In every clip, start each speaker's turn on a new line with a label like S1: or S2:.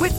S1: With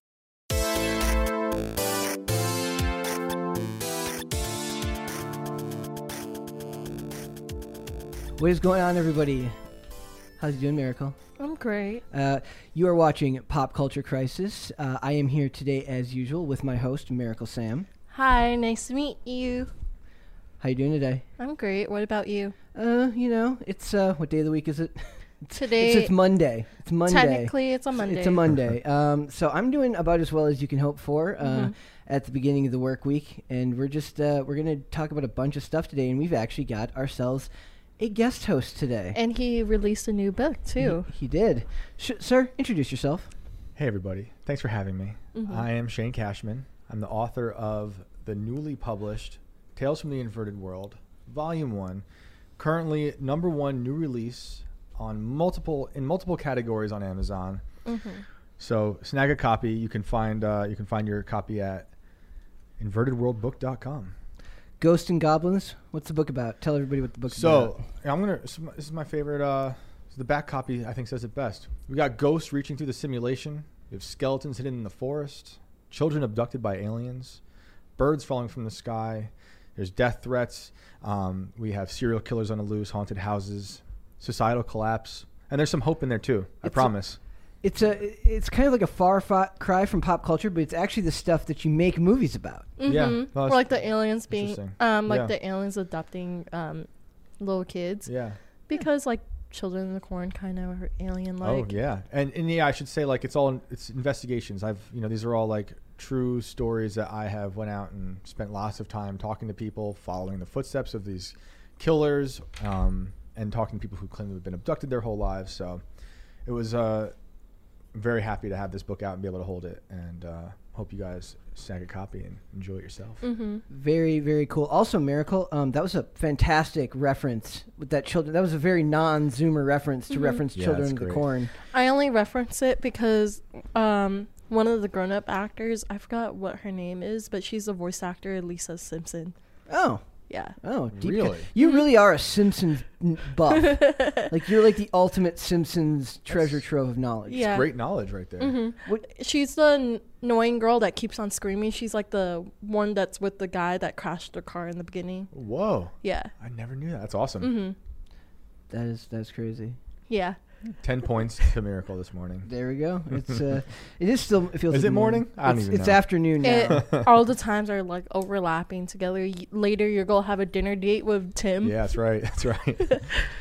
S2: What is going on, everybody? How's it doing, Miracle?
S3: I'm great.
S2: Uh, you are watching Pop Culture Crisis. Uh, I am here today, as usual, with my host, Miracle Sam.
S3: Hi, nice to meet you.
S2: How you doing today?
S3: I'm great. What about you?
S2: Uh, you know, it's uh, what day of the week is it? It's-
S3: Today-
S2: it's, it's Monday. It's Monday.
S3: Technically, it's a Monday.
S2: It's a Monday. Um, so I'm doing about as well as you can hope for uh,
S3: Mm-hmm.
S2: at the beginning of the work week, and we're just uh, we're gonna talk about a bunch of stuff today, and we've actually got ourselves a guest host today.
S3: And he released a new book too.
S2: He did, Sh- sir. Introduce yourself.
S4: Hey, everybody. Thanks for having me. I am Shane Cashman. I'm the author of the newly published Tales from the Inverted World, Volume 1, currently number one new release on multiple in multiple categories on Amazon. So snag a copy. You can find uh, you can find your copy at invertedworldbook.com.
S2: Ghost and Goblins. What's the book about? Tell everybody what the book's about.
S4: So I'm gonna. This is my- this is my favorite. Uh, the back copy I think says it best. We got ghosts reaching through the simulation. We have skeletons hidden in the forest. Children abducted by aliens. Birds falling from the sky. There's death threats. Um, we have serial killers on the loose. Haunted houses. Societal collapse. And there's some hope in there too. I promise.
S2: it's a it's kind of like a far fi- cry from pop culture, but it's actually the stuff that you make movies about.
S4: Yeah.
S3: Mhm.
S4: No,
S3: Or
S4: it's-
S3: like the aliens being,
S4: interesting.
S3: um, like
S4: Yeah.
S3: the aliens adopting um, little kids
S4: yeah.
S3: because like children in the corn kind of are alien like.
S4: oh yeah, and and yeah, I should say like it's all it's investigations. I've you know these are all like true stories that I have went out and spent lots of time talking to people, following the footsteps of these killers, um, and talking to people who claim to have been abducted their whole lives. So it was uh, I'm very happy to have this book out and be able to hold it, and uh, hope you guys snag a copy and enjoy it yourself.
S3: Mm-hmm.
S2: Very very cool. Also, Miracle. Um, that was a fantastic reference with that children. That was a very non-zoomer reference
S3: Mm-hmm.
S2: to reference
S4: Yeah,
S2: children
S4: that's
S2: of the
S4: great.
S2: corn.
S3: I only reference it because um, one of the grown up actors, I forgot what her name is, but she's a voice actor, Lisa Simpson.
S2: Oh.
S3: Yeah.
S2: Oh, deep cut.
S4: Really?
S2: You really
S3: Mm-hmm.
S2: are a Simpsons n- buff. like you're like the ultimate Simpsons treasure trove of knowledge.
S3: Yeah. Mm-hmm.
S4: Great knowledge right there.
S3: She's the n- annoying girl that keeps on screaming. She's like the one that's with the guy that crashed the car in the beginning.
S4: Whoa.
S3: Yeah.
S4: I never knew that. That's awesome.
S3: Mm-hmm.
S2: That is that's crazy.
S3: Yeah.
S4: Ten points to Miracle this morning.
S2: There we go. It's uh, it is still. It feels.
S4: Is
S2: like
S4: it morning? I don't
S2: it's,
S4: even
S2: It's
S4: know.
S2: afternoon now.
S3: It, all the times are like overlapping together. Y- Later, you're gonna have a dinner date with Tim.
S4: Yeah, that's right. That's right.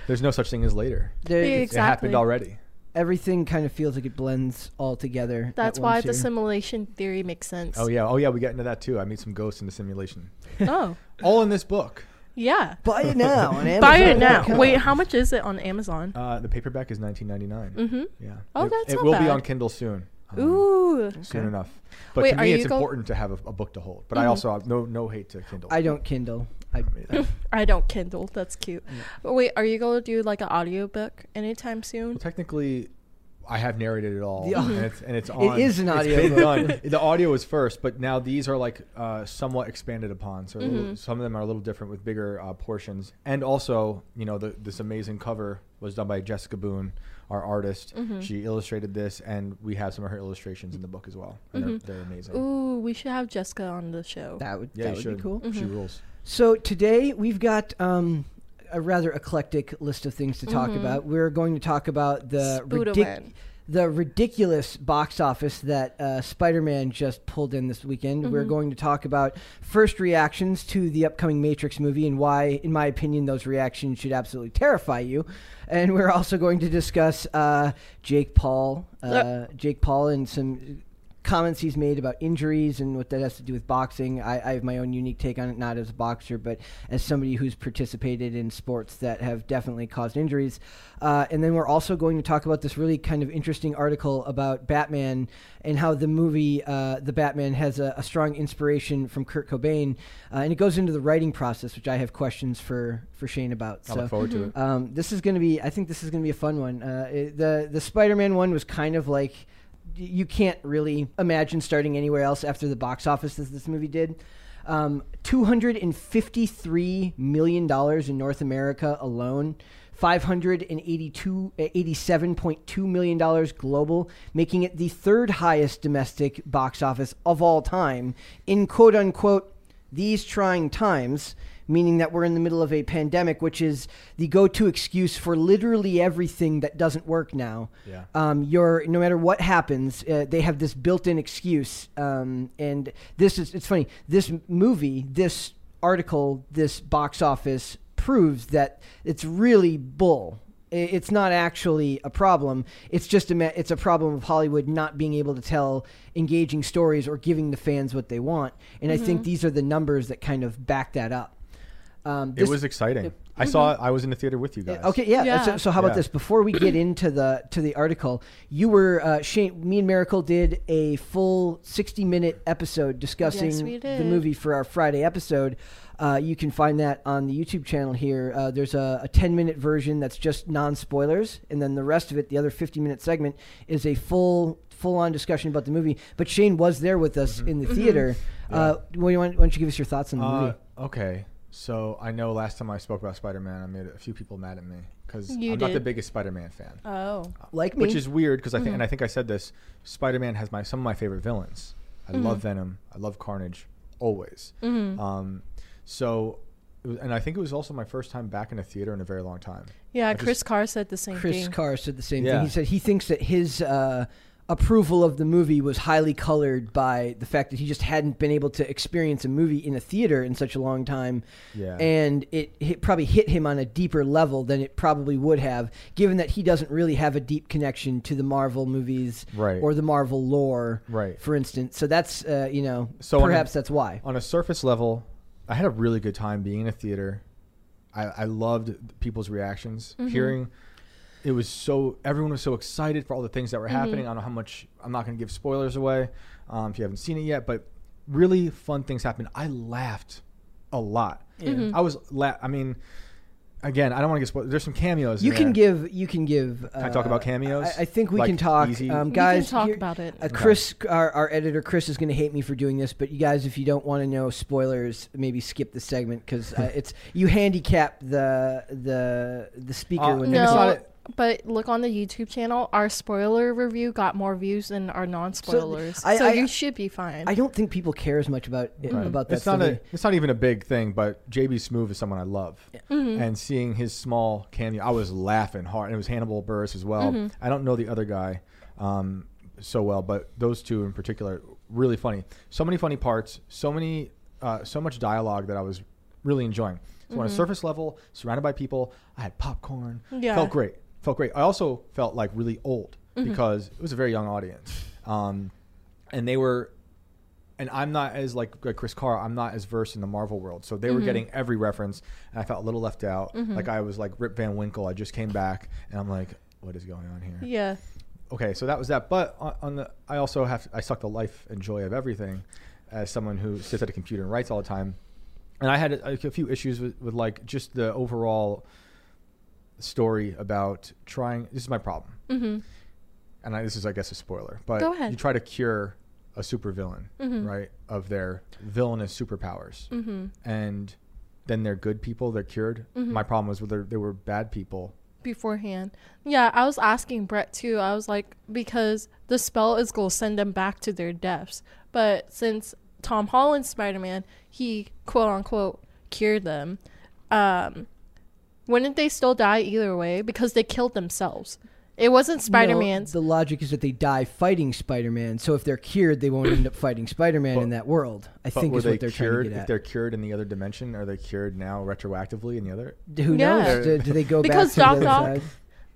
S4: There's no such thing as later.
S2: There-
S3: Yeah,
S4: It happened
S3: Exactly.
S4: already.
S2: everything kind of feels like it blends all together. at
S3: That's why
S2: once
S3: the
S2: here.
S3: simulation theory makes sense.
S4: Oh yeah. Oh yeah. We got into that too. I meet some ghosts in the simulation.
S3: Oh,
S4: All in this book.
S3: yeah.
S2: buy it now. on
S3: Buy it
S2: Amazon.com.
S3: now. Wait, how much is it on Amazon?
S2: Um,
S4: Uh, the paperback is 19.99. Mm-hmm. Yeah.
S3: Oh,
S4: it,
S3: that's
S4: It
S3: not
S4: will be
S3: bad.
S4: on Kindle soon. um,
S3: Ooh.
S4: Soon enough. But
S3: Wait,
S4: to
S3: are
S4: me, it's
S3: you go- Mm-hmm.
S4: important to have a, a book to hold. But I also have no no hate to Kindle.
S2: I don't Kindle. I,
S4: We'll
S3: I don't Kindle. That's cute.
S2: Mm.
S3: But wait, are you gonna do like an audiobook anytime soon?
S4: technically. I have narrated it all,
S2: Yeah.
S4: and it's and it's on.
S2: is an
S4: It's been
S2: audiobook.
S4: done. The audio was first, but now these are like uh, somewhat expanded upon. So a little- some of them are a little different with bigger uh, portions, and also you know the, this amazing cover was done by Jessica Boone, our artist. She illustrated this, and we have some of her illustrations in the book as well. And they're, they're amazing.
S3: Ooh, we should have Jessica on the show.
S2: that would
S4: Yeah,
S2: that
S4: you
S2: would
S4: should.
S2: be cool.
S4: She rules.
S2: So today we've got um, a rather eclectic list of things to talk about. We're going to talk about the
S3: Spooderman.
S2: the ridiculous box office that uh, Spider-Man just pulled in this weekend. We're going to talk about first reactions to the upcoming Matrix movie and why, in my opinion, those reactions should absolutely terrify you. And we're also going to discuss uh, Jake Paul, uh, Jake Paul, and some comments he's made about injuries and what that has to do with boxing. I, I have my own unique take on it, not as a boxer, but as somebody who's participated in sports that have definitely caused injuries. Uh, and then we're also going to talk about this really kind of interesting article about Batman and how the movie uh, The Batman has a, a strong inspiration from Kurt Cobain, uh, and it goes into the writing process, which I have questions for for Shane about.
S4: I
S2: so
S4: look forward to it.
S2: um, this is going to be. I think this is going to be a fun one. Uh, it- the the Spider Man one was kind of like y- you can't really imagine starting anywhere else after the box office that this movie did. Um, Two hundred and fifty three million dollars in North America alone. 582 uh, 87.2 million dollars global making it the third highest domestic box office of all time in quote unquote these trying times, meaning that we're in the middle of a pandemic, which is the go-to excuse for literally everything that doesn't work now.
S4: Yeah.
S2: Um, you're no matter what happens, uh, they have this built-in excuse. Um, and this is it's funny. This m- movie, this article, this box office proves that it's really bull. I- It's not actually a problem. It's just a ma- it's a problem of Hollywood not being able to tell engaging stories or giving the fans what they want. And I think these are the numbers that kind of back that up. Um,
S4: it was exciting. I saw. it. I was in the theater with you guys.
S2: Okay, yeah.
S3: Yeah.
S2: So, so how about
S4: Yeah.
S2: this? Before we get into the to the article, you were uh, Shane. Me and Miracle did a full sixty minute episode discussing
S3: Yes, we
S2: the
S3: did.
S2: movie for our Friday episode. Uh, you can find that on the YouTube channel here. Uh, there's a, a 10 minute version that's just non spoilers, and then the rest of it, the other 50 minute segment, is a full full on discussion about the movie. But Shane was there with us in the theater.
S3: Mm-hmm.
S2: Uh, why don't you- why don't you give us your thoughts on the
S4: Mm-hmm. Uh,
S2: movie?
S4: okay. So I know last time I spoke about Spider Man, I made a few people mad at me because I'm
S3: You
S4: not the
S3: did. Mm-hmm.
S4: biggest Spider Man fan,
S3: Oh.
S2: Like me,
S4: which is weird because I think, and I think I said this, Spider Man has my some of my favorite villains. I
S3: Mm-hmm.
S4: love Venom. I love Carnage. Always. Um, so, it was, and I think it was also my first time back in a theater in a very long time.
S3: Yeah, Chris Carr said the same
S2: Chris
S3: thing.
S2: Carr said the same
S4: Yeah.
S2: thing. He said he thinks that his uh, approval of the movie was highly colored by the fact that he just hadn't been able to experience a movie in a theater in such a long time.
S4: Yeah.
S2: And it, hit probably hit him on a deeper level than it probably would have, given that he doesn't really have a deep connection to the Marvel movies
S4: Right.
S2: or the Marvel lore,
S4: Right.
S2: for instance. So that's, uh, you know,
S4: So on a-
S2: perhaps that's why.
S4: on a surface level, I had a really good time being in a theater. I, I loved people's reactions,
S2: Mm-hmm.
S4: hearing. It was so everyone was so excited for all the things
S2: Mm-hmm.
S4: that were happening. I don't know how much I'm not going to give spoilers away um, if you haven't seen it yet, but really fun things happened. I laughed a lot.
S2: Mm-hmm.
S4: I was la- I mean, again, I don't want to get spoiled. There's some cameos. in
S2: You can
S4: there.
S2: give. You can give. Can
S4: I talk about cameos?
S2: I, I think we
S4: Like,
S2: can talk,
S4: easy?
S2: um,
S4: We can
S2: guys.
S3: talk
S2: here-
S3: about it.
S2: Uh, Chris, our, our editor, Chris is going to hate me for doing this, but you guys, if you don't want to know spoilers, maybe skip the segment because uh, it's you handicap the the the speaker
S4: Uh,
S2: when
S4: And it's
S2: they
S4: not
S3: No,
S4: a-
S3: but look on the YouTube channel. Our spoiler review got more views than our non-spoilers, so,
S2: I- I-
S3: you should be fine.
S2: I don't think people care as much about it, about that.
S4: it's not
S2: so
S4: a,
S2: they-
S4: it's not even a big thing, but JB Smoove is someone I love,
S2: Mm-hmm.
S4: and seeing his small cameo, I was laughing hard. And it was Hannibal Burris as well.
S2: Mm-hmm.
S4: I don't know the other guy um, so well, but those two in particular, really funny. So many funny parts, so many, uh, so much dialogue that I was really enjoying. So
S2: Mm-hmm.
S4: on a surface level, surrounded by people, I had popcorn.
S3: Yeah.
S4: felt great. Felt great. I also felt like really old
S2: Mm-hmm.
S4: because it was a very young audience. Um, and they were and I'm not as like, like Chris Carr. I'm not as versed in the Marvel world, so they were getting every reference, and I felt a little left out. Like I was like Rip Van Winkle. I just came back, and I'm like, what is going on here?
S3: yeah,
S4: Okay, so that was that. But on, on the, I also have I suck the life and joy of everything, as someone who sits at a computer and writes all the time, and I had a, a few issues with, with like just the overall story about trying. This is my problem, mm-hmm. and I, this is I guess a spoiler, but
S3: Go ahead.
S4: you try to cure a supervillain, right, of their villainous superpowers, mm-hmm. and then they're good people. They're cured. My problem was whether they were bad people.
S3: beforehand. Yeah, I was asking Brett too. I was like, because the spell is gonna send them back to their deaths, but since Tom Holland's Spider-Man, he quote unquote cured them. Um, wouldn't they still die either way because they killed themselves? It wasn't Spider-Man's.
S2: No, the logic is that they die fighting Spider-Man. So if they're cured, they won't end up fighting Spider-Man in that world. I
S4: But
S2: think
S4: were
S2: is
S4: they
S2: what they're
S4: cured?
S2: trying
S4: If
S2: to
S4: they're cured in the other dimension, are they cured now retroactively in the other?
S2: get at. Who
S3: Yeah.
S2: knows? Do, do they go back
S3: Because
S2: to
S3: Doc
S2: the other
S3: Ock-
S2: side?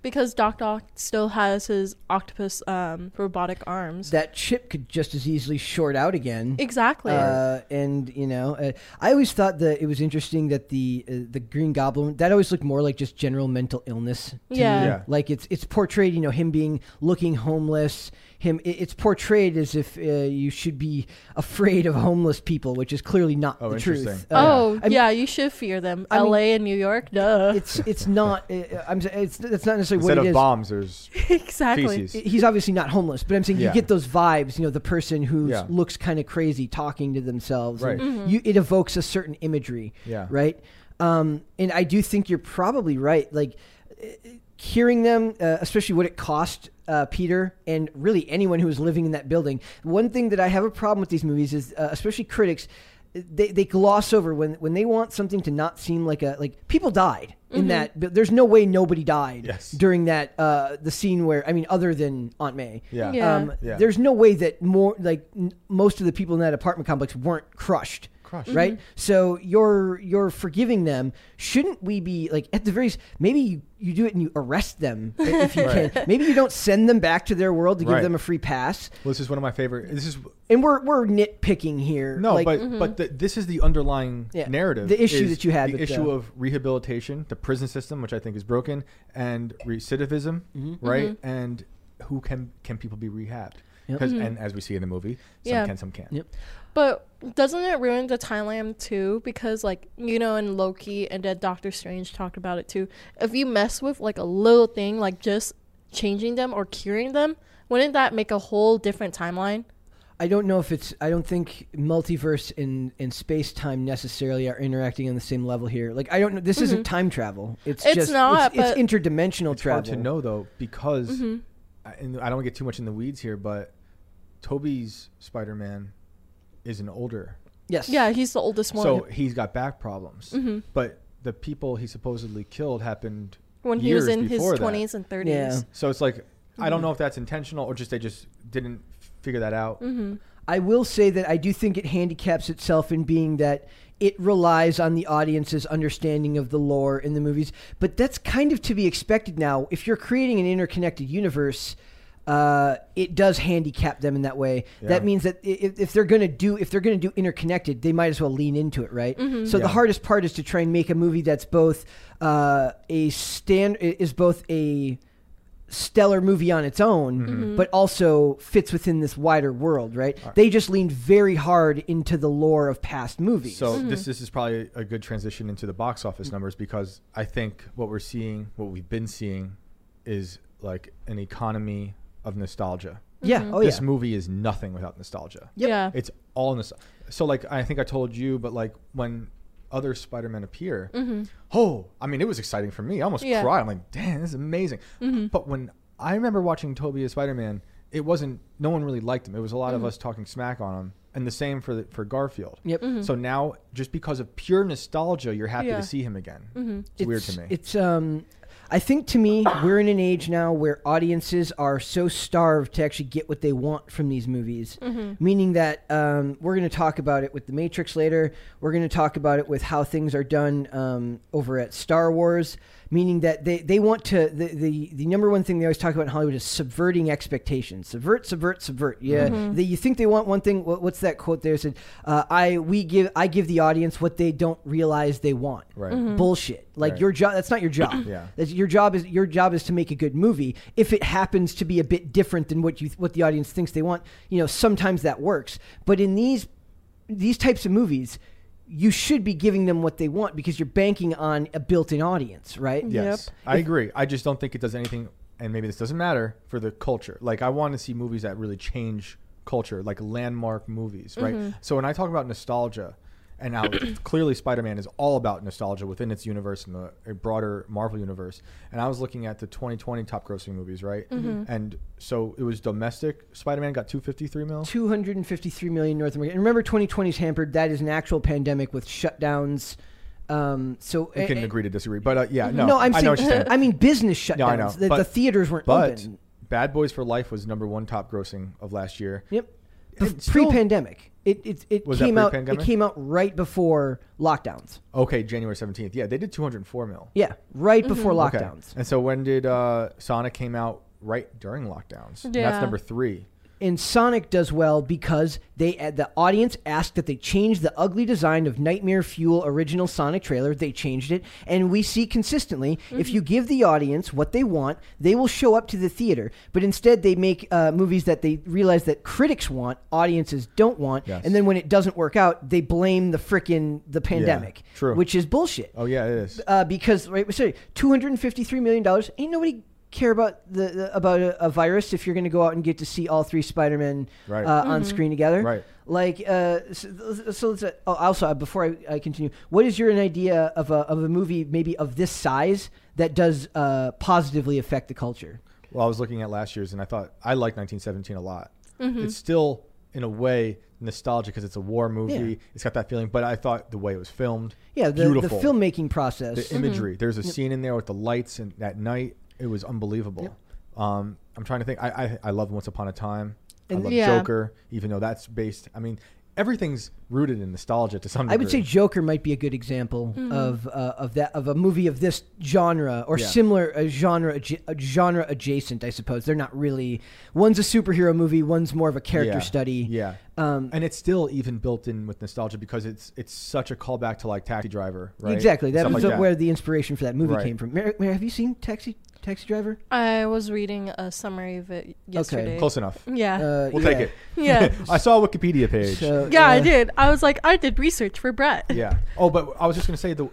S3: because Doc Doc still has his octopus um, robotic arms.
S2: that chip could just as easily short out again.
S3: exactly.
S2: Uh, and you know, uh, I always thought that it was interesting that the uh, the Green Goblin that always looked more like just general mental illness. to me.
S3: Yeah.
S4: Yeah.
S2: like it's it's portrayed, you know, him being looking homeless. Him, it- it's portrayed as if uh, you should be afraid of homeless people, which is clearly not
S4: Oh,
S2: the truth.
S4: interesting.
S2: Uh,
S3: oh
S2: I mean-
S3: yeah, you should fear them.
S2: I mean,
S3: L.A. and New York, duh.
S2: it's it's not. Uh, I'm. s- It's that's not necessarily
S4: Instead
S2: what it
S4: of
S2: is.
S4: bombs, there's
S3: exactly.
S4: feces.
S2: he's obviously not homeless, but I'm saying you
S4: Yeah.
S2: get those vibes, you know, the person who
S4: Yeah.
S2: looks kind of crazy talking to themselves. and
S4: Right.
S2: You, it evokes a certain imagery.
S4: Yeah.
S2: Right. Um, and I do think you're probably right. Like eh, eh, hearing them, uh, especially what it cost uh, Peter and really anyone who was living in that building. One thing that I have a problem with these movies is, uh, especially critics. eh, They, they gloss over when, when they want something to not seem like a like people died in that but there's no way nobody died
S4: Mm-hmm. Yes.
S2: during that uh, the scene where I mean, other than Aunt May.
S4: Yeah.
S3: Yeah.
S2: Um,
S4: Yeah.
S2: There's no way that more like n- most of the people in that apartment complex weren't crushed. Crushed. Right.
S4: Mm-hmm.
S2: So you're you're forgiving them. Shouldn't we be like at the very s- maybe you, you do it and you arrest them i- if you
S4: Right.
S2: can. Maybe you don't send them back to their world to give
S4: Right.
S2: them a free pass.
S4: Well, this is one of my favorite. This is
S2: And we're we're nitpicking here.
S4: no,
S2: like, mm-hmm.
S4: but but the, this is the underlying
S2: Yeah.
S4: narrative.
S2: The issue
S4: is
S2: that you had
S4: the
S2: with
S4: issue
S2: the-
S4: of rehabilitation, the prison system, which I think is broken, and recidivism,
S2: Mm-hmm.
S4: right? And who can can people be rehabbed? 'Cause-
S2: Mm-hmm.
S4: and as we see in the movie, some
S3: Yeah.
S4: can, some can't.
S2: Yep.
S3: But doesn't it ruin the timeline too? Because like you know, in Loki and then Doctor Strange talked about it too. If you mess with like a little thing, like just changing them or curing them, wouldn't that make a whole different timeline?
S2: I don't know if it's. I don't think multiverse and and space time necessarily are interacting on the same level here. Like I don't know. This
S4: Mm-hmm.
S2: isn't time travel. It's,
S3: It's
S2: just
S3: not,
S2: It's,
S3: but-
S2: it's interdimensional
S4: It's
S2: travel.
S4: hard to know though because,
S3: Mm-hmm.
S4: I, and I don't want to get too much in the weeds here, but Toby's Spider-Man is an older
S2: Yes.
S3: Yeah, he's the oldest one.
S4: So he's got back problems.
S3: Mm-hmm.
S4: But the people he supposedly killed happened
S3: when he was
S4: years
S3: in his
S4: before that.
S3: 20s and Mm-hmm. 30s.
S2: Yeah.
S4: So it's like I don't know if that's intentional or just they just didn't figure that out.
S3: Mm-hmm.
S2: I will say that I do think it handicaps itself in being that it relies on the audience's understanding of the lore in the movies, but that's kind of to be expected now. If you're creating an interconnected universe, uh, it does handicap them in that way. That means that i- if, if they're going to do if they're going to do interconnected, they might as well lean into it, right? So the hardest part is to try and make a movie that's both uh, a stand is both a stellar movie on its own,
S4: Mm-hmm.
S2: but also fits within this wider world, right? They just leaned very hard into the lore of past movies.
S4: So
S3: Mm-hmm.
S4: this this is probably a good transition into the box office numbers because I think what we're seeing, what we've been seeing, is like an economy of nostalgia.
S2: yeah, oh yeah.
S4: This movie is nothing without nostalgia.
S3: Yeah.
S4: It's all nostalgia. So like I think I told you, but like when other Spider-Man appear, oh, I mean it was exciting for me. I almost
S3: Yeah.
S4: cried. I'm like, damn, this is amazing. But when I remember watching Toby as Spider-Man, it wasn't. No one really liked him. It was a lot of us talking smack on him, and the same for the, for Garfield.
S2: Yep.
S4: So now, just because of pure nostalgia, you're happy
S3: Yeah.
S4: to see him again. It's, weird to me.
S2: It's um I think to me we're in an age now where audiences are so starved to actually get what they want from these movies. Meaning that um, we're going to talk about it with The Matrix later. We're going to talk about it with how things are done um, over at Star Wars. Meaning that they, they want to the, the the number one thing they always talk about in Hollywood is subverting expectations. Subvert, subvert, subvert. Yeah, they, you think they want one thing. What, what's that quote there? It Said uh, I we give I give the audience what they don't realize they want
S4: Right. Mhm.
S2: bullshit. Like your job, that's not your job.
S4: Yeah.
S2: That's- your job is your job is to make a good movie. If it happens to be a bit different than what you what the audience thinks they want, you know, sometimes that works. But in these these types of movies, you should be giving them what they want because you're banking on a built-in audience, right?
S4: Yes, I agree. I just don't think it does anything, and maybe this doesn't matter for the culture. Like I want to see movies that really change culture, like landmark movies, right?
S2: Mm-hmm.
S4: So when I talk about nostalgia, and now clearly Spider-Man is all about nostalgia within its universe and the a broader Marvel universe. And I was looking at the 2020 top-grossing movies, right?
S2: Mm-hmm.
S4: Mm-hmm. And so it was domestic. Spider-Man got 253 mil.
S2: 253 million North American. And remember 2020 is hampered. That is an actual pandemic with shutdowns. Um, so eh,
S4: We can agree to disagree, but uh, yeah, no,
S2: I'm
S4: I
S2: saying,
S4: know what you're saying.
S2: I mean business shutdowns.
S4: No, I know.
S2: The, the
S4: But-
S2: theaters weren't
S4: but
S2: open.
S4: Bad Boys for Life was number one top grossing of last year.
S2: Yep.
S4: and still-
S2: pre-pandemic. It it, it
S4: Was that
S2: came out. It
S4: pre-pandemic?
S2: came out right before lockdowns.
S4: Okay, January seventeenth. Yeah, they did two hundred and four mil.
S2: Yeah, right before
S4: Okay.
S2: lockdowns.
S4: And so when did uh, Sonic came out? Right during lockdowns. And
S3: Yeah.
S4: That's number three.
S2: And Sonic does well because they uh, the audience asked that they change the ugly design of Nightmare Fuel original Sonic trailer. They changed it, and we see consistently if you give the audience what they want, they will show up to the theater. But instead, they make uh, movies that they realize that critics want, audiences don't want,
S4: Yes.
S2: and then when it doesn't work out, they blame the frickin' the pandemic,
S4: true.
S2: which is bullshit
S4: Oh yeah, it is.
S2: uh, because right, sorry, two hundred and fifty-three million dollars. Ain't nobody care about the, the about a, a virus if you're going to go out and get to see all three Spider-Men
S4: Right.
S2: uh, on screen together.
S4: Right.
S2: Like, uh, so, so let's. Uh, oh, also, uh, before I, I continue, what is your an idea of a of a movie maybe of this size that does uh, positively affect the culture?
S4: Well, I was looking at last year's, and I thought I like 1917 a lot. It's still, in a way, nostalgic because it's a war movie.
S2: Yeah.
S4: It's got that feeling. But I thought the way it was filmed,
S2: Yeah, the, the
S4: beautiful.
S2: filmmaking process.
S4: the imagery. There's a scene in there with the lights and at night. It was unbelievable. Um, I'm trying to think. I I, I love Once Upon a Time. I love
S3: Yeah.
S4: Joker, even though that's based. I mean, everything's rooted in nostalgia to some degree.
S2: I would say Joker might be a good example of uh, of that of a movie of this genre or
S4: Yeah.
S2: similar uh, genre adja- uh, genre adjacent. I suppose they're not really. One's a superhero movie. One's more of a character
S4: Yeah.
S2: study. um,
S4: Yeah. and it's still even built in with nostalgia because it's it's such a callback to like Taxi Driver, right?
S2: exactly. That
S4: Stuff
S2: was
S4: like
S2: where the inspiration for that movie
S4: Right.
S2: came from. Mary, Mary, have you seen Taxi Taxi Driver?
S3: I was reading a summary of it yesterday.
S4: Close enough.
S3: Yeah.
S2: Uh,
S4: We'll
S2: yeah.
S4: take
S3: yeah.
S4: it. I saw a Wikipedia page.
S2: So,
S3: Yeah, I
S2: uh,
S3: did. I was like, I did research for Brett.
S4: yeah. Oh, but I was just gonna say the.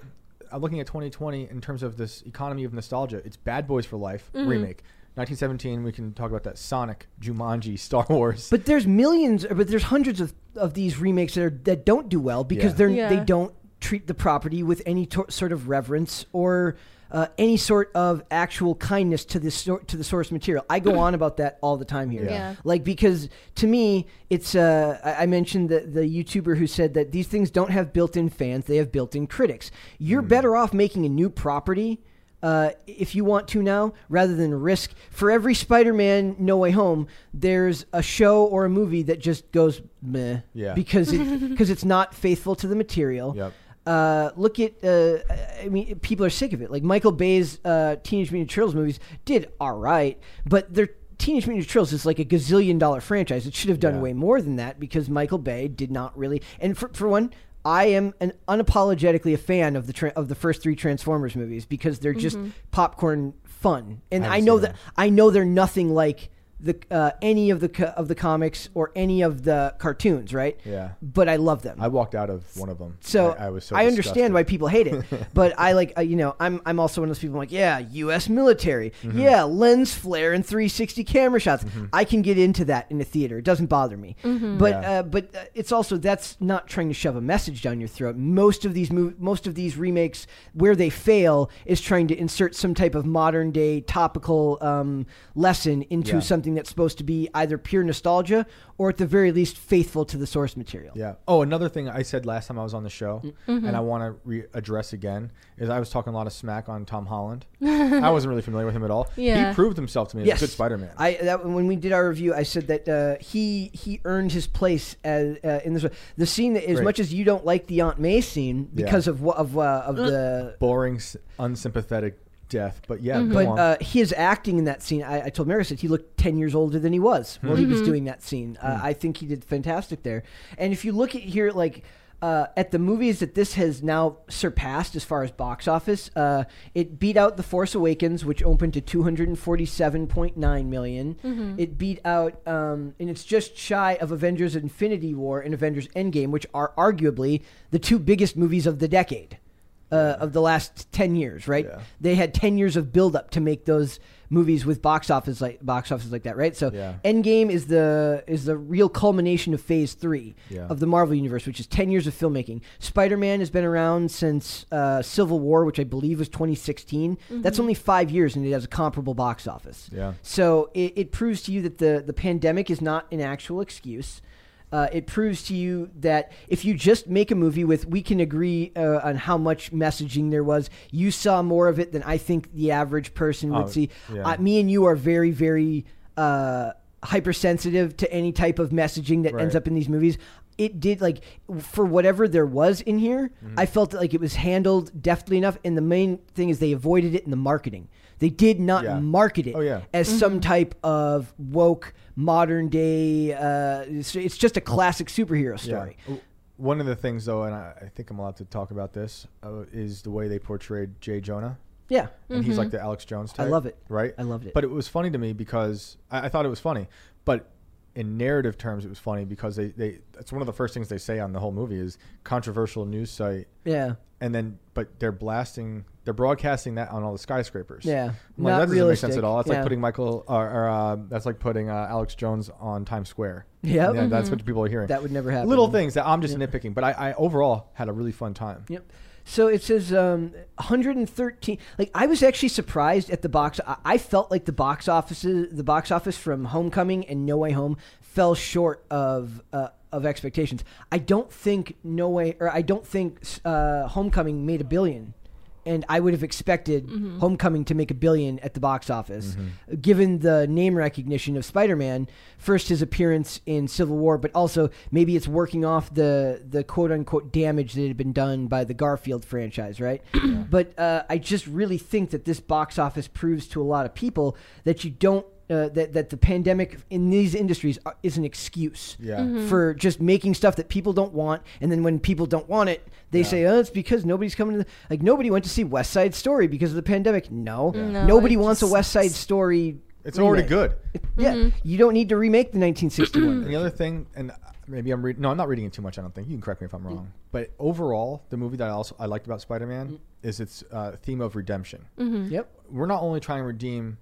S4: I'm looking at 2020 in terms of this economy of nostalgia. It's Bad Boys for Life
S2: Mm-hmm.
S4: remake. 1917. We can talk about that. Sonic, Jumanji, Star Wars.
S2: But there's millions, or- but there's hundreds of, of these remakes that are, that don't do well because
S4: Yeah.
S2: they're they
S3: Yeah.
S2: don't treat the property with any tor- sort of reverence or uh, any sort of actual kindness to the sor- to the source material. I go on about that all the time here,
S3: Yeah.
S2: like because to me it's uh, I I mentioned the the YouTuber who said that these things don't have built-in fans; they have built-in critics. You're better off making a new property. Uh, if you want to now, rather than risk for every Spider-Man No Way Home, there's a show or a movie that just goes meh,
S4: Yeah.
S2: because it, because it's not faithful to the material.
S4: Yep.
S2: Uh, look at uh, I mean, people are sick of it. Like Michael Bay's uh, Teenage Mutant Ninja Turtles movies did all right, but their Teenage Mutant Ninja Turtles is like a gazillion dollar franchise. It should have done
S4: Yeah.
S2: way more than that because Michael Bay did not really. And for, for one, I am an unapologetically a fan of the tra- of the first three Transformers movies because they're just popcorn fun, and I,
S4: haven't
S2: know
S4: seen
S2: that
S4: them.
S2: I know they're nothing like. The, uh, any of the co- of the comics or any of the cartoons, right?
S4: Yeah.
S2: But I love them.
S4: I walked out of one of them.
S2: So
S4: I, I was so.
S2: understand
S4: disgusted.
S2: why people hate it, but I like uh, you know I'm I'm also one of those people. I'm like yeah, U.S. military,
S4: Mm-hmm.
S2: yeah, lens flare and 360 camera shots. I can get into that in a theater. It doesn't bother me. But
S4: Yeah.
S2: uh, but uh, it's also that's not trying to shove a message down your throat. Most of these mov- most of these remakes where they fail is trying to insert some type of modern day topical um, lesson into
S4: Yeah.
S2: something that's supposed to be either pure nostalgia or at the very least faithful to the source material.
S4: Yeah. Oh, another thing I said last time I was on the show,
S2: Mm-hmm.
S4: and I want to readdress again, is I was talking a lot of smack on Tom Holland. I wasn't really familiar with him at all.
S3: Yeah.
S4: He proved himself to me as
S2: Yes,
S4: a good Spider-Man.
S2: I that, when we did our review, I said that uh, he he earned his place as, uh, in this. The scene that, as
S4: Right.
S2: much as you don't like the Aunt May scene
S4: Yeah.
S2: because of what of uh, of the.
S4: Boring, s- unsympathetic death, but yeah, go
S2: But
S4: on.
S2: uh, his acting in that scene, I, I told Mary I said he looked ten years older than he was while he was doing that scene. Uh,
S4: Hmm.
S2: I think he did fantastic there. And if you look at here, like uh, at the movies that this has now surpassed as far as box office, uh, it beat out The Force Awakens, which opened to two hundred and forty-seven point nine million. It beat out, um, and it's just shy of Avengers: Infinity War and Avengers: Endgame, which are arguably the two biggest movies of the decade uh, of the last 10 years, right? They had 10 years of buildup to make those movies with box office like box offices like that, right? So
S4: Yeah.
S2: Endgame is the is the real culmination of phase 3
S4: Yeah.
S2: of the Marvel universe, which is 10 years of filmmaking. Spider-Man has been around since uh, Civil War, which I believe was 2016. That's only 5 years and it has a comparable box office.
S4: Yeah.
S2: So it, it proves to you that the, the pandemic is not an actual excuse. Uh, it proves to you that if you just make a movie with, we can agree uh, on how much messaging there was. You saw more of it than I think the average person would
S4: Oh,
S2: see.
S4: yeah.
S2: Uh, me and you are very, very uh, hypersensitive to any type of messaging that ends
S4: Right.
S2: up in these movies. It did like for whatever there was in here,
S4: Mm-hmm.
S2: I felt like it was handled deftly enough. And the main thing is they avoided it in the marketing. They did not
S4: Yeah.
S2: market it
S4: Oh, yeah.
S2: as some type of woke modern day. Uh, it's, it's just a classic superhero story.
S4: Yeah. W- One of the things, though, and I, I think I'm allowed to talk about this, uh, is the way they portrayed Jay Jonah.
S2: Yeah,
S4: And he's like the Alex Jones
S2: I
S4: type.
S2: love it.
S4: Right?
S2: I loved it.
S4: But it was funny to me because I, I thought it was funny. But in narrative terms, it was funny because they, they that's one of the first things they say on the whole movie is controversial news site.
S2: yeah.
S4: And then, but they're blasting, they're broadcasting that on all the skyscrapers.
S2: Yeah.
S4: I'm like,
S2: Not
S4: that doesn't make sense
S2: realistic.
S4: at all. That's
S2: Yeah.
S4: like putting Michael, or, or uh, that's like putting uh, Alex Jones on Times Square.
S2: Yep. Mm-hmm.
S4: Yeah, That's what people are hearing.
S2: That would never happen.
S4: Little things that I'm just nitpicking, but I, I overall had a really fun time.
S2: Yep. So it says um, 113. Like I was actually surprised at the box. I, I felt like the box offices, the box office from Homecoming and No Way Home, fell short of uh, of expectations. I don't think No Way or I don't think uh, Homecoming made a billion, and I would have expected Homecoming to make a billion at the box office, given the name recognition of Spider Man. First, his appearance in Civil War, but also maybe it's working off the the quote unquote damage that had been done by the Garfield franchise, right? But uh, I just really think that this box office proves to a lot of people that you don't. Uh, that, that the pandemic in these industries are- is an excuse
S4: Yeah.
S3: Mm.
S4: Mhm.
S2: for just making stuff that people don't want, and then when people don't want it, they say, "Oh, it's because nobody's coming to the, like nobody went to see West Side Story because of the pandemic." No,
S3: No,
S2: nobody
S3: it
S2: wants a
S3: just- Mm-hmm.
S2: West Side Story.
S4: It's already
S2: remake.
S4: good.
S2: Yeah, you don't need to remake the
S4: And
S2: 1961.
S4: the other thing, and maybe I'm reading. No, I'm not reading it too much. I don't think you can correct me if I'm
S2: Mm.
S4: wrong. But overall, the movie that I also I liked about Spider-Man is its uh, theme of redemption.
S2: yep.
S4: We're not only trying to redeem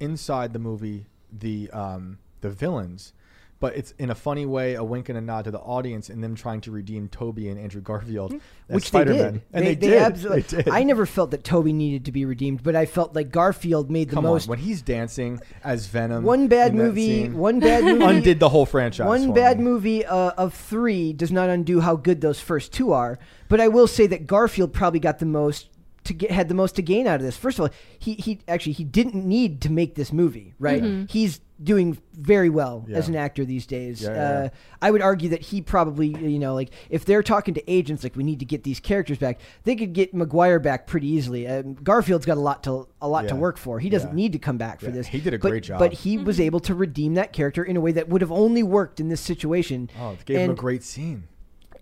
S4: inside the movie the um, the villains, but it's in a funny way, a wink and a nod to the audience, and them trying to redeem Toby and Andrew Garfield as
S2: Hmm? Which
S4: Spider-Man.
S2: they did.
S4: And they, did.
S2: absolutely-
S4: They did.
S2: I never felt that Toby needed to be redeemed, but I felt like Garfield made the
S4: Come
S2: most.
S4: on, when he's dancing as Venom,
S2: one bad
S4: in that
S2: movie.
S4: scene,
S2: One bad movie.
S4: undid the whole franchise.
S2: One
S4: for
S2: bad
S4: me.
S2: movie uh, of three does not undo how good those first two are. But I will say that Garfield probably got the most to get had the most to gain out of this. First of all, he he actually he didn't need to make this movie, right? He's doing very well as an actor these days.
S4: Yeah, yeah,
S2: uh,
S4: yeah.
S2: I would argue that he probably you know like if they're talking to agents like we need to get these characters back, they could get McGuire back pretty easily. Um, Garfield's got a lot to a lot to
S4: Yeah.
S2: work for. He doesn't
S4: Yeah.
S2: need to come back for
S4: Yeah,
S2: this.
S4: he did a
S2: But-
S4: great job.
S2: but he was able to redeem that character in a way that would have only worked in this situation.
S4: Oh, it gave
S2: and,
S4: him a great scene.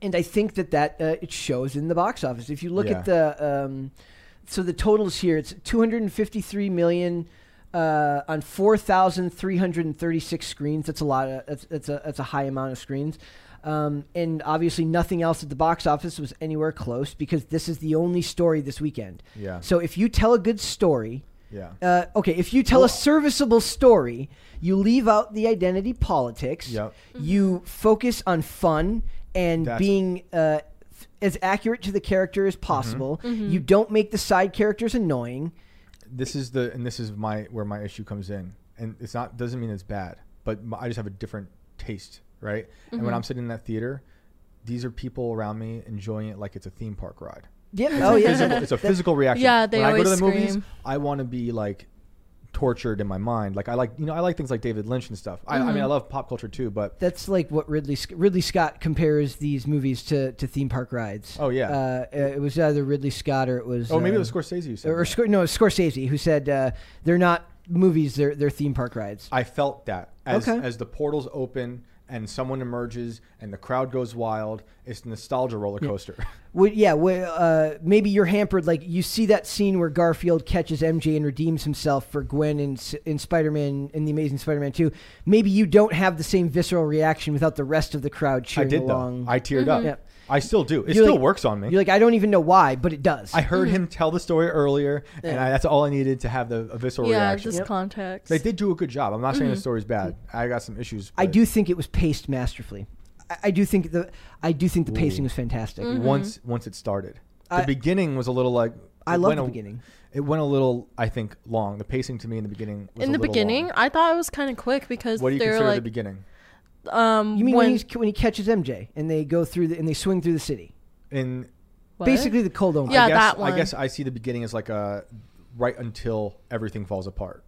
S2: and I think that that uh, it shows in the box office. If you look at
S4: Yeah.
S2: the um, so the totals here, it's 253 million uh, on 4,336 screens. That's a lot. Of, that's that's a that's a high amount of screens. Um, and obviously, nothing else at the box office was anywhere close because this is the only story this weekend.
S4: Yeah.
S2: So if you tell a good story,
S4: Yeah.
S2: uh, okay, if you tell a serviceable story, you leave out the identity politics.
S4: Yep.
S2: You focus on fun and
S4: That's- Mm-hmm.
S2: being uh, f- as accurate to the character as possible. You don't make the side characters annoying.
S4: This is the and this is my where my issue comes in, and it's not doesn't mean it's bad, but my, I just have a different taste, right? And when I'm sitting in that theater, these are people around me enjoying it like it's a theme park ride.
S2: Yeah. Oh
S4: Physical-
S2: yeah.
S4: it's a physical reaction.
S3: Yeah, they
S4: when I go to
S3: always
S4: the movies,
S3: scream.
S4: I want to be like tortured in my mind. Like I like you know I like things like David Lynch and stuff. I, I mean I love pop culture too, but oh,
S2: That's like what Ridley Sc- Ridley Scott compares these movies to, to theme park rides.
S4: Oh, yeah.
S2: Uh, it was either Ridley Scott or it was.
S4: oh maybe
S2: uh,
S4: it was Scorsese who said.
S2: Or
S4: that.
S2: Scor- no, it was Scorsese who said uh, they're not movies; they're they're theme park rides.
S4: I felt that as
S2: Okay.
S4: as the portals open and someone emerges and the crowd goes wild. It's a nostalgia roller coaster.
S2: Would yeah, would, uh, maybe you're hampered. Like you see that scene where Garfield catches MJ and redeems himself for Gwen in, S- in Spider-Man in the Amazing Spider-Man Two. Maybe you don't have the same visceral reaction without the rest of the crowd
S4: I
S2: cheering
S4: did
S2: along.
S4: though. I teared
S3: Mm-hmm.
S4: up.
S2: Yep.
S4: I still do. It
S2: You're
S4: still
S2: like-
S4: works on me.
S2: You're like, I don't even know why, but it does.
S4: I heard
S3: Mm-hmm.
S4: him tell the story earlier, and I, that's all I needed to have the a visceral
S3: Yeah,
S4: reaction.
S3: just Mm-hmm. context.
S4: They did do a good job. I'm not saying the story's bad. I got some issues.
S2: I
S4: but
S2: do think it was paced masterfully. I, I do think the I do think the pacing was fantastic.
S3: Mm-hmm.
S4: Once once it started, the beginning was a little like.
S2: I
S4: it
S2: love
S4: went
S2: the
S4: a-
S2: beginning.
S4: It went a little, I think, long. The pacing to me in the beginning. Was
S3: in
S4: a
S3: the
S4: little
S3: beginning,
S4: long.
S3: I thought it was kind of quick because
S4: What do you
S3: they were
S4: consider the
S3: like,
S4: beginning?
S3: um,
S2: You mean when,
S3: when,
S2: he's, when he catches MJ and they go through the, and they swing through the city?
S4: In
S3: what?
S2: Basically, the cold open.
S3: Yeah,
S4: I guess,
S3: that
S4: I
S3: one.
S4: guess I see the beginning as like a right until everything falls apart.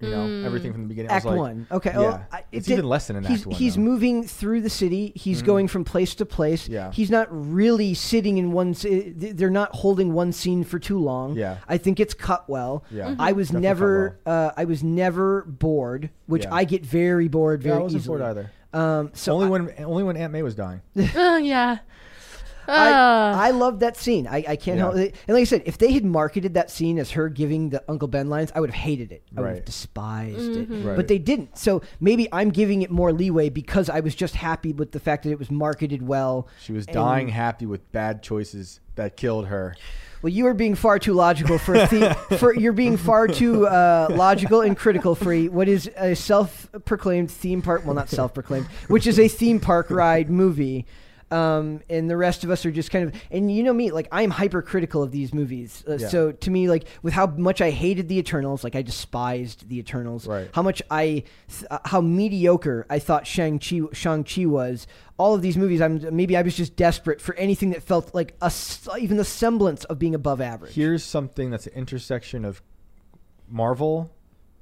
S4: You know,
S3: Mm.
S4: everything from the beginning.
S2: Act
S4: was like,
S2: one. Okay.
S4: Yeah.
S2: Oh, I-
S4: it's
S2: it-
S4: even less than an
S2: he's,
S4: act one.
S2: He's
S4: though. Mm-hmm.
S2: moving through the city. He's going from place to place.
S4: Yeah.
S2: He's not really sitting in one. s- eh, They're not holding one scene for too long.
S4: Yeah.
S2: I think it's cut well. Mm-hmm.
S4: Yeah. Mhm.
S2: I was
S4: Definitely cut
S2: never. Uh, I was never bored, which
S4: Yeah.
S2: I get very bored
S4: Yeah,
S2: very
S4: I wasn't
S2: easily.
S4: bored either.
S2: Um. So
S4: only
S2: I,
S4: when only when Aunt May was dying.
S3: Oh, yeah. Uh,
S2: I, I love that scene. I, I can't
S4: Yeah.
S2: help it. And like I said, if they had marketed that scene as her giving the Uncle Ben lines, I would have hated it. I would have
S4: Right.
S2: despised it.
S4: Right.
S2: But they didn't. So maybe I'm giving it more leeway because I was just happy with the fact that it was marketed well.
S4: She was
S2: And-
S4: dying happy with bad choices that killed her.
S2: Well, you are being far too logical for a the- for you're being far too uh, logical and critical for a- what is a self-proclaimed theme park. Well, not self-proclaimed, which is a theme park ride movie. Um, and the rest of us are just kind of, and you know me, like I'm hypercritical of these movies. Uh,
S4: Yeah.
S2: So to me, like with how much I hated the Eternals, like I despised the Eternals.
S4: Right.
S2: How much I, th- uh, how mediocre I thought Shang Chi Shang Chi was. All of these movies, I'm maybe I was just desperate for anything that felt like a s- even the semblance of being above average.
S4: Here's something that's an intersection of Marvel,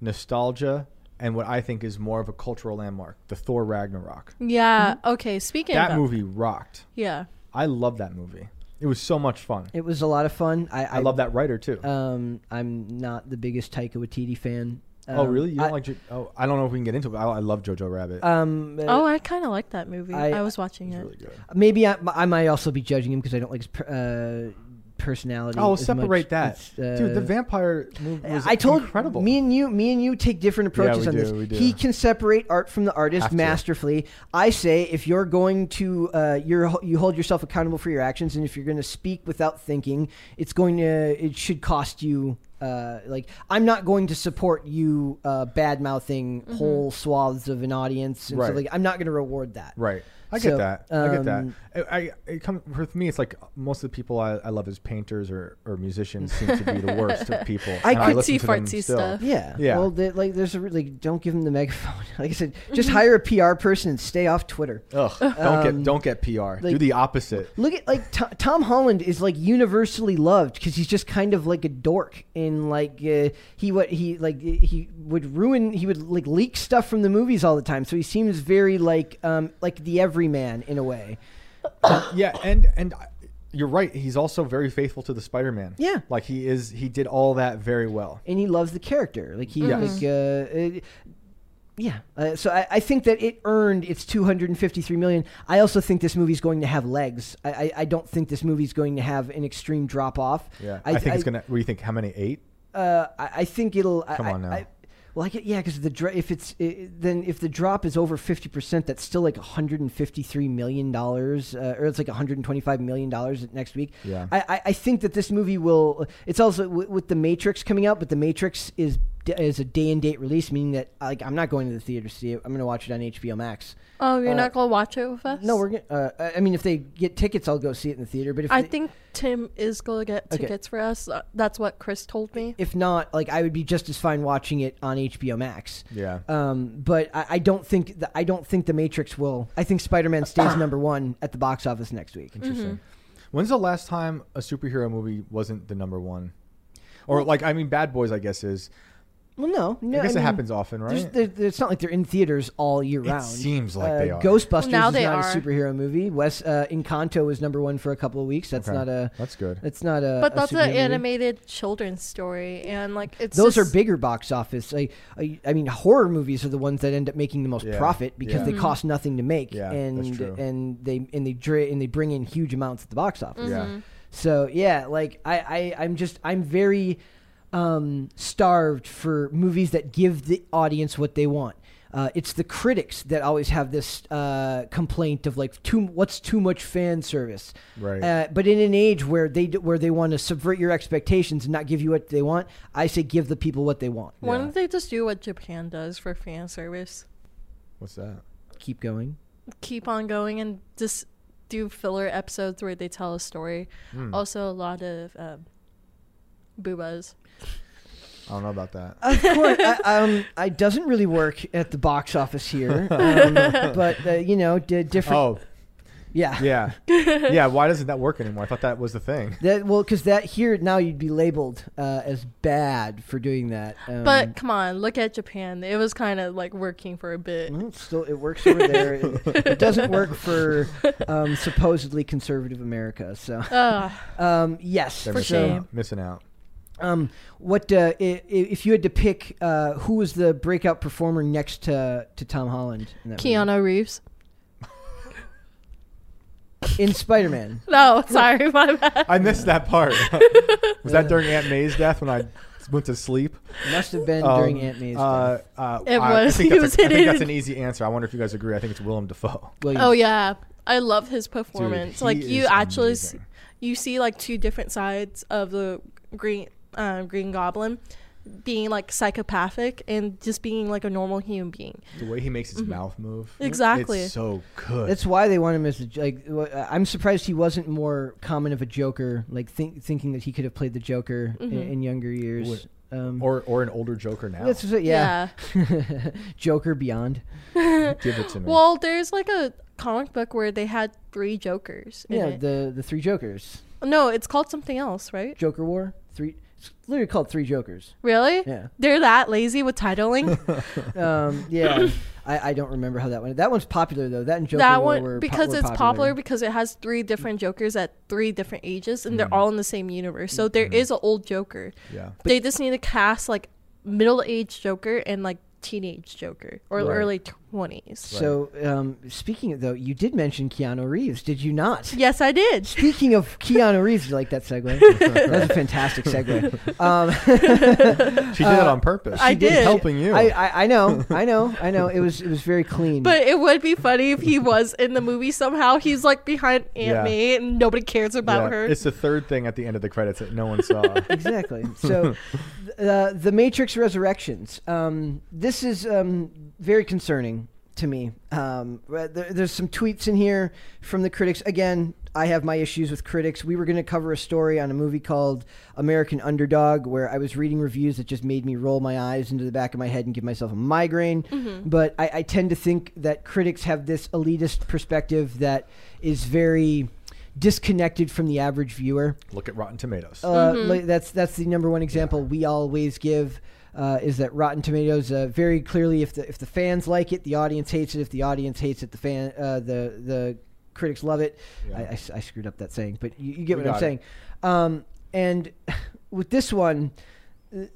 S4: nostalgia, and what I think is more of a cultural landmark: the Thor Ragnarok.
S3: yeah.
S2: Mm-hmm.
S3: Okay. Speaking
S4: That
S3: about,
S4: movie rocked.
S3: Yeah.
S4: I love that movie. It was so much fun.
S2: It was a lot of fun. I, I,
S4: I love that writer too.
S2: Um, I'm not the biggest Taika Waititi fan. Um,
S4: oh really? You don't
S2: I-
S4: like? Jo- oh, I don't know if we can get into it. But I, I love Jojo Rabbit.
S2: Um, uh,
S3: Oh, I kind of like that movie.
S2: I-
S3: I, was watching
S4: it's
S3: it.
S4: really good.
S2: maybe I, I might also be judging him because I don't like his per- uh, personality.
S4: Oh,
S2: as
S4: separate
S2: much.
S4: that,
S2: It's, uh,
S4: dude. The vampire movie was
S2: I told
S4: incredible.
S2: me and you, me and you take different
S4: we
S2: approaches on
S4: do,
S2: this.
S4: we do.
S2: He can separate art from the artist
S4: Have to.
S2: masterfully. I say if you're going to, uh, you're you hold yourself accountable for your actions, and if you're going to speak without thinking, it's going to, it should cost you. Uh, like I'm not going to support you uh, bad mouthing whole swaths of an audience, and so
S4: Right.
S2: like I'm not going to reward that.
S4: Right. I get
S2: So,
S4: that. I get that.
S2: um,
S4: I, I it come with me. It's like most of the people I, I love as painters or, or musicians seem to be the worst of people.
S2: I
S4: and
S2: could
S4: listen
S3: see
S4: to them
S3: fartsy
S4: still.
S3: stuff.
S2: Yeah.
S4: Yeah.
S2: Well, they, like, there's a, re- like, don't give them the megaphone. Like I said, just hire a PR person and stay off Twitter.
S4: Ugh. Don't get don't get PR. Do
S2: Um, like-
S4: the opposite.
S2: Look at like Tom, Tom Holland is like universally loved because he's just kind of like a dork and like uh, he what he like he would ruin he would like leak stuff from the movies all the time so he seems very like um like the everyman in a way
S4: yeah, and and I- you're right. He's also very faithful to the Spider-Man.
S2: Yeah.
S4: Like he is. He did all that very well.
S2: and he loves the character like he
S4: Yes.
S2: like uh, uh yeah uh, so I, I think that it earned its 253 million I also think this movie's going to have legs I I, I don't think this movie's going to have an extreme drop off
S4: Yeah. I, think it's gonna. What do you think? How many? Eight.
S2: uh, I, I think it'll.
S4: Come
S2: I,
S4: on now.
S2: I, well, I get, yeah, because the dra- if it's i i- then if the drop is over fifty percent, that's still like one hundred and fifty three million dollars, uh, or it's like one hundred and twenty five million dollars next week.
S4: Yeah.
S2: I, I, I think that this movie will. It's also w- with the Matrix coming out, but the Matrix is d- is a day and date release, meaning that like I'm not going to the theater to see it. I'm going to watch it on HBO Max.
S3: Oh, you're not gonna watch it with us?
S2: Uh, No, we're. Gonna, uh, I- I mean, if they get tickets, I'll go see it in the theater. But if
S3: I
S2: they-
S3: think Tim is gonna get tickets for us. Uh, That's what Chris told me.
S2: if not, like I would be just as fine watching it on HBO Max.
S4: Yeah.
S2: Um, but I, I don't think the, I don't think the Matrix will. I think Spider Man stays number one at the box office next week.
S4: Interesting. When's the last time a superhero movie wasn't the number one? Or like, I mean, Bad Boys, I guess is.
S2: Well, no, no.
S4: I guess it
S2: mean,
S4: happens often,
S2: there's-
S4: right?
S2: there- there- it's not like they're in theaters all year round.
S4: seems like
S2: Uh,
S4: they are.
S2: Ghostbusters
S3: Well, now
S2: is
S3: they
S2: not
S3: are.
S2: a superhero movie. Wes uh, Encanto was number one for a couple of weeks. That's
S4: Okay.
S2: not a.
S4: That's good.
S2: That's not a.
S3: But
S2: a
S3: that's
S2: superhero
S3: an
S2: movie.
S3: animated children's story, and like it's
S2: Those
S3: just-
S2: are bigger box office. Like, I, I mean, horror movies are the ones that end up making the most
S4: Yeah.
S2: profit because
S4: Yeah.
S2: they
S3: Mm-hmm.
S2: cost nothing to make,
S4: Yeah, that's
S2: and
S4: true.
S2: and they and they dra- and they bring in huge amounts at the box office.
S3: Mm-hmm.
S4: Yeah.
S2: So yeah, like I, I I'm just I'm very um, starved for movies that give the audience what they want. Uh, it's the critics that always have this uh, complaint of like too what's too much fan service.
S4: Right.
S2: Uh, but in an age where they d- where they want to subvert your expectations and not give you what they want, I say give the people what they want.
S3: Why don't they just do what Japan does for fan service?
S4: What's that?
S2: Keep going.
S3: Keep on going and just do filler episodes where they tell a story.
S4: Hmm.
S3: Also, a lot of um, boobas.
S4: Hmm. I don't know about that.
S2: Of course, I, um, I doesn't really work at the box office here, um, but uh, you know, d- different.
S4: oh,
S2: Yeah.
S4: Yeah. yeah. Why doesn't that work anymore? I thought that was the thing.
S2: That well, because that here now you'd be labeled uh, as bad for doing that. Um,
S3: But come on, look at Japan. It was kind of like working for a bit.
S4: Hmm.
S2: well, it's still, it works over there. It, it doesn't work for um, supposedly conservative America. So,
S3: Ugh.
S2: um, yes,
S4: They're
S2: for
S4: missing
S2: sure.
S3: shame.
S4: Out, missing out.
S2: Um, what uh, i- i- if you had to pick uh, who was the breakout performer next to to Tom Holland? In, that movie?
S3: Keanu Reeves.
S2: in Spider-Man.
S3: No, sorry, my bad.
S4: I missed that part. was that during Aunt May's death when I went to sleep?
S2: Must have been during Aunt May's. death.
S4: Um, Uh, uh,
S3: It
S4: I
S3: was.
S4: think
S3: He
S4: that's
S3: was
S4: a, I think that's
S3: hidden.
S4: an easy answer. I wonder if you guys agree. I think it's Willem Dafoe.
S2: William.
S3: Oh yeah, I love his performance.
S4: he
S3: like you
S4: is
S3: actually, see,
S4: amazing.
S3: you see like two different sides of the green um, Green Goblin, being like psychopathic and just being like a normal human being.
S4: The way he makes his mouth move.
S3: Exactly.
S4: It's so good.
S2: That's why they want him as a, j- like. wh- I'm surprised he wasn't more common of a Joker. Like think, thinking that he could have played the Joker
S3: Mm-hmm.
S2: i- in, younger years. Um,
S4: or or an older Joker now.
S2: that's what- yeah, Joker Beyond.
S4: Give it to me.
S3: Well, there's like a comic book where they had three Jokers. in
S2: Yeah,
S3: it.
S2: the the three Jokers.
S3: no, it's called something else, right?
S2: Joker War. Three. It's literally called Three Jokers.
S3: Really?
S2: Yeah.
S3: They're that lazy with titling.
S2: Um, yeah, I, I don't remember how that one. That one's popular though. That and Joker
S3: that
S2: War
S3: one
S2: were po-
S3: because
S2: were
S3: it's popular. because it has three different jokers at three different ages and
S2: Mm-hmm.
S3: they're all in the same universe so there is an old joker
S4: yeah.
S3: they just need to cast like middle-aged joker and like teenage joker or
S4: Right.
S3: early 20s
S2: So um, speaking of though, you did mention Keanu Reeves, did you not?
S3: yes i did
S2: Speaking of Keanu Reeves, you like that segue? that was a fantastic segue. Um,
S4: She did it on purpose.
S3: I
S4: She was
S3: did.
S4: Helping you.
S2: uh, I, I, I know, I know, I know. It was it was very clean.
S3: but it would be funny if he was in the movie somehow he's like behind aunt
S4: Yeah.
S3: may and nobody cares about
S4: Yeah,
S3: her
S4: It's the third thing at the end of the credits that no one saw.
S2: exactly. So, th- uh, the Matrix Resurrections. Um, this is um, very concerning to me. Um, re- there, there's some tweets in here from the critics. Again, I have my issues with critics. We were going to cover a story on a movie called American Underdog, where I was reading reviews that just made me roll my eyes into the back of my head and give myself a migraine. But I, I tend to think that critics have this elitist perspective that is very disconnected from the average viewer.
S4: Look at Rotten Tomatoes.
S2: Uh, like, that's that's the number one example we always give uh, is that Rotten Tomatoes uh, very clearly if the if the fans like it, the audience hates it. If the audience hates it, the fan uh, the the critics love it. I I s I I, screwed up that saying, but you, you get
S4: We
S2: what I'm
S4: got it.
S2: saying. Um, and with this one. uh,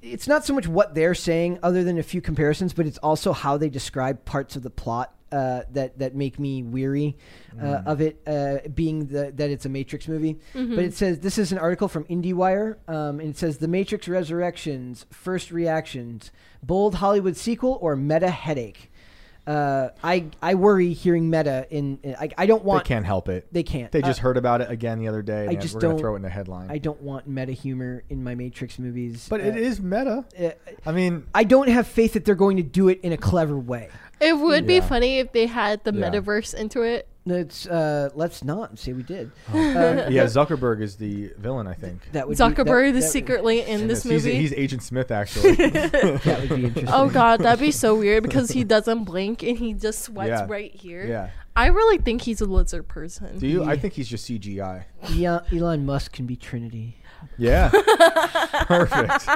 S2: It's not so much what they're saying, other than a few comparisons, but it's also how they describe parts of the plot uh, that that make me weary uh,
S4: Mm.
S2: of it uh, being the, that it's a Matrix movie. But it says this is an article from IndieWire, um, and it says the Matrix Resurrections first reactions, bold Hollywood sequel or meta headache. Uh, I I worry hearing meta in. in- I, I don't
S4: they
S2: want.
S4: can't help it.
S2: They can't.
S4: They
S2: Uh,
S4: just heard about it again the other day. and
S2: just
S4: we're gonna
S2: don't-
S4: throw it in the headline.
S2: I don't want meta humor in my Matrix movies.
S4: but it
S2: Uh,
S4: is meta. I mean,
S2: I don't have faith that they're going to do it in a clever way.
S3: it would be
S4: Yeah.
S3: funny if they had the
S4: Yeah.
S3: metaverse into it
S2: Let's uh, let's not say we did. Uh,
S4: yeah, Zuckerberg is the villain. I think.
S2: That would be- that-
S3: zuckerberg
S2: that
S3: is
S2: would-
S3: secretly in this
S4: Yes, he's,
S3: movie
S4: he's Agent Smith actually.
S2: that would be interesting.
S3: Oh god, that'd be so weird because he doesn't blink and he just sweats
S4: Yeah.
S3: right here.
S4: Yeah.
S3: I really think he's a lizard person.
S4: Do you? I think he's just CGI.
S2: Elon, Elon Musk can be Trinity.
S4: Yeah. Perfect.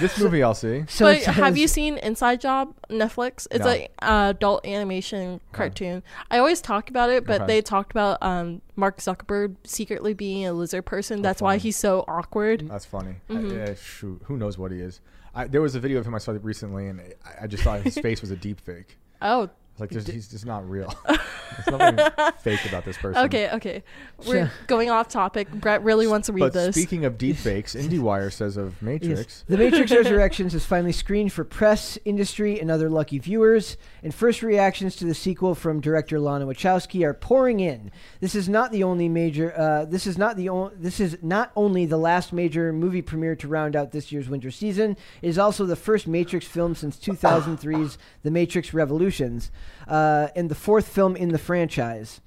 S4: This movie I'll see.
S2: So
S3: but
S2: it
S3: have
S2: says-
S3: you seen Inside Job Netflix? It's
S4: No.
S3: a uh, adult animation cartoon. I always talk about it, but
S4: Okay.
S3: they talked about um, Mark Zuckerberg secretly being a lizard person. That's why
S4: Oh, funny. Mm.
S3: he's so awkward.
S4: That's funny. I-
S2: Mm-hmm.
S4: yeah, shoot, who knows what he is? I, there was a video of him I saw recently, and I, I just thought his face was a deep fake.
S3: Oh,
S4: Like, there's, he's just not real. There's nothing fake about this person.
S3: okay, okay. We're going off topic. Brett really wants to read
S4: But
S3: this.
S4: speaking of deep fakes, IndieWire says of Matrix.
S2: The Matrix Resurrections is finally screened for press, industry, and other lucky viewers, and first reactions to the sequel from director Lana Wachowski are pouring in. This is not the only major. Uh, this is not the. O- this is not only the last major movie premiere to round out this year's winter season. It is also the first Matrix film since 2003's The Matrix Revolutions, uh, and the fourth film in the franchise.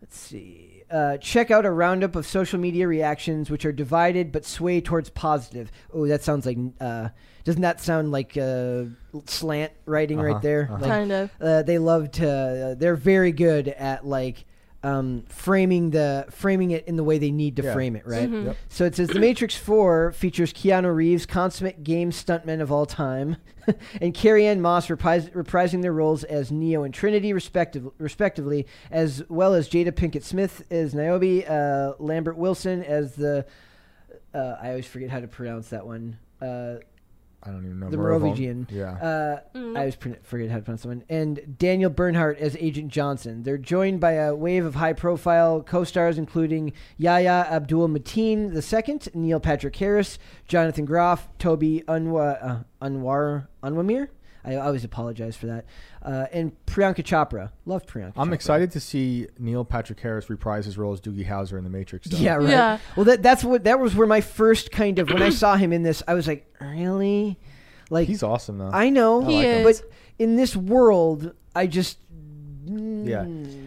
S2: Let's see uh, check out a roundup of social media reactions, which are divided but sway towards positive. Oh, that sounds like uh, doesn't that sound like uh, slant writing right there? Like,
S3: Kind of.
S2: Uh, they love to. Uh, they're very good at like um, framing the framing it in the way they need to
S4: Yeah.
S2: frame it, right?
S4: Yep.
S2: So it says The Matrix 4 features Keanu Reeves, consummate game stuntman of all time, and Carrie Ann Moss repris- reprising their roles as Neo and Trinity, respective- respectively, as well as Jada Pinkett Smith as Niobe, uh, Lambert Wilson as the. Uh, I always forget how to pronounce that one. Uh,
S4: I don't even know
S2: the
S4: Moravon-
S2: Merovingian.
S4: Yeah.
S2: Uh, I was pron- forget how to pronounce someone. And Daniel Bernhardt as Agent Johnson. They're joined by a wave of high-profile co-stars, including Yahya Abdul Mateen II, Neil Patrick Harris, Jonathan Groff, Toby Unwa, uh, Unwar Unwamir. I always apologize for that. Uh, and Priyanka Chopra. Love Priyanka.
S4: I'm
S2: Chopra.
S4: excited to see Neil Patrick Harris reprise his role as Doogie Howser in The Matrix. though.
S2: Yeah, right.
S3: Yeah.
S2: Well, that that's what that was where my first kind of when I saw him in this, I was like, really, like
S4: He's awesome though.
S2: I know,
S3: He like him. is.
S2: but in this world, I just
S4: yeah.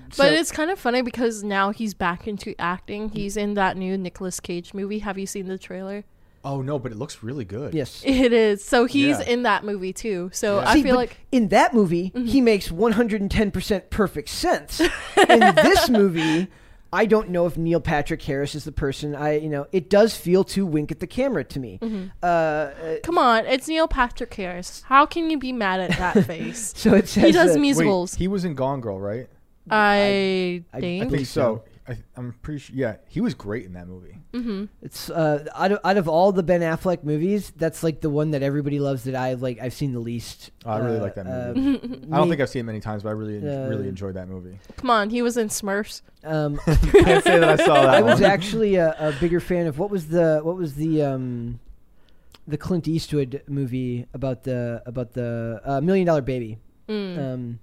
S2: so-
S3: But it's kind of funny because now he's back into acting.
S4: Mm.
S3: He's in that new Nicolas Cage movie. Have you seen the trailer?
S4: Oh no, but it looks really good.
S2: yes.
S3: It is. So he's
S4: Yeah.
S3: in that movie too. So I
S2: See,
S3: feel
S2: but
S3: like Mm-hmm.
S2: in that movie, he makes 110% perfect sense. in this movie, I don't know if Neil Patrick Harris is the person. I, you know, it does feel too wink at the camera to me.
S3: Mm-hmm. come on, it's Neil Patrick Harris. How can you be mad at that face?
S2: So it says
S3: he does
S2: that-
S3: musicals.
S4: he was in Gone Girl, right?
S3: I,
S2: I- I
S3: think.
S4: I think so. I, I'm pretty sure. Yeah, he was great in that movie.
S2: Mm-hmm. It's uh, out of out of all the Ben Affleck movies, that's like the one that everybody loves that I like. I've seen the least.
S4: Oh, I really
S2: Uh,
S4: like that
S2: uh,
S4: movie. I don't
S2: me-
S4: think I've seen it many times, but I really, en-
S2: Uh,
S4: really enjoyed that movie.
S3: Come on, he was in Smurfs.
S2: um,
S4: Can't say that I saw that.
S2: I was actually a, a bigger fan of what was the what was the um, the Clint Eastwood movie about the about the uh, Million Dollar Baby,
S3: Mm.
S2: um,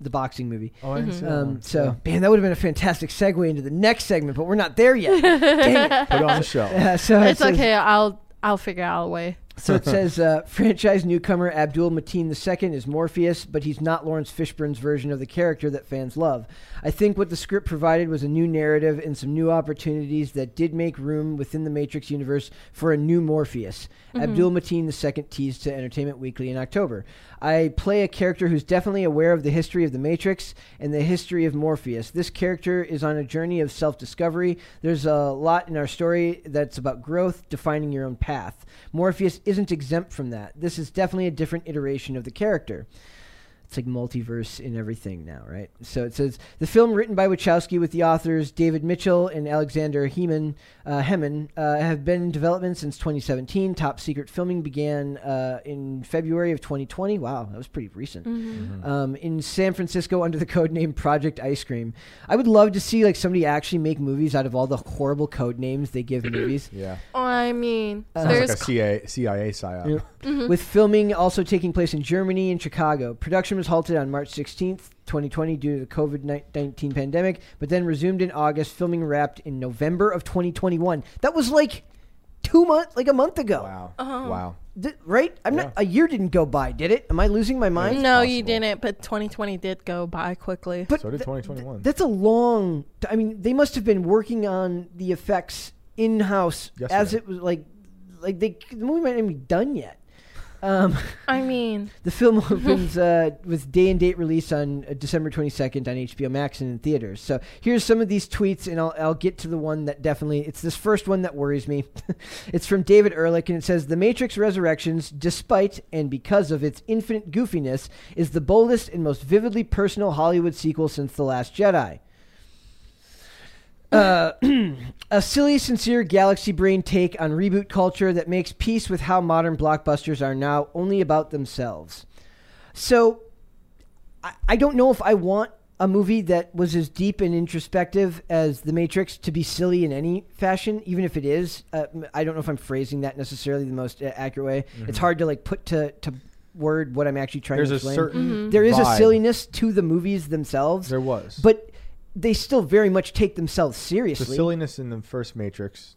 S2: the boxing movie.
S4: Oh, I didn't see that
S2: Um,
S4: one.
S2: so, man, that would have been a fantastic segue into the next segment, but we're not there yet. Dang it.
S4: put on the show.
S2: Uh, so it
S3: It's
S2: says-
S3: okay. I'll I'll figure out a way.
S2: So it says uh, franchise newcomer Abdul Mateen II is Morpheus, but he's not Lawrence Fishburne's version of the character that fans love. I think what the script provided was a new narrative and some new opportunities that did make room within the Matrix universe for a new Morpheus. Abdul Mateen II teased to Entertainment Weekly in October. I play a character who's definitely aware of the history of the Matrix and the history of Morpheus. This character is on a journey of self discovery. There's a lot in our story that's about growth, defining your own path. Morpheus isn't exempt from that. This is definitely a different iteration of the character. It's like multiverse in everything now, right? So it says the film written by Wachowski with the authors David Mitchell and Alexander Heman, uh, Heman uh, have been in development since 2017. Top secret filming began uh, in February of 2020. Wow, that was pretty recent. Um, in San Francisco under the code name Project Ice Cream. I would love to see like somebody actually make movies out of all the horrible code names they give movies.
S4: Yeah,
S3: I mean,
S4: Uh, sounds
S3: there's
S4: like a CIA, CIA psyop.
S2: With filming also taking place in Germany and Chicago. Production was halted on March 16th, 2020, due to the COVID 19 pandemic, but then resumed in August. Filming wrapped in November of 2021. That was like two months, like a month ago.
S4: Wow, wow.
S2: Th- right? I'm not, a year didn't go by, did it? Am I losing my mind?
S3: no, you didn't. But 2020 did go by quickly.
S2: But
S4: So did
S2: th-
S4: 2021.
S2: that's a long. T- I mean, they must have been working on the effects in house as
S4: Yesterday.
S2: it was like, like they the movie might not even be done yet. Um,
S3: I mean,
S2: The film opens uh, with day and date release on uh, December 22nd on HBO Max and in theaters. So here's some of these tweets, and I'll, I'll get to the one that definitely, it's this first one that worries me. it's from David Ehrlich, and it says The Matrix Resurrections, despite and because of its infinite goofiness, is the boldest and most vividly personal Hollywood sequel since The Last Jedi. A silly, sincere, galaxy brain take on reboot culture that makes peace with how modern blockbusters are now only about themselves. So, I, I don't know if I want a movie that was as deep and introspective as The Matrix to be silly in any fashion, even if it is. Uh, m- I don't know if I'm phrasing that necessarily the most uh, accurate way. It's hard to like put to to word what I'm actually trying
S4: Mm-hmm. There's
S2: to
S4: a
S2: explain.
S4: certain
S2: there is a
S4: vibe.
S2: silliness to the movies themselves.
S4: There was,
S2: but they still very much take themselves
S4: the
S2: seriously.
S4: silliness in the first Matrix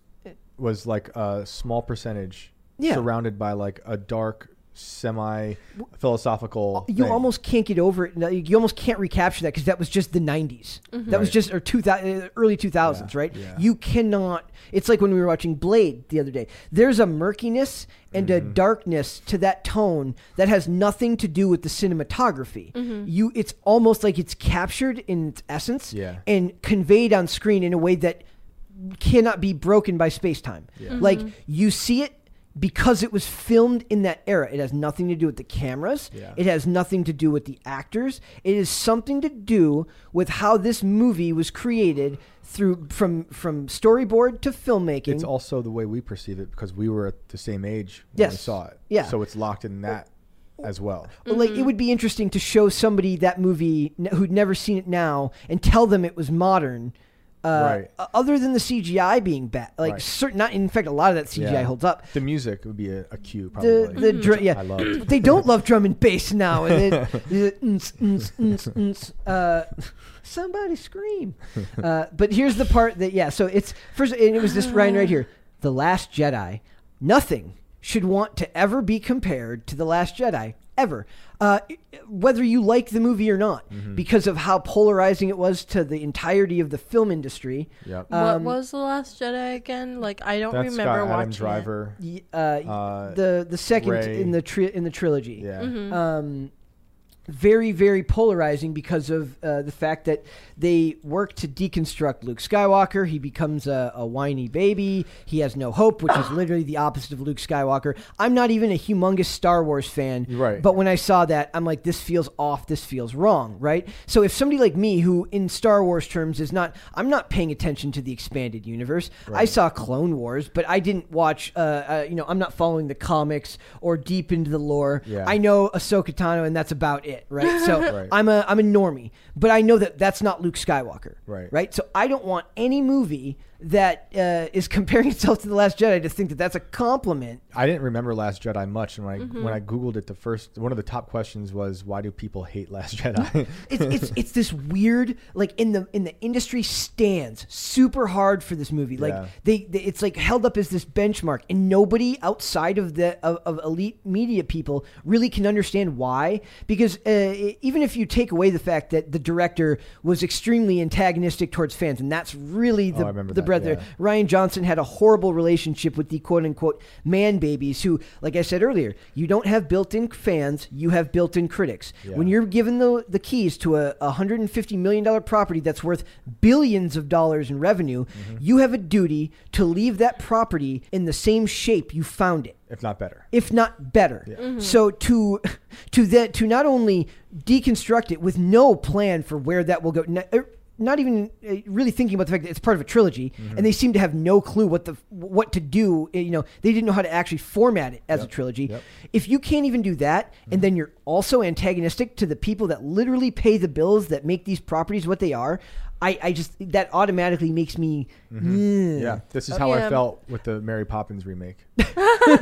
S4: was like a small percentage
S2: Yeah.
S4: surrounded by like a dark semi philosophical.
S2: Uh, you almost can't get over it. No, You almost can't recapture that because that was just the '90s.
S4: Mm-hmm.
S2: That was just or two thousand early 2000s, right? You cannot. It's like when we were watching Blade the other day. There's a murkiness and
S4: Mm-hmm.
S2: a darkness to that tone that has nothing to do with the cinematography.
S4: Mm-hmm.
S2: You, it's almost like it's captured in its essence
S4: Yeah.
S2: and conveyed on screen in a way that cannot be broken by space time. Like
S4: Mm-hmm.
S2: you see it because it was filmed in that era. It has nothing to do with the cameras.
S4: Yeah.
S2: It has nothing to do with the actors. It is something to do with how this movie was created through from from storyboard to filmmaking.
S4: It's also the way we perceive it because we were at the same age when we
S2: Yes.
S4: saw it.
S2: Yeah.
S4: So it's locked in that as well.
S2: like it would be interesting to show somebody that movie n- who'd never seen it now and tell them it was modern uh,
S4: Right.
S2: o- other than the cgi being bad like
S4: Right.
S2: certain not in fact a lot of that cgi
S4: Yeah.
S2: holds up
S4: The music would be a, a cue, probably.
S2: the, the
S3: Mm.
S2: dr- yeah
S4: I loved.
S2: they don't love drum and bass now and it, it- mm, mm, mm, mm, uh, somebody scream uh, but here's the part that yeah so it's first and it was this Ryan right here the last Jedi nothing should want to ever be compared to the last Jedi ever uh, whether you like the movie or not
S4: Mm-hmm.
S2: because of how polarizing it was to the entirety of the film industry um,
S4: Yep.
S3: what was the last Jedi again? Like I don't
S4: Um, That's
S3: remember
S4: got Adam
S3: watching it. Mm-hmm.
S4: Driver.
S2: y- uh, the the second
S4: Rey.
S2: in the tri- in the trilogy
S4: Yeah.
S2: very, very polarizing because of uh, the fact that they work to deconstruct Luke Skywalker. He becomes a, a whiny baby. He has no hope, which is literally the opposite of Luke Skywalker. I'm not even a humongous Star Wars fan,
S4: Right.
S2: But when I saw that, I'm like, this feels off. This feels wrong, right? So if somebody like me, who in Star Wars terms is not, I'm not paying attention to the expanded universe. I saw Clone Wars, but I didn't watch. Uh, uh, you know, I'm not following the comics or deep into the lore.
S4: Yeah.
S2: I know know Ahsoka Tano, and that's about it, right? So I'm a I'm a normie, but I know that that's not Luke Skywalker,
S4: Right.
S2: Right. So I don't want any movie that uh, is comparing itself to the Last Jedi to think that that's a compliment.
S4: I didn't remember Last Jedi much, and when I
S3: Mm-hmm.
S4: when I googled it, the first one of the top questions was, "Why do people hate Last Jedi?"
S2: It's it's it's this weird like in the in the industry stands super hard for this movie. Like
S4: Yeah.
S2: they, they it's like held up as this benchmark, and nobody outside of the of, of elite media people really can understand why. Because uh, e- even if you take away the fact that the director was extremely antagonistic towards fans, and that's really the
S4: Oh, I remember
S2: the
S4: that,
S2: brother
S4: yeah.
S2: Ryan Johnson had a horrible relationship with the quote unquote man babies who, like I said earlier, you don't have built in fans, you have built in critics. When you're given the, the keys to a $150 million property that's worth billions of dollars in revenue, you have a duty to leave that property in the same shape you found it
S4: if not better.
S2: if not better. So to to that to not only deconstruct it with no plan for where that will go. n- er, Not even uh, really thinking about the fact that it's part of a trilogy, and they seem to have no clue what the what to do. uh, You know, they didn't know how to actually format it as a trilogy. If you can't even do that, and then you're also antagonistic to the people that literally pay the bills that make these properties what they are, I, I just that automatically makes me. mm, "Ugh."
S4: Yeah, this is how I
S3: Oh, Yeah.
S4: felt with the Mary Poppins remake.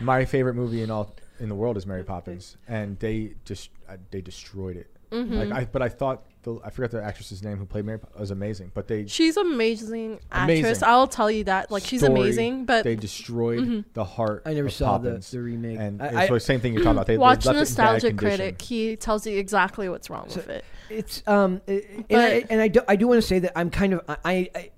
S4: My favorite movie in all in the world is Mary Poppins, and they just uh, they destroyed it.
S3: Mm-hmm.
S4: Like I, but I thought the I forgot the actress's name who played Mary Pop- was amazing, but they
S3: She's amazing actress.
S4: Amazing.
S3: I'll tell you that. Like she's
S4: story,
S3: amazing, but Mm-hmm.
S4: they destroyed the heart.
S2: I never
S4: of
S2: saw the-
S4: Poppins.
S2: the remake.
S4: And
S2: I-
S4: it's
S2: I-
S4: the same thing you're talking about. They, they
S3: watch
S4: left it in bad
S3: Nostalgia
S4: condition.
S3: Critic. He tells you exactly what's wrong with it.
S2: It's um, uh, and, I,
S3: But-
S2: and I do I do want to say that I'm kind of I, I- I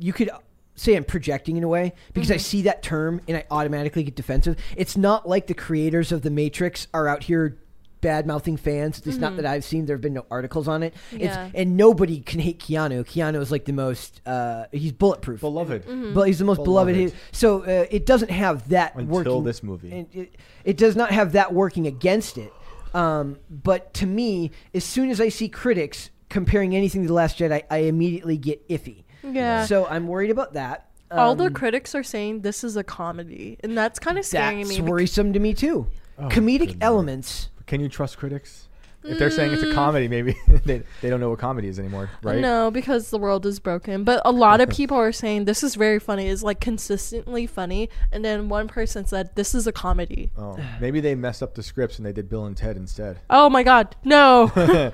S2: you could say I'm projecting in a way because
S3: Mm-hmm.
S2: I see that term and I automatically get defensive. It's not like the creators of the Matrix are out here bad mouthing fans. At least not that I've seen. There have been no articles on it.
S3: Mm-hmm. Yeah.
S2: It's, and nobody can hate Keanu. Keanu is like the most uh, he's bulletproof.
S4: Beloved.
S3: Mm-hmm.
S2: But he's the most beloved.
S4: Beloved.
S2: He- So uh, it doesn't have that
S4: Until
S2: working
S4: this movie.
S2: and It, it does not have that working against it. Um, but to me, as soon as I see critics comparing anything to the Last Jedi, I immediately get iffy.
S3: Yeah.
S2: So I'm worried about that. Uh,
S3: All
S4: um,
S3: the critics are saying this is a comedy, and that's kind of scaring
S2: that's
S3: me. because-
S2: worrisome to me too. Comedic elements.
S4: Can you trust critics? If they're saying it's a comedy, maybe they, they don't know what comedy is anymore, right?
S3: Mm. No, because the world is broken. But a lot of people are saying this is very funny. It's like consistently funny. And then one person said this is a comedy. Oh,
S4: Oh, maybe they messed up the scripts and they did Bill and Ted instead.
S3: my god, no!
S2: it,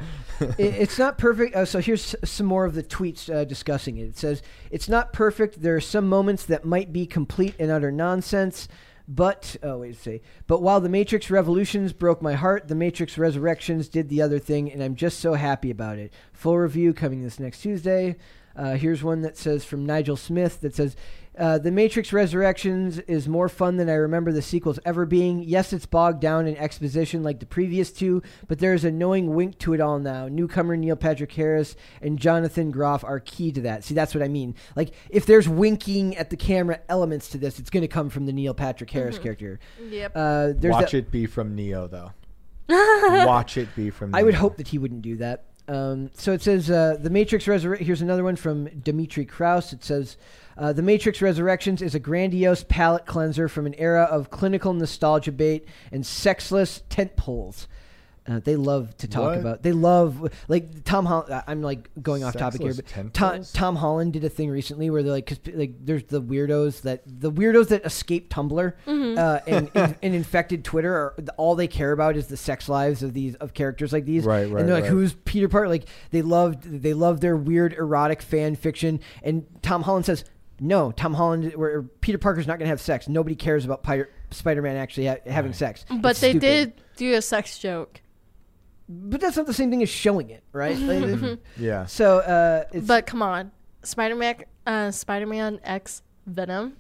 S2: it's not perfect. Uh, so here's s- some more of the tweets uh, discussing it. It says it's not perfect. There are some moments that might be complete and utter nonsense, But oh wait, see. But while the Matrix Revolutions broke my heart, the Matrix Resurrections did the other thing, and I'm just so happy about it. Full review coming this next Tuesday. Uh, here's one that says from Nigel Smith that says, uh, "The Matrix Resurrections is more fun than I remember the sequels ever being. Yes, it's bogged down in exposition like the previous two, but there is a knowing wink to it all now. Newcomer Neil Patrick Harris and Jonathan Groff are key to that. See, that's what I mean. Like, if there's winking at the camera elements to this, it's going to come from the Neil Patrick Harris character.
S3: Yep.
S2: Uh, there's
S4: Watch
S2: that-
S4: it be from Neo, though. Watch it be from.
S2: I would
S4: Neo.
S2: hope that he wouldn't do that. Um, so it says uh, the Matrix Resurrection. Here's another one from Dimitri Krauss. It says uh, the Matrix Resurrections is a grandiose palate cleanser from an era of clinical nostalgia bait and sexless tent poles. Uh, they love to talk
S4: What?
S2: about. They love like Tom Holland. I'm like going off topic here,
S4: Sexless
S2: but
S4: tent
S2: Tom,
S4: poles?
S2: Tom Holland did a thing recently where they're like, 'cause, like there's the weirdos that the weirdos that escape Tumblr
S3: Mm-hmm.
S2: uh, and, and, and infected Twitter are all they care about is the sex lives of these of characters like these.
S4: Right, right,
S2: And they're like,
S4: right.
S2: who's Peter Parker? Like they loved they loved their weird erotic fan fiction. And Tom Holland says, no, Tom Holland or or Peter Parker's not going to have sex. Nobody cares about Spider Man actually ha- having sex.
S3: but
S2: It's
S3: they
S2: stupid.
S3: did do a sex joke.
S2: But that's not the same thing as showing it, right? Like,
S4: Yeah.
S2: so uh, it's,
S3: But come on, Spider Man, uh, Spider Man X Venom.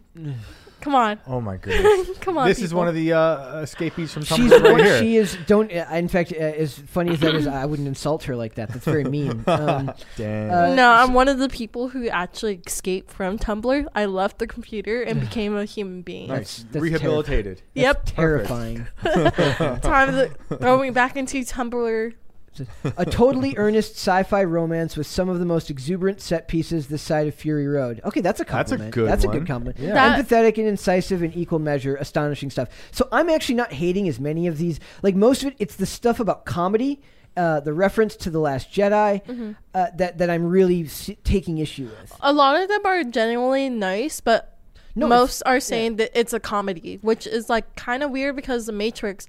S3: come on,
S4: Oh my goodness.
S3: come on.
S4: this is
S3: people.
S4: one of the uh, escapees from
S2: She's
S4: Tumblr right here.
S2: she is don't. Uh, in fact, uh, as funny as that is, I wouldn't insult her like that. That's very mean. Um,
S4: Damn.
S2: uh,
S3: No, I'm one of the people who actually escaped from Tumblr. I left the computer and became a human being.
S4: nice.
S2: that's
S4: Rehabilitated.
S3: Yep.
S2: terrifying.
S3: Time to throw me back into Tumblr.
S2: a totally earnest sci-fi romance with some of the most exuberant set pieces this side of Fury Road. Okay, that's a
S4: That's a
S2: compliment.
S4: good
S2: That's a
S4: one.
S2: good compliment.
S4: Yeah.
S3: That-
S2: Empathetic and incisive in equal measure, astonishing stuff. So I'm actually not hating as many of these. Like most of it, it's the stuff about comedy. Uh, the reference to the Last Jedi
S3: Mm-hmm.
S2: uh, that that I'm really s- taking issue with.
S3: A lot of them are genuinely nice, but
S2: No, it's-
S3: most are saying that it's a comedy, which is like kind of weird because The Matrix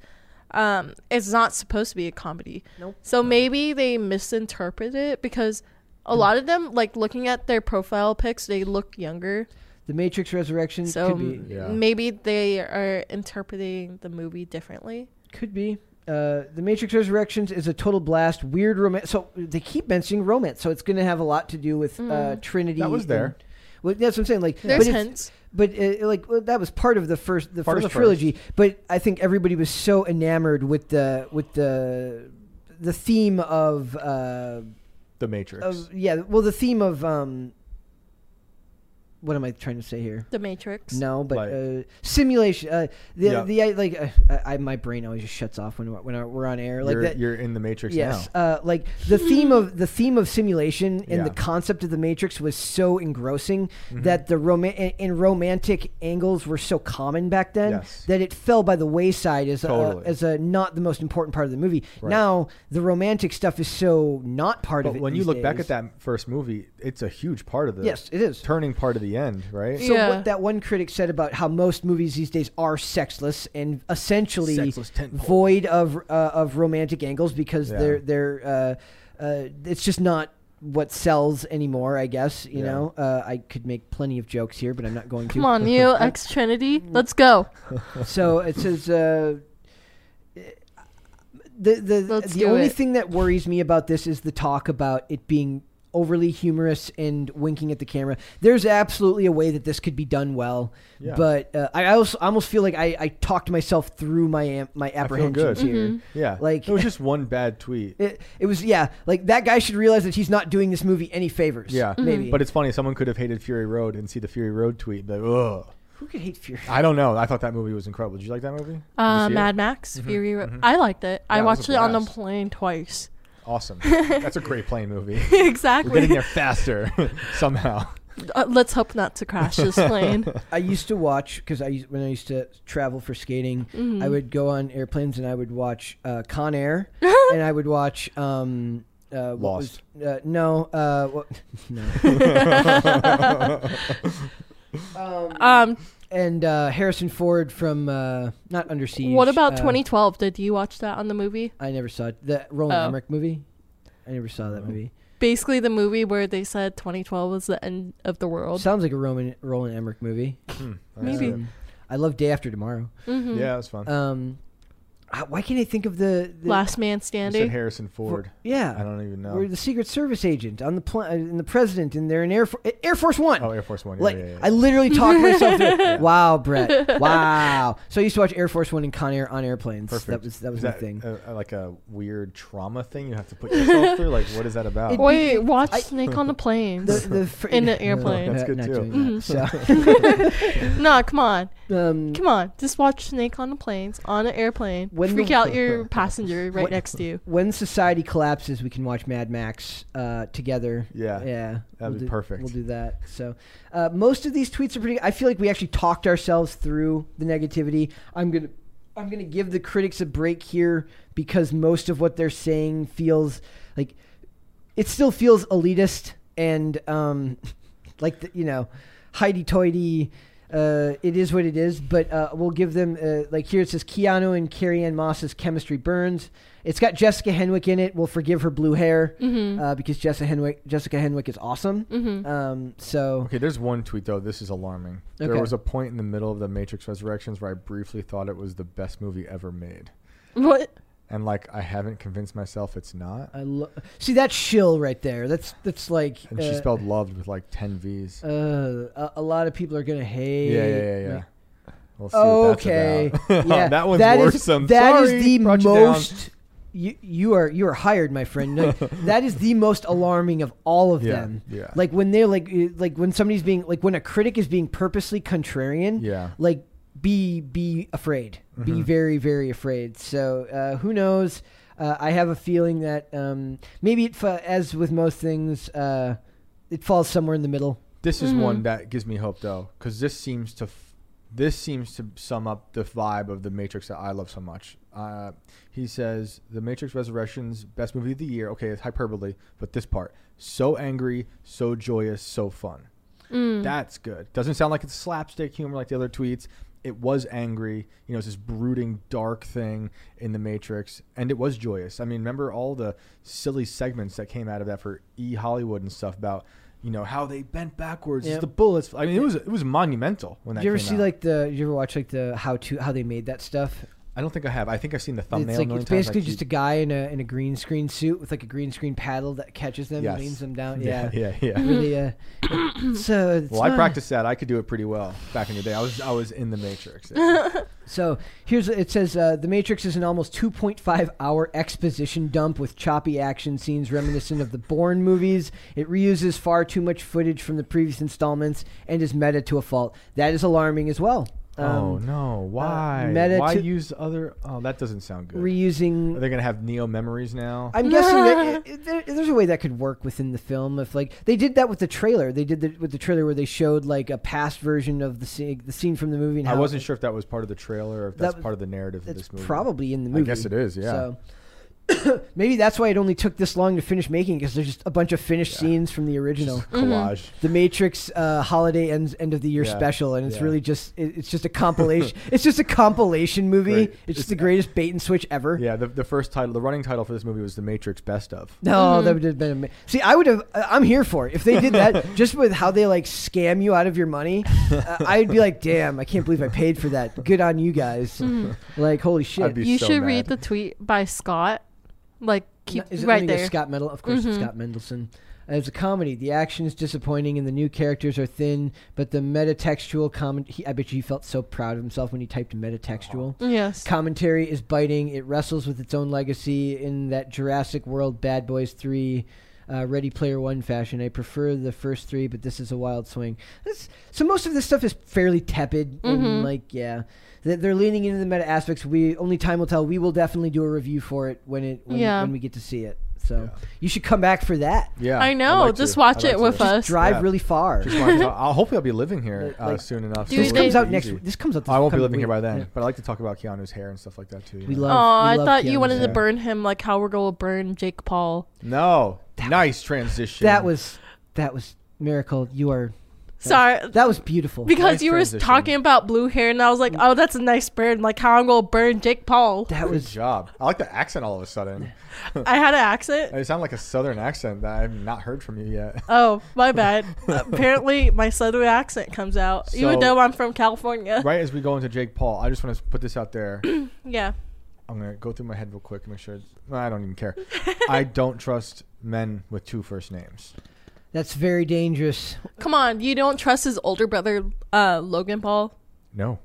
S3: um, is not supposed to be a comedy. Nope. So maybe they misinterpret it because a lot of them, like looking at their profile pics, they look younger.
S2: The Matrix Resurrection
S3: So
S2: could be
S4: Yeah.
S3: maybe they are interpreting the movie differently.
S2: Could be. Uh, the Matrix Resurrections is a total blast. Weird romance. So they keep mentioning romance, so it's going to have a lot to do with uh, Trinity.
S4: That was
S2: and-
S4: there.
S2: well, that's what I'm saying. Like,
S3: Mm. There's
S2: but it's-
S3: hints.
S2: but uh, like well, that was part of the first the
S4: Part of
S2: first
S4: the first.
S2: trilogy. But I think everybody was so enamored with the with the the theme of, uh,
S4: The Matrix.
S2: of yeah. Well, the theme of um, what am I trying to say here?
S3: The Matrix.
S2: No, but
S4: Like-
S2: uh, simulation. Uh, the
S4: Yeah.
S2: the I, like uh, I, I my brain always just shuts off when we're- when we're on air like
S4: you're,
S2: that.
S4: you're in the Matrix
S2: Yes,
S4: now.
S2: uh, like the theme of the theme of simulation and
S4: Yeah. Mm-hmm.
S2: the concept of the Matrix was so engrossing that the rom- and, and romantic angles were so common back then
S4: Yes.
S2: that it fell by the wayside as
S4: Totally.
S2: a, uh, as a not the most important part of the movie. Now the romantic stuff is so not part of
S4: But
S2: it.
S4: when you
S2: these
S4: look back
S2: days.
S4: at that first movie, it's a huge part of the
S2: Yes, it is.
S4: turning part of the end, right?
S2: So
S3: Yeah.
S2: what that one critic said about how most movies these days are sexless and essentially
S4: Sexless tentpole.
S2: void of uh, of romantic angles because
S4: Yeah.
S2: they're they're uh, uh, it's just not what sells anymore. I guess you
S4: Yeah.
S2: know uh, I could make plenty of jokes here, but I'm not going to.
S3: Come on, you ex Trinity. Let's go.
S2: So it says. Uh, the the
S3: Let's
S2: the
S3: do
S2: only
S3: it.
S2: thing that worries me about this is the talk about it being overly humorous and winking at the camera. There's absolutely a way that this could be done well,
S4: Yeah.
S2: but uh, I also I almost feel like I, I talked myself through my am- my
S4: I feel good.
S2: apprehensions here.
S3: Mm-hmm.
S4: Yeah.
S2: Like-
S4: it was just one bad tweet.
S2: It, it was yeah, like that guy should realize that he's not doing this movie any favors.
S4: yeah.
S3: Mm-hmm.
S2: maybe.
S4: But it's funny. Someone could have hated Fury Road and see the Fury Road tweet. and be Like, ugh.
S2: who could hate Fury?
S4: I don't know. I thought that movie was incredible. Did you like that movie? Did you
S3: Uh,
S4: see it?
S3: Mad Max Fury Road. I liked it. I
S4: Yeah, it was
S3: watched
S4: a
S3: it on the
S4: blast.
S3: plane twice.
S4: Awesome. That's a great plane movie. We're getting
S3: exactly.
S4: there faster somehow.
S3: Uh, let's hope not to crash this plane.
S2: I used to watch because I used, when I used to travel for skating,
S3: Mm-hmm.
S2: I would go on airplanes and I would watch uh, Con Air, and I would watch um, uh, what
S4: Lost.
S2: Was, uh, no, uh, what, no,
S3: Um,
S2: and uh, Harrison Ford from uh, not Under Siege.
S3: what about
S2: uh,
S3: 2012? Did you watch that on the movie?
S2: I never saw it. The Roland
S3: Oh.
S2: Emmerich movie. I never saw that movie.
S3: Basically, the movie where they said 2012 was the end of the world.
S2: Sounds like a Roman Roland Emmerich movie.
S3: Maybe. Hmm.
S2: Um, I love Day After Tomorrow.
S4: Hmm.
S3: Mm-hmm.
S4: Yeah, it was fun.
S2: Um, I- why can't I think of the, the
S3: Last Man
S4: you said
S3: Standing.
S4: Harrison Ford.
S2: Yeah,
S4: I don't even know.
S2: We're the Secret Service agent on the pl- and the president, and they're in Air, Fo- uh, Air Force One.
S4: Oh, Air Force One, yeah,
S2: like
S4: yeah, yeah.
S2: I literally talked myself. to Wow, Brett. Wow. So I used to watch Air Force One and Con Air on airplanes. That was that was
S4: Is uh,
S2: the thing.
S4: A, a- like a weird trauma thing you have to put yourself through. Like, what is that about?
S2: It-
S3: Wait, watch Snake on a Plane.
S2: the, the fr-
S3: in an airplane. Mm-hmm.
S4: That's good
S2: not
S4: too.
S2: doing that.
S3: nah, come on.
S2: So, um,
S3: Come on. Just watch Snake on a Plane on an airplane.
S2: When
S3: Freak
S2: the-
S3: out your passenger right next to you.
S2: when society collapses, we can watch Mad Max uh, together.
S4: Yeah.
S2: yeah,
S4: That'd
S2: we'll
S4: be
S2: do-
S4: perfect.
S2: We'll do that. So, uh, most of these tweets are pretty. I feel like we actually talked ourselves through the negativity. I'm gonna, I'm gonna give the critics a break here because most of what they're saying feels like it still feels elitist and um, like the, you know, Heidi Toity. Uh, it is what it is, but uh, we'll give them uh, like here it says Keanu and Carrie Ann Moss's chemistry burns. It's got Jessica Henwick in it. We'll forgive her blue hair uh, because Jessica Henwick Jessica Henwick is awesome. Um, so
S4: Okay, there's one tweet though. This is alarming. There
S2: Okay.
S4: was a point in the middle of the Matrix Resurrections where I briefly thought it was the best movie ever made,
S3: What?
S4: and like I haven't convinced myself it's not.
S2: I lo- see that's shill right there. That's that's like
S4: And
S2: uh,
S4: she spelled loved with like ten V's.
S2: uh, a, a lot of people are gonna hate.
S4: yeah, yeah, yeah, yeah.
S2: me.
S4: We'll see what that's
S2: Okay.
S4: about.
S2: yeah,
S4: Oh, that one's
S2: that is-
S4: worrisome.
S2: that is
S4: Sorry,
S2: the
S4: brought you down.
S2: most. You, you are you are hired, my friend. No, that is the most alarming of all of
S4: Yeah,
S2: them.
S4: yeah.
S2: Like when they're like uh, like when somebody's being like when a critic is being purposely contrarian.
S4: Yeah. Mm-hmm.
S2: Like be be afraid. Be very very afraid. So uh, who knows? Uh, I have a feeling that um, maybe it fa- as with most things, uh, it falls somewhere in the middle.
S4: This is one that gives me hope though, because this seems to, f- this seems to sum up the vibe of the Matrix that I love so much. Uh, he says the Matrix Resurrections best movie of the year. Okay, it's hyperbole, but this part so angry, so joyous, so fun.
S2: Mm.
S4: That's good. Doesn't sound like it's slapstick humor like the other tweets. It was angry, you know, it's this brooding, dark thing in the Matrix, and it was joyous. I mean, remember all the silly segments that came out of that for E Hollywood and stuff about, you know, how they bent backwards,
S2: Yep.
S4: the bullets. I mean, it was it was monumental when that.
S2: Did you ever
S4: came
S2: see
S4: out.
S2: like the? Did you ever watch like the how to how they made that stuff?
S4: I don't think I have. I think I've seen the thumbnail.
S2: It's
S4: a
S2: like
S4: million
S2: it's
S4: times. I
S2: basically just a
S4: keep-
S2: guy in a in a green screen suit with like a green screen paddle that catches them
S4: Yes.
S2: and leans them down.
S4: Yeah,
S2: Yeah,
S4: yeah, yeah.
S2: Really, uh, so it's
S4: Well, I
S2: not-
S4: practiced that. I could do it pretty well back in the day. I was I was in the Matrix.
S2: So here's it says uh, the Matrix is an almost 2.5 hour exposition dump with choppy action scenes reminiscent of the Bourne movies. It reuses far too much footage from the previous installments and is meta to a fault. That is alarming as well.
S4: oh
S2: Um,
S4: no! Why?
S2: meta
S4: Why
S2: to-
S4: use other? Oh, that doesn't sound good.
S2: Reusing
S4: Are they gonna have Neo memories now?
S2: I'm guessing that it, there, there's a way that could work within the film. If like they did that with the trailer, they did the, with the trailer where they showed like a past version of the scene, the scene from the movie. And
S4: I
S2: how
S4: wasn't sure if that was part of the trailer or if
S2: That
S4: that's
S2: was-
S4: part of the narrative of
S2: That's
S4: this movie.
S2: probably in the movie.
S4: guess it is, yeah.
S2: So maybe that's why it only took this long to finish making because there's just a bunch of finished scenes from the original.
S4: Just collage.
S3: Mm-hmm.
S2: the Matrix uh, holiday ends end of the year
S4: Yeah,
S2: special, and it's
S4: yeah.
S2: really just it, it's just a compilation. it's just a compilation movie.
S4: Great.
S2: It's just the greatest bait and switch ever.
S4: Yeah, the, the first title, the running title for this movie was The Matrix Best of.
S2: No,
S3: Mm-hmm.
S2: that would have been amazing. See, I would have. Uh, I'm here for it. If they did that, just with how they like scam you out of your money, uh, I'd be like, "Damn, I can't believe I paid for that. Good on you guys.
S3: Mm-hmm.
S2: Like, holy shit."
S4: I'd be
S3: You
S4: so
S3: should
S4: mad.
S3: read the tweet by Scott. Like, keep
S2: No, is it- I
S3: right
S2: think it's
S3: there. Mm-hmm.
S2: Scott Mendel, of course, it's Scott Mendelson. It's a comedy. The action is disappointing, and the new characters are thin. But the metatextual comment. He, I bet you he felt so proud of himself when he typed metatextual.
S3: Yes.
S2: Commentary is biting. It wrestles with its own legacy in that Jurassic World, Bad Boys 3, uh, Ready Player One fashion. I prefer the first three, but this is a wild swing. That's, so most of this stuff is fairly tepid.
S3: Mm-hmm.
S2: And like, yeah. Th- They're leaning into the meta aspects. We Only time will tell. We will definitely do a review for it when, it, when,
S3: Yeah.
S2: when we get to see it. So you should come back for that.
S4: Yeah,
S3: I
S4: I'd
S3: know.
S4: like
S3: just
S4: to.
S3: watch
S4: I'd
S3: it
S4: like
S3: with
S4: to.
S3: us.
S2: Drive
S4: Yeah.
S2: really far.
S4: Just wanted to talk- I'll, hopefully, I'll be living here uh,
S2: Like-
S4: soon enough.
S3: Do
S4: so
S2: this
S3: they-
S4: it'll
S2: comes
S4: be
S2: out next.
S4: easy. Oh,
S2: This comes out. This
S4: I won't be
S2: coming
S4: living here
S2: week.
S4: by then,
S2: Yeah.
S4: but I like to talk about Keanu's hair and stuff like that too. you
S2: We
S4: know?
S2: love.
S3: Oh, I
S2: we love
S3: thought you
S2: Keanu's
S3: wanted to
S2: hair.
S3: burn him like how we're going to burn Jake Paul.
S4: No, nice transition.
S2: That was that was miracle. You are
S3: Sorry.
S2: That was beautiful.
S3: because
S4: Nice
S3: you were
S4: transition.
S3: talking about blue hair, and I was like, "Oh, that's a nice bird." Like how I'm gonna burn Jake Paul.
S2: that
S4: Good
S2: was
S4: job. I like the accent all of a sudden.
S3: I had an accent.
S4: You sound like a southern accent that I've not heard from you yet.
S3: Oh, my bad. Apparently, my southern accent comes out,
S4: So-
S3: even though I'm from California.
S4: right as we go into Jake Paul, I just want to put this out there.
S3: Yeah.
S4: I'm gonna go through my head real quick and make sure. it's- I don't even care. I don't trust men with two first names.
S2: that's very dangerous.
S3: Come on, you don't trust his older brother, uh, Logan Paul,
S4: No.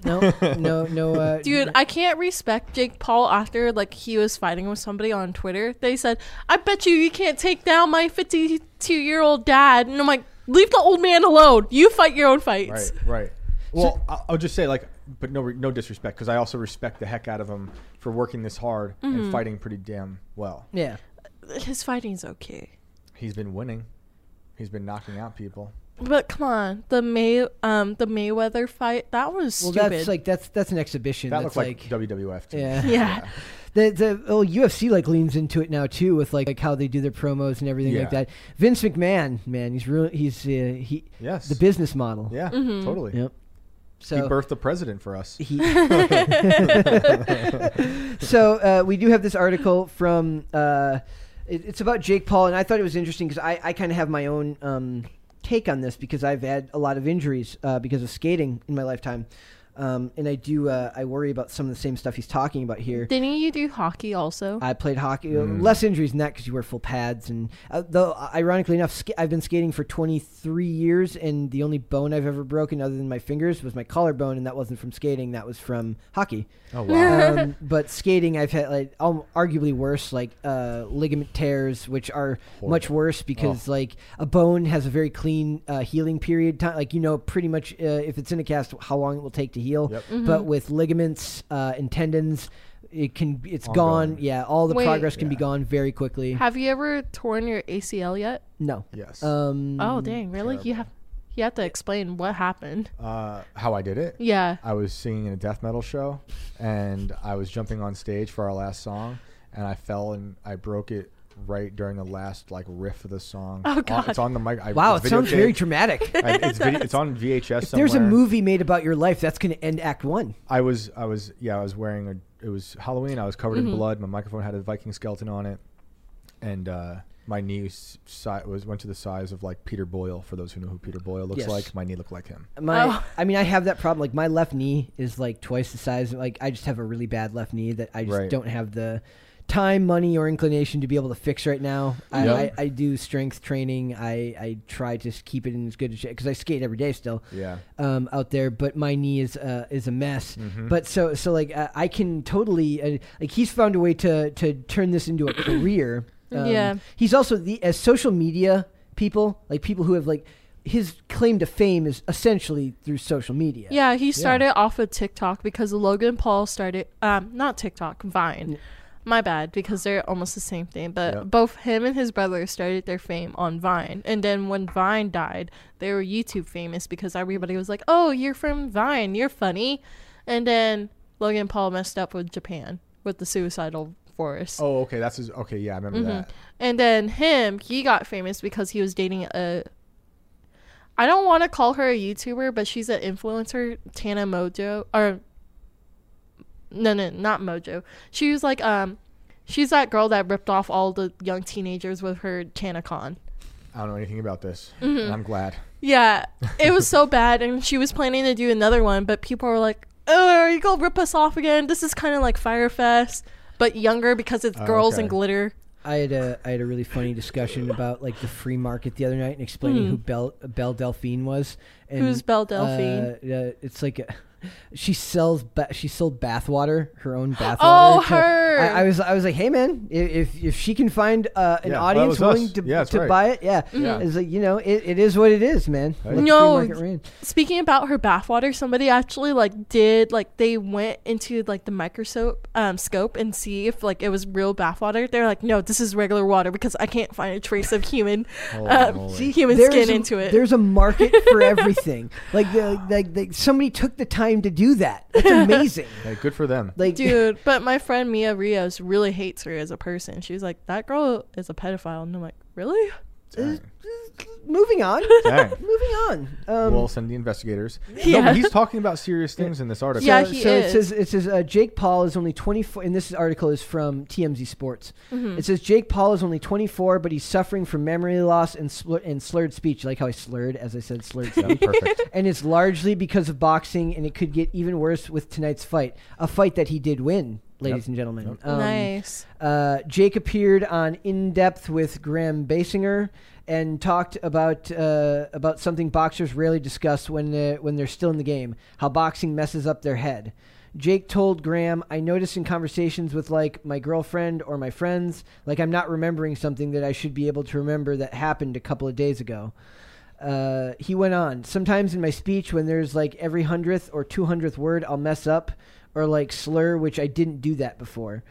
S2: No, no, no. Uh,
S3: dude. I can't respect Jake Paul after like he was fighting with somebody on Twitter. They said, "I bet you you can't take down my 52 year old dad," and I'm like, "Leave the old man alone. You fight your own fights."
S4: Right. Right. Well, I I'll just say like, but no, re- no disrespect, because I also respect the heck out of him for working this hard and fighting pretty damn well.
S2: yeah.
S3: His fighting's okay,
S4: He's been winning. He's been knocking out people.
S3: but come on, the May um the Mayweather fight that was
S2: Well,
S3: stupid.
S2: that's like that's that's an exhibition.
S4: That
S2: that's
S4: looks like, WWF. To me.
S2: yeah.
S3: yeah.
S2: The the oh, UFC like leans into it now too with like, like how they do their promos and everything like
S4: Yeah.
S2: that. Vince McMahon, man, he's real. He's uh, he
S4: Yes.
S2: the business model.
S4: Yeah. Totally.
S2: Yep.
S4: He
S2: So
S4: birthed the president for us.
S2: so uh, we do have this article from uh, it, it's about Jake Paul, and I thought it was interesting because I, I kind of have my own um, take on this because I've had a lot of injuries uh, because of skating in my lifetime, um, and I do uh, I worry about some of the same stuff he's talking about here.
S3: Didn't you do hockey also?
S2: I played hockey. uh, Less injuries than that because you wear full pads. And uh, though, uh, ironically enough, sk- I've been skating for 23 years, and the only bone I've ever broken, other than my fingers, was my collarbone, and that wasn't from skating. That was from hockey.
S4: Oh wow.
S2: um, but skating, I've had like al- arguably worse, like uh, ligament tears, which are much worse because
S4: Oh.
S2: like a bone has a very clean uh, healing period. Time, like you know pretty much uh, if it's in a cast, how long it will take to heal.
S4: Yep.
S2: But with ligaments uh, and tendons. It can. It's gone. Yeah, all the
S3: Wait.
S2: progress can be gone very quickly.
S3: Have you ever torn your ACL yet?
S2: No.
S4: yes.
S2: Um.
S3: Oh dang, really? You have you have to explain what happened.
S4: uh, how I did it.
S3: Yeah.
S4: I was singing in a death metal show, and I was jumping on stage for our last song, and I fell and I broke it right during the last like riff of the song.
S3: Oh,
S4: On-
S3: God.
S4: It's on the mic. I,
S2: Wow. It
S4: it's
S2: sounds
S4: videotaped.
S2: very dramatic.
S4: I- it's, video, it's on VHS. Somewhere.
S2: There's a movie made about your life that's going to end Act One.
S4: I was, I was, yeah, I was wearing a. It was Halloween. I was covered
S3: Mm-hmm.
S4: in blood. My microphone had a Viking skeleton on it, and uh, my knee s- si- was went to the size of like Peter Boyle. For those who know who Peter Boyle looks
S2: Yes.
S4: like, my knee looked like him.
S2: My,
S3: Oh.
S2: I mean, I have that problem. Like my left knee is like twice the size. Like I just have a really bad left knee that I just
S4: Right.
S2: don't have the time, money, or inclination to be able to fix right now. I,
S4: Yep.
S2: I, I do strength training. I, I try to s- keep it in as good a shape because I skate every day still.
S4: Yeah.
S2: Um, out there, but my knee is uh, is a mess.
S4: Mm-hmm.
S2: But so so like uh, I can totally uh, like he's found a way to to turn this into a career. Um,
S3: Yeah.
S2: He's also the as social media people, like people who have like his claim to fame is essentially through social media.
S3: Yeah, he started off with TikTok because Logan Paul started um not TikTok, Vine. My bad, because they're almost the same thing. But
S4: Yeah.
S3: both him and his brother started their fame on Vine. And then when Vine died, they were YouTube famous because everybody was like, Oh, you're from Vine, you're funny and then Logan Paul messed up with Japan with the suicidal forest.
S4: Oh, okay. That's his. Okay, yeah, I
S3: Mm-hmm.
S4: remember that.
S3: And then him, he got famous because he was dating a. I don't want to call her a YouTuber, but she's an influencer, Tana Mojo, or no, no, not Mojo. She was like, um, she's that girl that ripped off all the young teenagers with her TanaCon.
S4: I don't know anything about this.
S3: Mm-hmm.
S4: and I'm glad.
S3: Yeah, it was so bad, and she was planning to do another one, but people were like, "Oh, are you gonna rip us off again? This is kind of like Firefest, but younger because it's girls
S4: okay.
S3: and glitter."
S2: I had a I had a really funny discussion about like the free market the other night and explaining who Belle Belle Delphine was. And,
S3: Hmm. Who's Belle Delphine?
S2: Uh, yeah, it's like a, she sells ba- she sold bathwater, her own bathwater.
S3: Oh,
S2: to-
S3: her!
S2: I, I was I was like, hey man, i- if if she can find uh, an
S4: Yeah, that
S2: audience
S4: was us.
S2: willing to,
S4: Yeah, that's
S2: to
S4: right.
S2: buy it, yeah,
S4: Yeah.
S2: it's like you know it, it is what it is, man. Let the
S3: Mm-hmm. No,
S2: free market reign.
S3: Speaking about her bathwater, somebody actually like did like they went into like the microscope um, scope and see if like it was real bathwater. They're like, no, this is regular water because I can't find a trace of human um,
S4: moly.
S3: human
S2: There's
S3: skin
S2: a-
S3: into it.
S2: There's a market for everything. like the, like the, somebody took the time to do that. It's amazing.
S4: Hey, good for them.
S2: Like
S3: Dude, but my friend Mia Rios really hates her as a person. She was like, that girl is a pedophile, and I'm like, really?
S4: Dang.
S2: moving on.
S4: Dang.
S2: moving on? Um,
S4: we'll send the investigators. No,
S3: Yeah.
S4: but he's talking about serious things in this article.
S3: Yeah,
S2: so,
S3: he
S2: so it
S3: is.
S2: says it says uh, Jake Paul is only 24 and this article is from TMZ Sports.
S3: Mm-hmm.
S2: It says Jake Paul is only 24 but he's suffering from memory loss and slur- and slurred speech like how I slurred as I said slurred
S4: Yeah,
S2: speech.
S4: perfect.
S2: and it's largely because of boxing and it could get even worse with tonight's fight, a fight that he did win, ladies and gentlemen. Um,
S3: nice.
S2: uh, Jake appeared on In Depth with Graham Basinger and talked about uh, about something boxers rarely discuss when uh, when they're still in the game: how boxing messes up their head. Jake told Graham, "I notice in conversations with like my girlfriend or my friends, like I'm not remembering something that I should be able to remember that happened a couple of days ago." Uh, he went on. Sometimes in my speech, when there's like every hundredth or two hundredth word, I'll mess up or like slur, which I didn't do that before.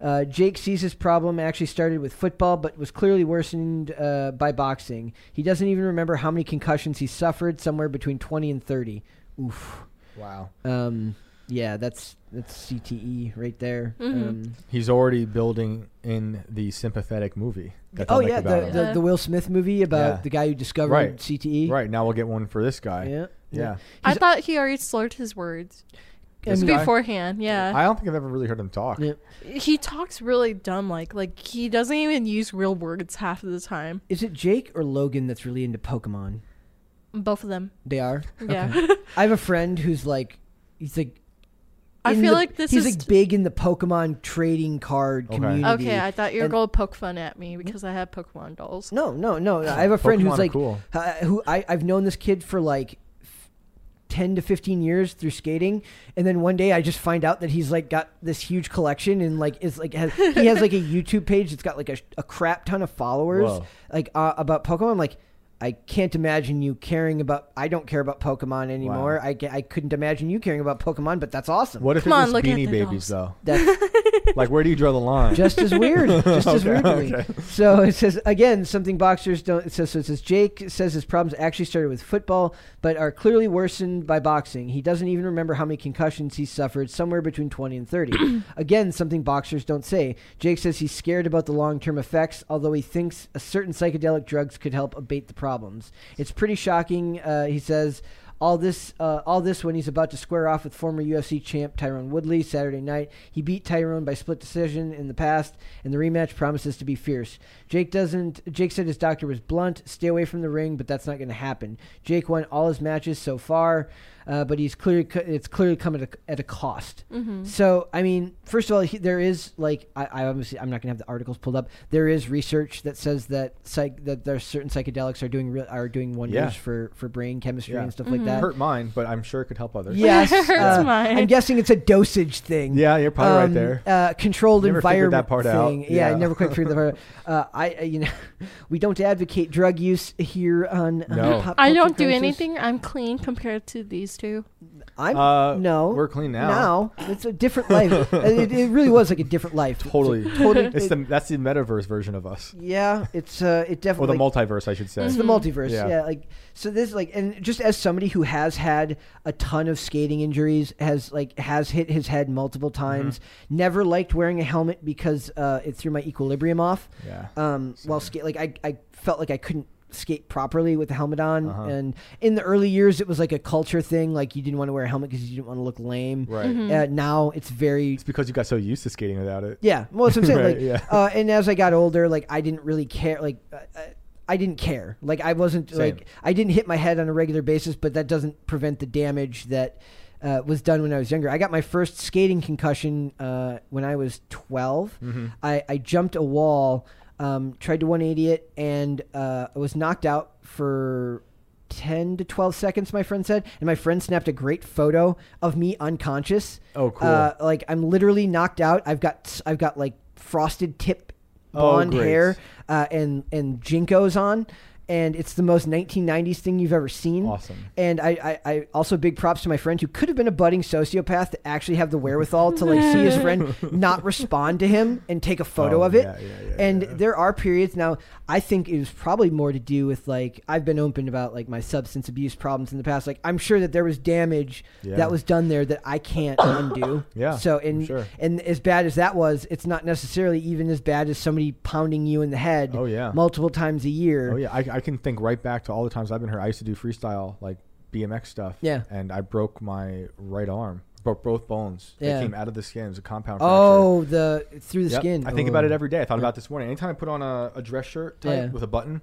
S2: Uh, Jake sees his problem actually started with football, but was clearly worsened uh, by boxing. He doesn't even remember how many concussions he suffered, somewhere between twenty and thirty. Oof.
S4: Wow.
S2: Um, yeah, that's that's CTE right there. Um,
S4: He's already building in the sympathetic movie. that they'll
S2: oh
S4: make
S2: yeah,
S4: about
S2: the,
S4: him.
S2: the the Will Smith movie about
S4: Yeah.
S2: the guy who discovered
S4: Right.
S2: CTE.
S4: right now we'll get one for this guy.
S2: Yeah.
S4: Yeah.
S3: I thought he already slurred his words
S2: I mean-
S4: guy?
S3: beforehand. Yeah.
S4: I don't think I've ever really heard him talk.
S2: Yeah.
S3: he talks really dumb like like he doesn't even use real words half of the time.
S2: Is it Jake or Logan that's really into Pokemon?
S3: Both of them.
S2: They are.
S3: Yeah.
S2: I have a friend who's like, he's like.
S3: I
S2: in
S3: feel
S2: the-
S3: like this
S2: he's
S3: is
S2: like big in the Pokemon trading card
S4: Okay.
S2: community.
S3: Okay, I thought you were
S2: And-
S3: going to poke fun at me because I have Pokemon dolls.
S2: No, no, no. no. I have a friend
S4: Pokemon
S2: who's
S4: are
S2: like,
S4: cool.
S2: uh, who I, I've known this kid for like f- ten to fifteen years through skating, and then one day I just find out that he's like got this huge collection and like is like has, he has like a YouTube page that's got like a, a crap ton of followers
S4: Whoa.
S2: like uh, about Pokemon. I'm like. I can't imagine you caring about. I don't care about Pokemon anymore. I, ca- I couldn't imagine you caring about Pokemon, but that's awesome.
S4: What if
S3: Come
S4: it
S3: on,
S4: was
S3: look at
S4: Beanie
S3: the
S4: Babies
S3: dolls.
S4: though?
S2: That's
S4: like where do you draw the line?
S2: just as weird, just as weirdly. So it says again something boxers don't. It says so it says Jake says his problems actually started with football, but are clearly worsened by boxing. He doesn't even remember how many concussions he suffered, somewhere between twenty and thirty. again, something boxers don't say. Jake says he's scared about the long term effects, although he thinks a certain psychedelic drugs could help abate the problems. It's pretty shocking, uh, he says. All this, uh, all this when he's about to square off with former UFC champ Tyrone Woodley Saturday night. He beat Tyrone by split decision in the past, and the rematch promises to be fierce. Jake doesn't. Jake said his doctor was blunt, stay away from the ring, but that's not going to happen. Jake won all his matches so far, uh, but he's clearly co- it's clearly come at a, at a cost. So I mean, first of all, he, there is like I, I obviously I'm not going to have the articles pulled up. There is research that says that psych that there are certain psychedelics are doing real are doing wonders
S4: Yeah.
S2: for for brain chemistry
S4: Yeah.
S2: and stuff
S3: Mm-hmm.
S2: like that.
S4: hurt mine, but I'm sure it could help others.
S2: Yes,
S3: Hurts
S2: uh,
S3: mine.
S2: I'm guessing it's a dosage thing.
S4: Yeah, you're probably right
S2: Um,
S4: there.
S2: Uh, controlled
S4: Never figured
S2: environment
S4: that part out.
S2: thing. Yeah, I
S4: Yeah.
S2: never quite figured that part. out. Uh, I, I- you know, we don't advocate drug use here on. on
S4: No.
S2: Pop
S3: I
S2: Culture
S3: don't do
S2: Crisis.
S3: anything. I'm clean compared to these two.
S2: I'm
S4: Uh,
S2: no.
S4: we're clean now.
S2: Now it's a different life. Uh, it, it really was like a different life. It's a
S4: Totally.
S2: totally.
S4: It's
S2: it-
S4: the that's the metaverse version of us,
S2: yeah, it's uh, it
S4: or
S2: definitely
S4: the
S2: like,
S4: multiverse, I should
S3: Mm-hmm.
S4: say.
S2: It's the multiverse. Yeah.
S4: Mm-hmm. Yeah.
S2: Like so this like and just as somebody who has had a ton of skating injuries, has like has hit his head multiple
S4: Mm-hmm.
S2: times, never liked wearing a helmet because uh, it threw my equilibrium off.
S4: Yeah.
S2: Um while skate like I I felt like I couldn't skate properly with the helmet on
S4: Uh-huh.
S2: and in the early years it was like a culture thing like you didn't want to wear a helmet because you didn't want to look lame
S4: Right.
S2: uh, now it's very
S4: It's because you got so used to skating without it.
S2: yeah, well, that's what I'm saying.
S4: Right,
S2: like,
S4: yeah.
S2: uh, and as I got older, like I didn't really care. Like, uh, uh, I didn't care. Like, I wasn't like I didn't hit my head on a regular basis, but that doesn't prevent the damage that uh, was done when I was younger. I got my first skating concussion uh, when I was 12.
S4: Mm-hmm.
S2: I, I jumped a wall, um, tried to 180 it, and uh, I was knocked out for 10 to 12 seconds my friend said and my friend snapped a great photo of me unconscious
S4: Oh, cool.
S2: uh, like i'm literally knocked out i've got i've got like frosted tip
S4: Oh,
S2: blonde
S4: great.
S2: hair uh, and and jinkos on and it's the most 1990s thing you've ever seen
S4: Awesome.
S2: and I, I, I also big props to my friend who could have been a budding sociopath to actually have the wherewithal to like see his friend not respond to him and take a photo
S4: Oh,
S2: of it
S4: yeah, yeah, yeah,
S2: and there are periods now i think it was probably more to do with like i've been open about like my substance abuse problems in the past like i'm sure that there was damage
S4: Yeah.
S2: that was done there that i can't undo
S4: Yeah,
S2: so and
S4: I'm sure.
S2: and as bad as that was it's not necessarily even as bad as somebody pounding you in the head
S4: Oh, yeah.
S2: multiple times a year
S4: Oh yeah, I, I can think right back to all the times I've been hurt. I used to do freestyle, like BMX stuff.
S2: Yeah.
S4: And I broke my right arm, broke both bones.
S2: Yeah.
S4: They came out of the skin. It was a compound fracture.
S2: Oh, the through the
S4: Yep.
S2: skin.
S4: I think about
S2: Oh.
S4: it every day. I thought about this morning. Anytime I put on a, a dress shirt type
S2: Yeah.
S4: with a button,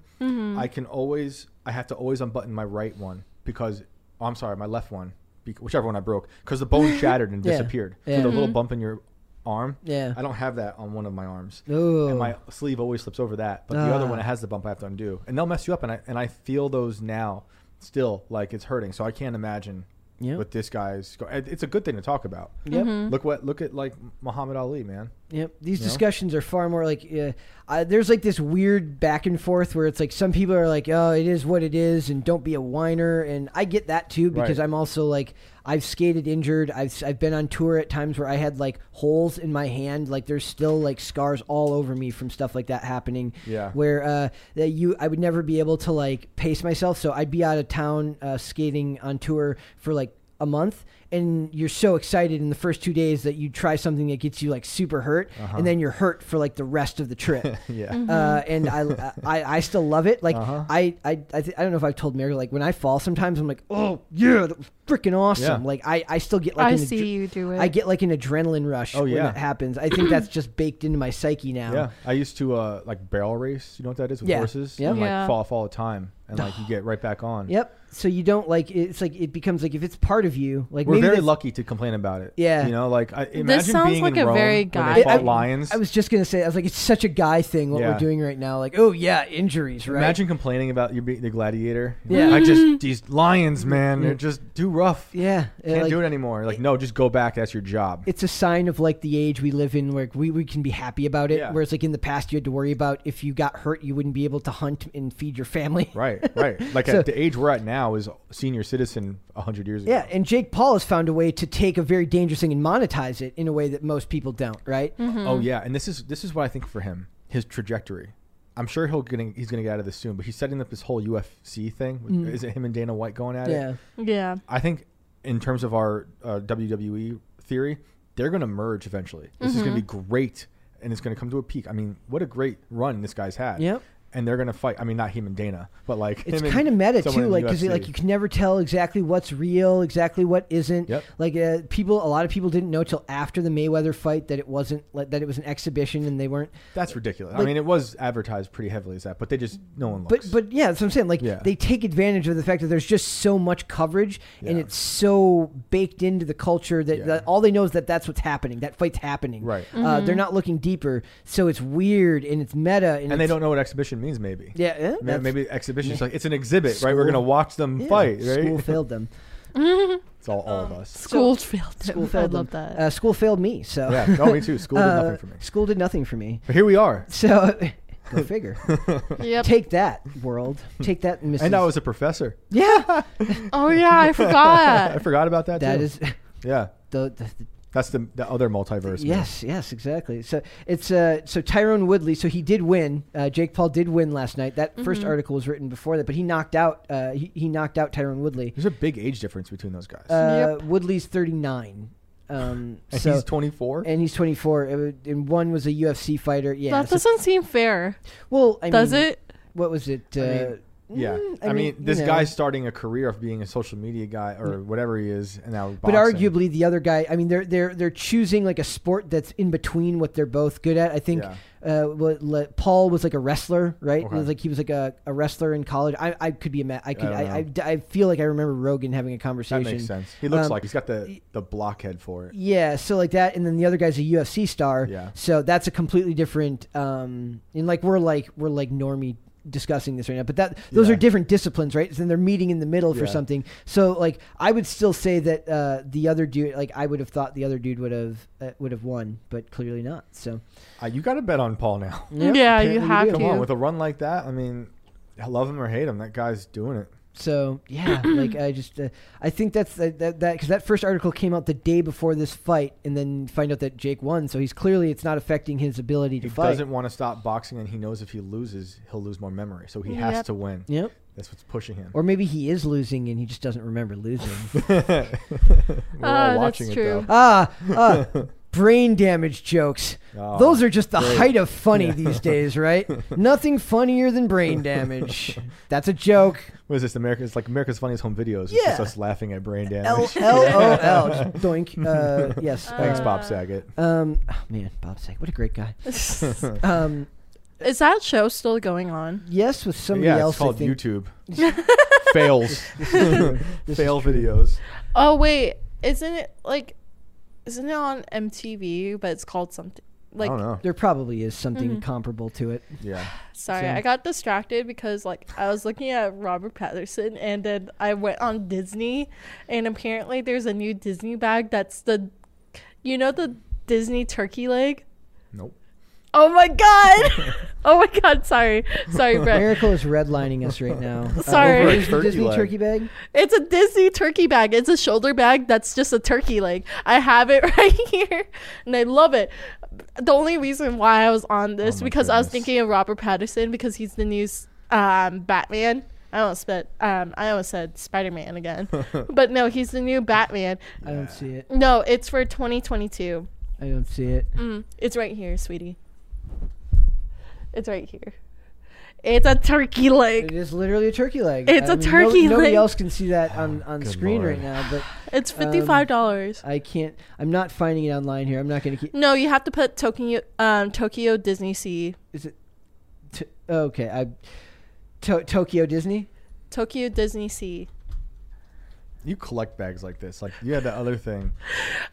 S4: I can always, I have to always unbutton my right one because, oh, I'm sorry, my left one, bec- whichever one I broke, because the bone shattered and
S2: Yeah.
S4: disappeared.
S2: Yeah. Mm-hmm.
S4: So the little bump in your arm,
S2: Yeah.
S4: I don't have that on one of my arms.
S2: Ooh.
S4: And my sleeve always slips over that. But the other
S2: Ah.
S4: one, it has the bump I have to undo. And they'll mess you up. And I, and I feel those now still like it's hurting. So I can't imagine.
S2: Yeah.
S4: What this guy's, go- it- it's a good thing to talk about.
S2: Yep.
S4: Look what, look at like Muhammad Ali, man.
S2: Yep. These
S4: You know?
S2: discussions are far more like uh, I, there's like this weird back and forth where it's like some people are like, oh, it is what it is, and don't be a whiner. And I get that too because
S4: Right.
S2: I'm also like, I've skated injured. I've, s- I've been on tour at times where I had like holes in my hand. Like there's still like scars all over me from stuff like that happening.
S4: Yeah.
S2: Where uh, that you, I would never be able to like pace myself. So I'd be out of town uh, skating on tour for like a month and you're so excited in the first two days that you try something that gets you like super hurt and then you're hurt for like the rest of the trip
S4: Uh-huh. Yeah.
S3: Mm-hmm.
S4: Uh-huh.
S2: uh, and I, I I still love it like I I I, th- I don't know if I've told Mary like when I fall sometimes I'm like oh yeah that was freaking awesome
S4: Yeah.
S2: like I, I still get like
S3: I
S2: an
S3: see you do it.
S2: I get like an adrenaline rush
S4: Oh,
S2: when
S4: yeah.
S2: that happens I think that's just baked into my psyche now
S4: Yeah, I used to uh, like barrel race. You know what that is with
S2: Yeah.
S4: horses?
S2: Yeah.
S4: And, like
S3: Yeah.
S4: fall off all the time, and like you get right back on.
S2: yep so you don't like it's like it becomes like if it's part of you like
S4: We're
S2: maybe
S4: very
S2: that's-
S4: lucky to complain about it.
S2: Yeah.
S4: you know, like I, imagine
S3: sounds
S4: being
S3: like
S4: in
S3: a
S4: Rome
S3: very
S4: when
S3: guy
S4: they fought
S3: thing.
S4: lions.
S2: I was just gonna say I was like it's such a guy thing what
S4: Yeah.
S2: we're doing right now like oh yeah injuries right
S4: Imagine complaining about you being the gladiator.
S2: Yeah.
S4: I just these lions, man. They're just too rough.
S2: Yeah, uh,
S4: can't
S2: like-
S4: do it anymore. Like no, just go back. That's your job.
S2: it's a sign of like the age we live in where we, we can be happy about it.
S4: Yeah.
S2: Whereas like in the past you had to worry about if you got hurt you wouldn't be able to hunt and feed your family.
S4: right, right. Like
S2: So-
S4: at the age we're at now is senior citizen hundred years ago.
S2: Yeah, and Jake Paul has found a way to take a very dangerous thing and monetize it in a way that most people don't, right?
S4: Oh yeah, and this is this is what I think for him, his trajectory. I'm sure he'll getting he's gonna get out of this soon, but he's setting up this whole UFC thing. Is it him and Dana White going at
S2: Hmm. Yeah.
S4: it?
S3: Yeah.
S4: I think in terms of our uh, WWE theory, they're gonna merge eventually. This is gonna be
S2: Mm-hmm.
S4: great, and it's gonna come to a peak. I mean, what a great run this guy's had.
S2: Yep.
S4: And they're gonna fight. I mean, not him and Dana, but like
S2: It's
S4: him and
S2: kind of meta
S4: someone
S2: too,
S4: in the
S2: like because
S4: UFC.
S2: like you can never tell exactly what's real, exactly what isn't.
S4: Yep.
S2: Like uh, people, a lot of people didn't know till after the Mayweather fight that it wasn't like, that it was an exhibition and they weren't.
S4: That's ridiculous. I
S2: like-
S4: mean, it was advertised pretty heavily as that, but they just no one looks.
S2: But but yeah, that's what I'm saying. Like
S4: Yeah.
S2: they take advantage of the fact that there's just so much coverage and
S4: Yeah.
S2: it's so baked into the culture that,
S4: Yeah.
S2: that all they know is that that's what's happening. That fight's happening.
S4: Right.
S3: Mm-hmm.
S2: Uh, they're not looking deeper, so it's weird and it's meta and,
S4: and they
S2: it's-
S4: don't know what exhibition means. Maybe
S2: Yeah, eh,
S4: Ma-
S2: that's-
S4: maybe exhibition. It's like it's an exhibit, right? We're
S2: School-
S4: gonna watch them
S2: yeah,
S4: fight,
S2: School
S4: right?
S2: failed them.
S4: it's all, all of us.
S3: School failed him.
S2: School
S3: I
S2: failed
S3: love
S2: them.
S3: that.
S2: Uh, school failed me. So
S4: Yeah, no, me too. School did
S2: Uh,
S4: nothing for me.
S2: School did nothing for me.
S4: But here we are,
S2: So go figure.
S3: yep.
S2: Take that world. Take that, Mrs.
S4: and I was a professor.
S2: yeah.
S3: oh yeah, I
S4: I
S3: forgot.
S4: forgot about that.
S2: That
S4: too.
S2: is
S4: yeah.
S2: the, the
S4: That's the the other multiverse. man.
S2: Yes, yes, exactly. So it's uh, so Tyrone Woodley. So he did win. Uh, Jake Paul did win last night. That
S3: Mm-hmm.
S2: first article was written before that, but he knocked out. Uh, he, he knocked out Tyrone Woodley.
S4: there's a big age difference between those guys.
S2: Uh, Woodley's thirty nine. Um,
S4: and
S2: so
S4: he's 24.
S2: and he's twenty four. And one was a UFC fighter. Yeah.
S3: that
S2: so-
S3: doesn't seem fair.
S2: well, I
S3: Does
S2: mean,
S3: it?
S2: What was it? Uh,
S4: mean, yeah,
S2: mm,
S4: I, mean,
S2: you
S4: this
S2: know. Mm.
S4: guy's starting a career of being a social media guy or whatever he is, and now
S2: But
S4: boxing.
S2: arguably, the other guy. I mean, they're they're they're choosing like a sport that's in between what they're both good at. I think
S4: Yeah.
S2: uh, what, le, Paul was like a wrestler, right? It was
S4: Okay.
S2: like he was like a, a wrestler in college. I, I could be a ma- I could
S4: don't
S2: I, I, I feel like I remember Rogan having a
S4: that
S2: conversation.
S4: makes sense. He looks
S2: Um,
S4: like he's got the the blockhead for it.
S2: Yeah, so like that, and then the other guy's a UFC star.
S4: Yeah.
S2: So that's a completely different. Um, and like we're like we're like normie discussing this right now, but that those
S4: Yeah.
S2: are different disciplines, right? Then they're meeting in the middle for
S4: Yeah.
S2: something. So like I would still say that uh, the other dude, like I would have thought the other dude would have uh, would have won, but clearly not. So
S4: Uh, you got to bet on Paul now.
S3: yeah,
S2: apparently
S3: you have
S2: we do.
S3: to.
S4: Come on, with a run like that, I mean, I love him or hate him, that guy's doing it.
S2: So yeah, like I just uh, I think that's that that because that first article came out the day before this fight, and then find out that Jake won. So he's clearly it's not affecting his ability to
S4: He
S2: fight.
S4: doesn't want to stop boxing, and he knows if he loses, he'll lose more memory. So he has
S3: Yep.
S4: to win.
S2: Yep.
S4: That's what's pushing him.
S2: Or maybe he is losing and he just doesn't remember losing.
S4: We're all
S3: Ah, that's
S4: watching it,
S3: true.
S4: though.
S2: ah, ah, brain damage jokes.
S4: Oh,
S2: Those are just the height of funny these days, right? Nothing funnier than brain damage. That's a joke.
S4: What is this? America? It's like America's Funniest Home Videos. It's
S2: Yeah.
S4: just us laughing at brain
S2: L
S4: damage.
S2: L O L. Just Doink. Uh, yes.
S4: Thanks, Bob Saget.
S2: Um, oh, man, Bob Saget, what a great guy. Um,
S3: Is that show still going on?
S2: yes, with somebody
S4: yeah,
S2: else.
S4: it's called
S2: I think.
S4: YouTube. Fails. Fail videos.
S3: Oh wait, isn't it like, isn't it on MTV? But it's called something. Like,
S4: I don't know.
S2: There probably is something comparable to it.
S4: Yeah.
S3: sorry, I got distracted because like I was looking at Robert Patterson, and then I went on Disney, and apparently there's a new Disney bag that's the, you know, the Disney turkey leg.
S4: Nope.
S3: Oh my god! oh my god! Sorry, sorry, Brett.
S2: Miracle is redlining us right now. Uh,
S3: Sorry.
S2: over- is the
S4: Turkey
S2: Disney
S4: leg.
S2: turkey bag.
S3: It's a Disney turkey bag. It's a shoulder bag that's just a turkey leg. I have it right here and I love it. The only reason why I was on
S2: Oh
S3: this because I was
S4: goodness.
S3: thinking of Robert Patterson because he's the new s- um, Batman. I almost said um, I almost said Spider Man again, but no, he's the new Batman.
S2: I don't see it.
S3: No, it's for 2022.
S2: I don't see it.
S3: It's right here, sweetie. It's right here. It's a turkey
S2: It
S3: leg.
S2: is literally a turkey leg.
S3: It's
S2: a
S3: a turkey
S2: Nobody
S3: leg.
S2: else can see that on, on
S4: Good
S2: screen
S4: lord.
S2: right now, but
S3: It's fifty five dollars.
S2: I can't. I'm not finding it online here. I'm not going to keep.
S3: No, you have to put Tokyo um, Tokyo Disney Sea.
S2: Is it? T- okay, I. To- Tokyo Disney.
S3: Tokyo Disney Sea.
S4: You collect bags like this. Like you had that other thing.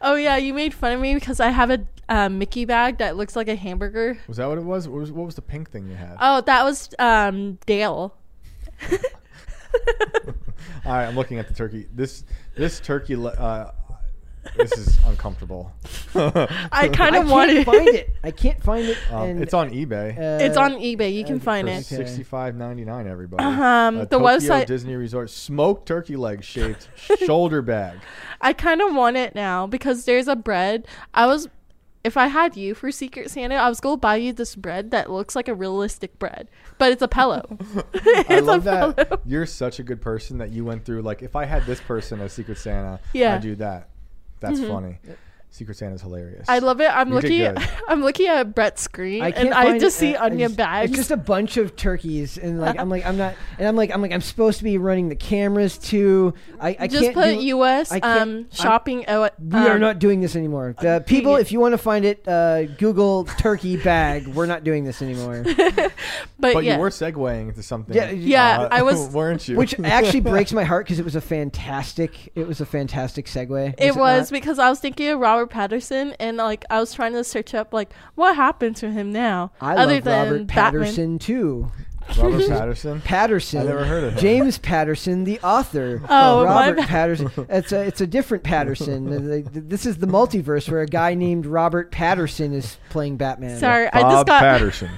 S3: Oh yeah, you made fun of me because I have a um, Mickey bag that looks like a hamburger.
S4: Was that what it was? What was, what was the pink thing you had?
S3: Oh, that was um, Dale.
S4: All right, I'm looking at the turkey. This this turkey. le- Uh, this is uncomfortable.
S3: I kind
S2: I can't
S3: of wanted.
S2: find it. I can't find it.
S4: Um,
S2: and, uh,
S4: it's on eBay.
S3: it's on eBay. You can find
S4: for
S3: it.
S4: sixty-five ninety-nine. Everybody. Um,
S3: Uh-huh. the website-
S4: Disney Resort smoked turkey leg shaped shoulder bag.
S3: I kind of want it now because there's a bread. I was, if I had you for Secret Santa, I was gonna buy you this bread that looks like a realistic bread, but it's a pillow.
S4: I love that you're such a good person that you went through. Like, if I had this person as Secret Santa,
S3: Yeah. Mm-hmm.
S4: I do that. That's funny. Secret Santa's hilarious.
S3: I love it. I'm
S4: You
S3: looking.
S4: did
S3: At,
S4: good.
S3: I'm looking at Brett's screen,
S2: I can't
S3: and I
S2: find
S3: just
S2: it.
S3: see
S2: I- I
S3: onion
S2: just-
S3: bags.
S2: It's just a bunch of turkeys, and like I'm like I'm not, and I'm like I'm like I'm supposed to be running the cameras too. I, I
S3: just
S2: can't
S3: put
S2: do-
S3: U.S.
S2: I can't-
S3: um
S2: I'm-
S3: shopping. oh,
S2: We are
S3: um,
S2: not doing this anymore. The people,
S3: Uh, yeah.
S2: if you want to find it, uh, Google turkey bag. We're not doing this anymore.
S3: But,
S4: But
S3: yeah,
S4: you were segueing into something. uh,
S2: Yeah,
S3: Yeah, I was-
S4: weren't you?
S2: Which actually breaks my heart because it was a fantastic. It was a fantastic segue.
S3: it was
S2: not?
S3: because I was thinking of Robert Patterson, and like I was trying to search up like what happened to him now.
S2: I love Robert
S3: Batman.
S2: Patterson too.
S4: Robert Patterson.
S2: Patterson.
S4: I never heard of him.
S2: James Patterson, the author.
S3: Oh, my
S2: Robert
S3: bad.
S2: Patterson. It's a it's a different Patterson. And they- th- this is the multiverse where a guy named Robert Patterson is playing Batman.
S3: Sorry, I
S4: Bob
S3: just got.
S4: Patterson.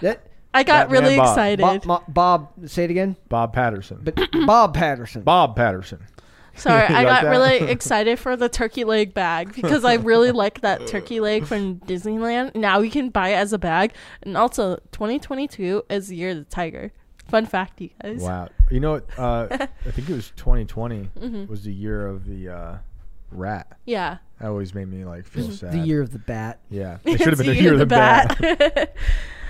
S2: That,
S3: I got
S4: Batman
S3: really
S4: Bob.
S3: excited.
S2: Bob, Mo- Bob, say it again.
S4: Bob Patterson.
S2: But Bob Patterson.
S4: Bob Patterson.
S3: Sorry, I
S4: like
S3: got
S4: that?
S3: really excited for the turkey leg bag because I really like that turkey leg from Disneyland. Now you can buy it as a bag, and also 2022 is the year of the tiger. Fun fact, you guys.
S4: Wow. You know what? Uh, I think it was 2020
S2: Mm-hmm.
S4: was the year of the uh, rat.
S3: Yeah,
S4: That always made me like feel sad.
S2: Mm-hmm. the year of the bat.
S4: Yeah. It should have been
S3: It's
S4: the year of the bat.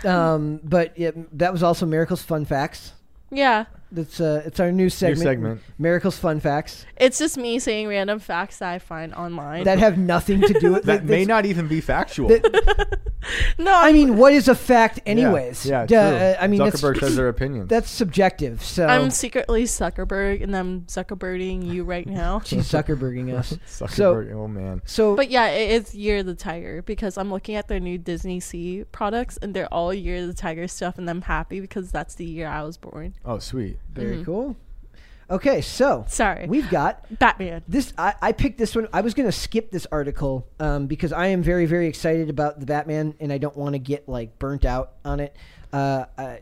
S2: Um, but yeah, that was also Miracles Fun Facts.
S3: yeah,
S2: That's uh, it's our new segment.
S4: segment.
S2: Miracles Fun Facts
S3: it's just me saying random facts that I find online.
S2: that have nothing to do with
S4: That may
S2: that's-
S4: not even be factual.
S3: no,
S2: I
S3: I'm,
S2: mean, what is a fact,
S4: Yeah,
S2: anyways?
S4: Yeah.
S2: Duh,
S4: true.
S2: uh, I mean, that's-
S4: Zuckerberg says their opinion.
S2: that's subjective. So
S3: I'm secretly Zuckerberg, and I'm Zuckerberging you right now.
S2: she's Zuckerberging us.
S4: Zuckerberg. oh man.
S2: So
S3: But yeah, it is Year of the Tiger because I'm looking at their new Disney Sea products and they're all Year of the Tiger stuff, and I'm happy because that's the year I was born.
S4: Oh sweet.
S2: very cool. Okay, so
S3: Sorry.
S2: we've got
S3: Batman.
S2: this. I, I picked this one. I was going to skip this article um, because I am very, very excited about the Batman, and I don't want to get like burnt out on it. Uh, I,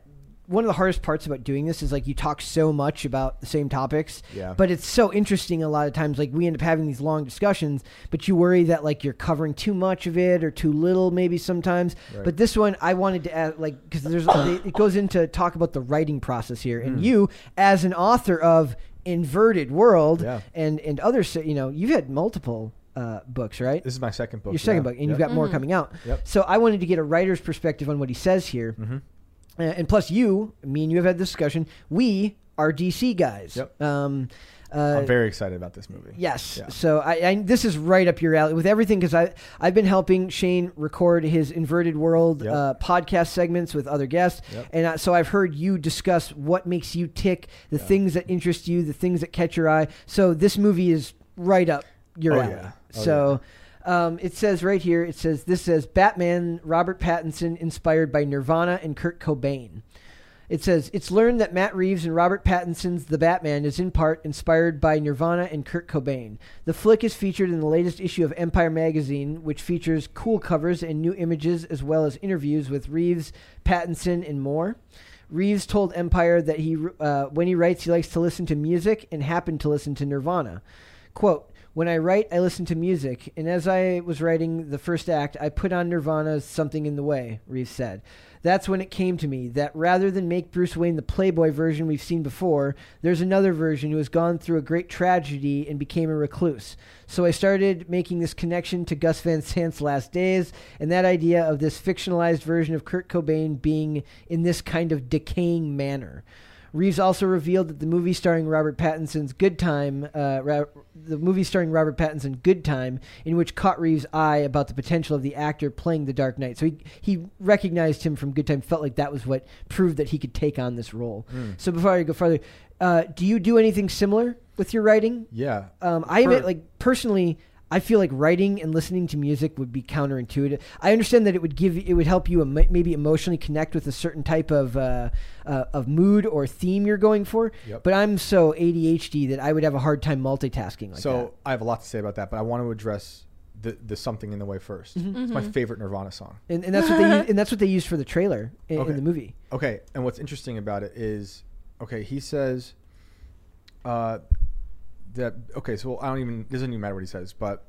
S2: one of the hardest parts about doing this is like you talk so much about the same topics,
S4: Yeah.
S2: but it's so interesting a lot of times. Like we end up having these long discussions, but you worry that like you're covering too much of it or too little, maybe sometimes. But this one, I wanted to add like because there's it it goes into talk about the writing process here, and
S4: Hmm.
S2: you as an author of Inverted World
S4: Yeah.
S2: and and other se- you know you've had multiple uh, books, right?
S4: This is my second book.
S2: Your second
S4: yeah.
S2: book, and
S4: Yep.
S2: you've got more coming out.
S4: Yep.
S2: So I wanted to get a writer's perspective on what he says here.
S4: Mm-hmm.
S2: Uh, and plus, you, me, and you have had this discussion. We are DC guys.
S4: Yep.
S2: Um, uh,
S4: I'm very excited about this movie.
S2: Yes.
S4: Yeah.
S2: So I, I this is right up your alley with everything because I I've been helping Shane record his Inverted World
S4: Yep.
S2: uh, podcast segments with other guests,
S4: Yep.
S2: and I, so I've heard you discuss what makes you tick, the things that interest you, the things that catch your eye. So this movie is right up your
S4: Oh,
S2: alley.
S4: yeah. Oh,
S2: so. Um, it says right here. It says this says Batman Robert Pattinson inspired by Nirvana and Kurt Cobain. It says it's learned that Matt Reeves and Robert Pattinson's The Batman is in part inspired by Nirvana and Kurt Cobain. The flick is featured in the latest issue of Empire magazine, which features cool covers and new images as well as interviews with Reeves, Pattinson, and more. Reeves told Empire that he, uh, when he writes, he likes to listen to music and happened to listen to Nirvana. Quote, when I write, I listen to music, and as I was writing the first act, I put on Nirvana's Something in the Way, Reeves said. That's when it came to me that rather than make Bruce Wayne the Playboy version we've seen before, there's another version who has gone through a great tragedy and became a recluse. So I started making this connection to Gus Van Sant's last days, and that idea of this fictionalized version of Kurt Cobain being in this kind of decaying manner. Reeves also revealed that the movie starring Robert Pattinson's Good Time, uh, Ra- the movie starring Robert Pattinson Good Time, in which caught Reeves' eye about the potential of the actor playing the Dark Knight. So he he recognized him from Good Time, felt like that was what proved that he could take on this role. So before I go further, uh, do you do anything similar with your writing?
S4: Yeah.
S2: Um, I admit,
S4: For-
S2: like personally, I feel like writing and listening to music would be counterintuitive. I understand that it would give it would help you emo- maybe emotionally connect with a certain type of uh, uh, of mood or theme you're going for.
S4: Yep.
S2: But I'm so ADHD that I would have a hard time multitasking like
S4: so I have a lot to say about that, but I want to address the the something in the way 1st
S2: Mm-hmm.
S4: It's my favorite Nirvana song.
S2: that. And, and that's what they use, and that's what they used for the trailer in,
S4: Okay.
S2: in the movie.
S4: Okay, and what's interesting about it is, okay, he says, uh, that okay, so I don't even it doesn't even matter what he says, but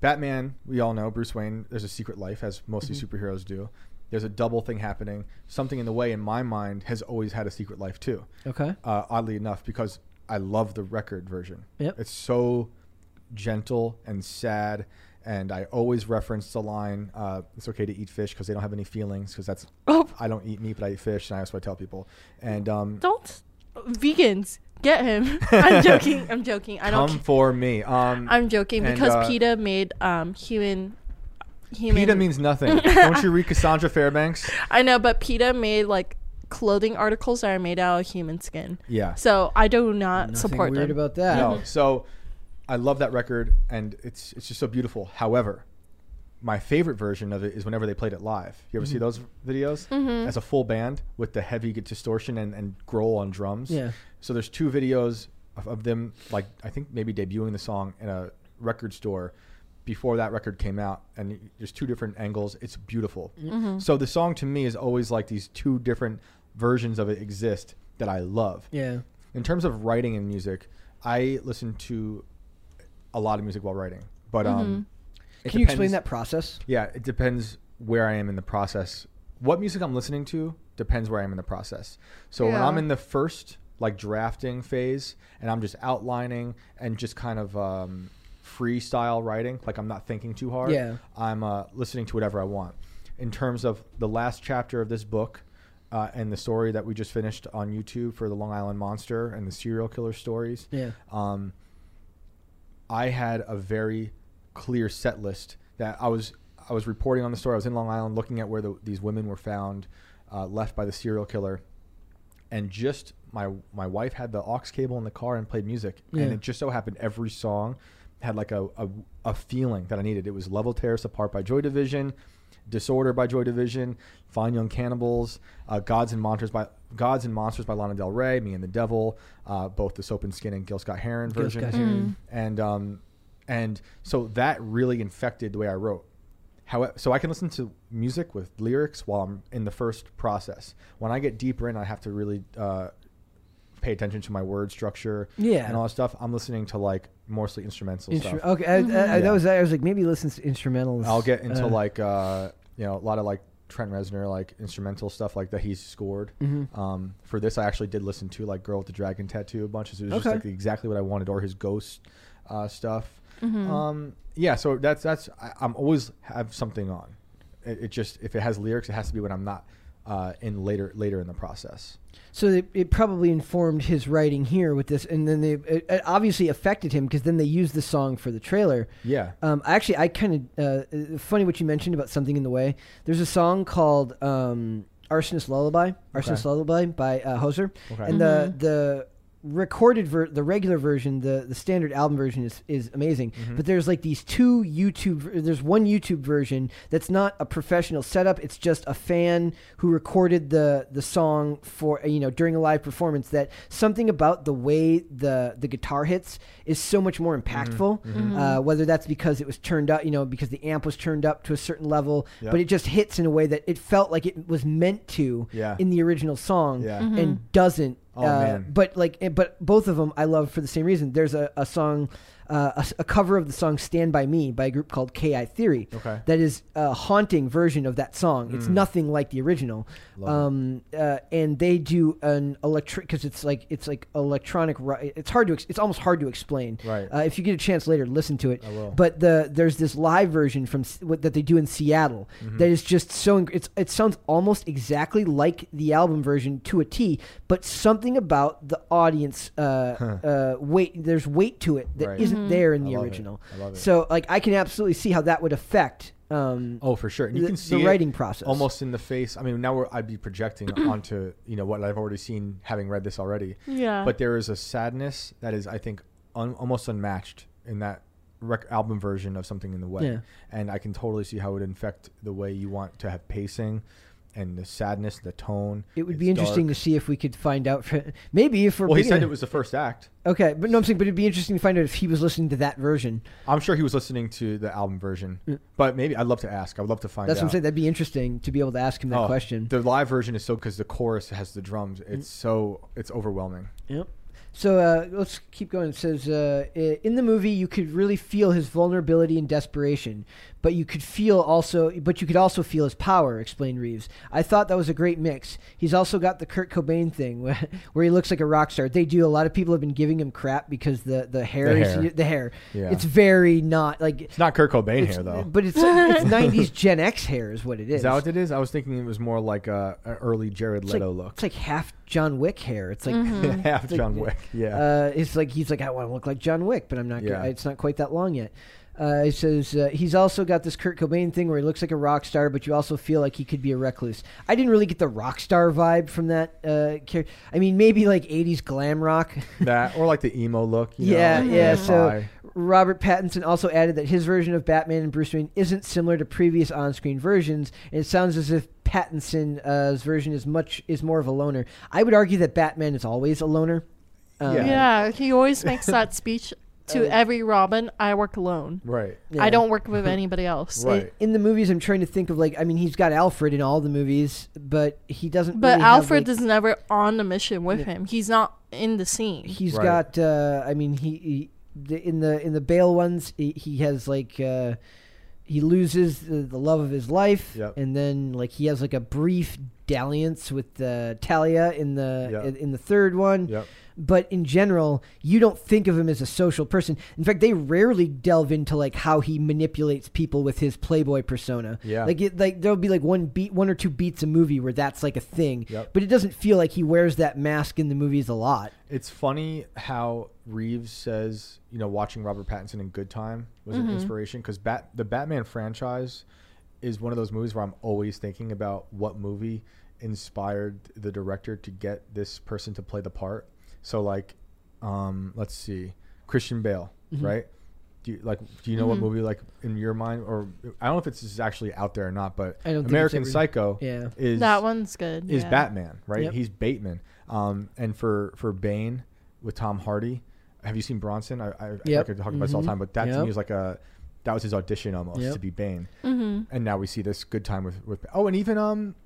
S4: Batman, we all know Bruce Wayne. There's a secret life, as mostly superheroes do. There's a double thing happening. Something in the way, in my mind, has always had a secret life too.
S2: Okay.
S4: Uh, oddly enough, because I love the record version.
S2: Yep.
S4: It's so gentle and sad. And I always reference the line, uh, "It's okay to eat fish because they don't have any feelings." Because that's
S3: Oh,
S4: I don't eat meat, but I eat fish, and that's what I tell people. And um,
S3: don't vegans get him. I'm joking. I'm joking. I
S4: come
S3: don't.
S4: for me. Um,
S3: I'm joking
S4: and,
S3: because
S4: uh,
S3: PETA made um human. Human.
S4: PETA means nothing. don't you read Cassandra Fairbanks?
S3: I know, but PETA made like clothing articles that are made out of human skin.
S4: Yeah.
S3: So I do not
S2: Nothing
S3: support
S2: weird
S3: them.
S2: about that.
S4: No. So I love that record, and it's it's just so beautiful. However, my favorite version of it is whenever they played it live. You ever see
S2: Mm-hmm.
S4: those videos as a full band with the heavy distortion and and growl on drums?
S2: Yeah.
S4: So there's two videos of, of them, like I think maybe debuting the song in a record store before that record came out, and there's two different angles. It's beautiful. So the song to me is always like these two different versions of it exist that I love
S2: Yeah.
S4: in terms of writing and music, I listen to a lot of music while writing. But um, it
S2: Can you explain
S4: depends-
S2: that process?
S4: Yeah, it depends where I am in the process. What music I'm listening to depends where I am in the process. So when
S3: Yeah.
S4: I'm in the first like drafting phase and I'm just outlining and just kind of um, freestyle writing, like I'm not thinking too hard.
S2: Yeah.
S4: I'm uh, listening to whatever I want. In terms of the last chapter of this book uh, and the story that we just finished on YouTube for the Long Island Monster and the serial killer stories,
S2: Yeah.
S4: um, I had a very clear set list that I was I was reporting on the story. I was in Long Island looking at where the, these women were found, uh, left by the serial killer, and just my my wife had the aux cable in the car and played music, and
S2: Yeah.
S4: it just so happened every song had like a, a a feeling that I needed. It was Level Tear Us Apart by Joy Division. Disorder by Joy Division, Fine Young Cannibals, uh, Gods and Monsters by Gods and Monsters by Lana Del Rey, Me and the Devil, uh, both the Soap and Skin and Gil Scott Heron
S2: Gil
S4: version,
S2: Scott Heron.
S4: and um, and so that really infected the way I wrote. However, so I can listen to music with lyrics while I'm in the first process. When I get deeper in, I have to really uh, pay attention to my word structure,
S2: Yeah.
S4: and all that stuff. I'm listening to like mostly instrumental
S2: Instru-
S4: stuff.
S2: okay. I, I, I,
S4: Yeah.
S2: that was I was like maybe listen to instrumentals.
S4: I'll get into
S2: Uh,
S4: like uh, you know a lot of like Trent Reznor like instrumental stuff like that he's scored. Um, for this, I actually did listen to like "Girl with the Dragon Tattoo" a bunch. So it was just
S2: Okay.
S4: like the- exactly what I wanted, or his Ghost uh, stuff. Um, yeah, so that's that's I, I'm always have something on. It, it just if it has lyrics, it has to be when I'm not uh, in later later in the process.
S2: So it, it probably informed his writing here with this, and then they it, it obviously affected him because then they used the song for the trailer.
S4: Yeah.
S2: Um, actually, I kind of uh, funny what you mentioned about something in the way. There's a song called um, "Arsonist Lullaby," "Arsonist Lullaby" by uh, Hoser, and the the recorded ver- the regular version, the the standard album version is is amazing. But there's like these two YouTube. ver- There's one YouTube version that's not a professional setup. It's just a fan who recorded the the song for uh, you know during a live performance. That something about the way the the guitar hits is so much
S4: Mm-hmm.
S2: more impactful. Uh, whether that's because it was turned up, you know, because the amp was turned up to a certain level, but it just hits in a way that it felt like it was meant to
S4: Yeah.
S2: in the original song
S4: Yeah.
S2: and doesn't.
S4: Oh,
S2: uh,
S4: man.
S2: but like eh, but both of them i love for the same reason there's a, a song uh, a s- a, cover of the song stand by me by a group called ki theory
S4: Okay. Mm.
S2: that is a haunting version of that song it's nothing like the original um uh, and they do an electric because it's like it's like electronic ri- it's hard to ex- it's almost hard to explain
S4: Right.
S2: uh, if you get a chance later listen to it I
S4: will.
S2: but the there's this live version from S- what, that they do in Seattle
S4: Mm-hmm.
S2: that is just so inc- it's it sounds almost exactly like the album version to a T, but something about the audience uh, uh, weight there's weight to it that
S4: Right.
S2: not there in the
S4: love it.
S2: original.
S4: I love it.
S2: So like I can absolutely see how that would affect. Um,
S4: Oh, for sure. And you
S2: the-
S4: can
S2: the
S4: see it
S2: writing process.
S4: almost in the face. I mean, now we're, I'd be projecting onto you know what I've already seen, having read this already.
S3: Yeah.
S4: But there is a sadness that is, I think, un, almost unmatched in that rec- album version of something in the way.
S2: Yeah.
S4: And I can totally see how it would infect the way you want to have pacing, and the sadness, the tone.
S2: It would
S4: It's
S2: be interesting
S4: dark.
S2: to see if we could find out. For, maybe if we're
S4: Well, he
S2: big
S4: said it
S2: enough-
S4: was the first act.
S2: okay, but no, I'm saying, but it'd be interesting to find out if he was listening to that version.
S4: I'm sure he was listening to the album version, but maybe I'd love to ask. I'd love to find
S2: That's
S4: out.
S2: what I'm saying. That'd be interesting to be able to ask him that
S4: Oh,
S2: question. Mm.
S4: The live version is so because the chorus has the drums. It's so it's overwhelming.
S2: Yep. So uh, let's keep going. It says uh, i- in the movie you could really feel his vulnerability and desperation, but you could feel also, but you could also feel his power. Explained Reeves. I thought that was a great mix. He's also got the Kurt Cobain thing where, where he looks like a rock star. They do. A lot of people have been giving him crap because the the hair,
S4: The
S2: is-
S4: hair.
S2: the hair.
S4: Yeah.
S2: It's very not like.
S4: It's not Kurt Cobain
S2: It's,
S4: hair though.
S2: but it's it's '90s Gen X hair is what it is.
S4: is that what it is? I was thinking it was more like a, a early Jared
S2: it's like,
S4: Leto look.
S2: it's like half John Wick hair. It's like
S4: Half
S2: like-
S4: John Wick. Yeah.
S2: Uh, it's like he's like, I want to look like John Wick, but I'm not.
S4: Yeah.
S2: Gonna, it's not quite that long yet. Uh, he says uh, he's also got this Kurt Cobain thing where he looks like a rock star, but you also feel like he could be a recluse. I didn't really get the rock star vibe from that. Uh, char- I mean, maybe like '80s glam rock.
S4: that or like the emo look. You
S2: yeah,
S4: know,
S2: yeah.
S4: AFI.
S2: So Robert Pattinson also added that his version of Batman and Bruce Wayne isn't similar to previous on-screen versions, and it sounds as if Pattinson's version is much is more of a loner. I would argue that Batman is always a loner. um,
S4: yeah.
S3: Yeah, he always makes that speech
S4: Uh,
S3: to every Robin. I work alone.
S4: Right.
S2: Yeah.
S3: I don't work with anybody else.
S4: Right.
S2: in, in the movies, I'm trying to think of like I mean, he's got Alfred in all the movies, but he doesn't.
S3: But
S2: really have,
S3: Alfred
S2: like-
S3: is never on the mission with him. He's not in the scene.
S2: He's
S4: Right.
S2: got. Uh, I mean, he, he the, in the in the Bale ones, he, he has like. Uh, he loses the, the love of his life,
S4: Yep.
S2: and then like he has like a brief dalliance with uh, Talia in the
S4: Yep.
S2: in, in the third one.
S4: Yep.
S2: But in general, you don't think of him as a social person. In fact, they rarely delve into like how he manipulates people with his playboy persona.
S4: Yeah.
S2: like it, like there'll be like one beat, one or two beats a movie where that's like a thing.
S4: Yep.
S2: But it doesn't feel like he wears that mask in the movies a lot.
S4: It's funny how Reeves says, you know, watching Robert Pattinson in Good Time was
S2: Mm-hmm.
S4: an inspiration because Bat- the Batman franchise is one of those movies where I'm always thinking about what movie inspired the director to get this person to play the part. So, like, um, let's see, Christian Bale,
S2: Mm-hmm.
S4: right? Do you, like, do you know what movie, like, in your mind, or I don't know if this is actually out there or not, but
S2: I don't think it's
S4: American
S2: ever-
S4: Psycho
S2: Yeah.
S4: is
S3: that one's good.
S4: is
S3: yeah.
S4: Batman, right?
S2: Yep.
S4: He's Bateman. Um, and for for Bane with Tom Hardy, have you seen Bronson? I, I, I feel
S2: Yep. Mm-hmm.
S4: like I talk about this all the time, but that to
S2: Yep.
S4: me was like a that was his audition almost
S2: Yep.
S4: to be Bane. And now we see this good time with with oh, and even um,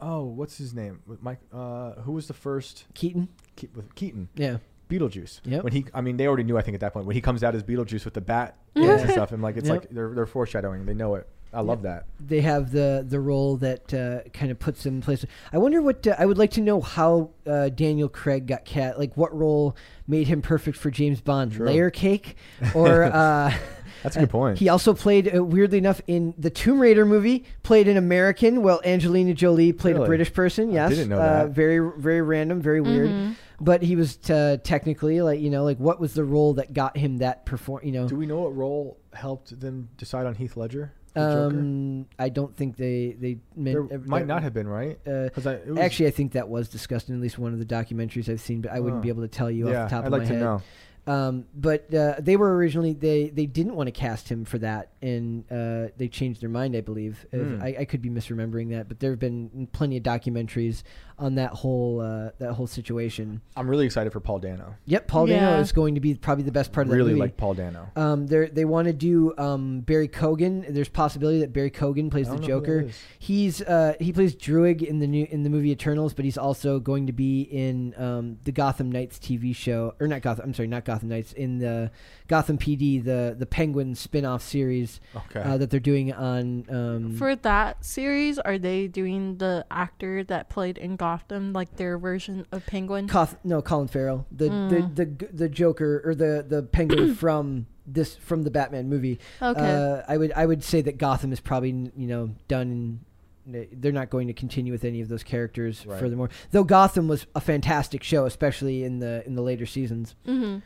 S4: oh, what's his name? With Mike, uh, who was the first
S2: Keaton.
S4: Ke- with Keaton?
S2: Yeah.
S4: Beetlejuice.
S2: Yep.
S4: When he, I mean, they already knew. I think at that point when he comes out as Beetlejuice with the bat and stuff, and like it's
S2: Yep.
S4: like they're they're foreshadowing. They know it. I love that.
S2: they have the the role that uh, kind of puts them in place. I wonder what uh, I would like to know how uh, Daniel Craig got cat like what role made him perfect for James Bond layer cake or uh,
S4: That's a good point.
S2: he also played uh, weirdly enough in the Tomb Raider movie played an American while Angelina Jolie played a
S4: Really?
S2: British person.
S4: I
S2: Yes,
S4: didn't know
S2: Uh,
S4: that.
S2: very very random, very weird. But he was uh technically like you know like what was the role that got him that perform you know
S4: Do we know what role helped them decide on Heath Ledger? The Joker?
S2: um, I don't think they they
S4: There
S2: meant,
S4: might not have been right.
S2: Uh,
S4: 'Cause I- it was-
S2: Actually, I think that was discussed in at least one of the documentaries I've seen, but I wouldn't
S4: Huh.
S2: be able to tell you
S4: yeah,
S2: off the top
S4: I'd
S2: of
S4: like
S2: my
S4: to
S2: head.
S4: know.
S2: Um, but uh, they were originally they they didn't want to cast him for that, and uh, they changed their mind, I believe. If-
S4: Hmm.
S2: I, I could be misremembering that, but there have been plenty of documentaries on that whole uh, that whole situation.
S4: I'm really excited for Paul Dano.
S2: Yep, Paul Dano
S3: Yeah.
S2: is going to be probably the best part of that
S4: Really
S2: movie.
S4: like Paul Dano.
S2: Um, they they want to do um, Barry Cogan. There's possibility that Barry Cogan plays the
S4: don't know who that
S2: Joker.
S4: is.
S2: He's uh, he plays Druig in the new in the movie Eternals, but he's also going to be in um, the Gotham Knights TV show, or not Gotham. I'm sorry, not Gotham Knights. In the Gotham PD, the the Penguin spin-off series
S4: Okay.
S2: uh, that they're doing on. Um,
S3: For that series, are they doing the actor that played in Gotham, like their version of Penguin?
S2: Coth- no, Colin Farrell, the, the the the Joker or the the Penguin from this from the Batman movie.
S3: Okay.
S2: uh, I would I would say that Gotham is probably you know done. They're not going to continue with any of those characters
S4: Right.
S2: furthermore. Though Gotham was a fantastic show, especially in the in the later seasons.
S3: the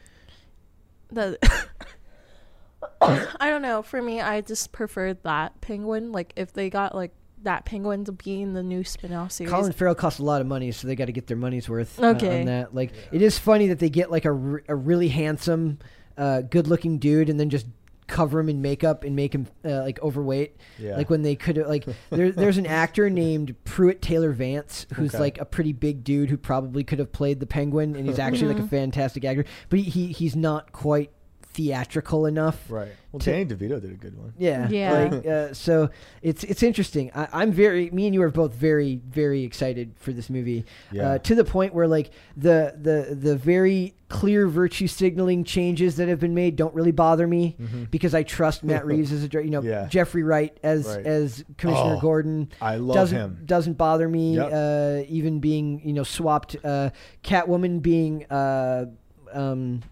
S3: I don't know. For me, I just preferred that penguin. Like if they got like that penguin to be in the new spin-off series.
S2: Colin Farrell costs a lot of money, so they got to get their money's worth uh,
S3: Okay.
S2: on that. Like it is funny that they get like a, re- a really handsome, uh, good-looking dude, and then just cover him in makeup and make him uh, like overweight.
S4: Yeah.
S2: Like when they could like there, there's an actor named Pruitt Taylor Vance who's
S4: Okay.
S2: like a pretty big dude who probably could have played the Penguin, and he's actually like a fantastic actor, but he, he he's not quite theatrical enough.
S4: Right. Well,
S2: to-
S4: Danny DeVito did a good one.
S2: Yeah.
S3: Yeah.
S2: Like, uh, so it's it's interesting. I, I'm very me and you are both very very excited for this movie.
S4: Yeah.
S2: Uh, to the point where like the the the very clear virtue signaling changes that have been made don't really bother me because I trust Matt Reeves as a dir- you know
S4: Mm-hmm. Yeah.
S2: Jeffrey Wright as
S4: Right.
S2: as Commissioner
S4: Oh,
S2: Gordon.
S4: I love
S2: doesn't,
S4: him.
S2: Doesn't bother me.
S4: Yep.
S2: Uh, even being you know swapped. Uh, Catwoman being. Uh, um,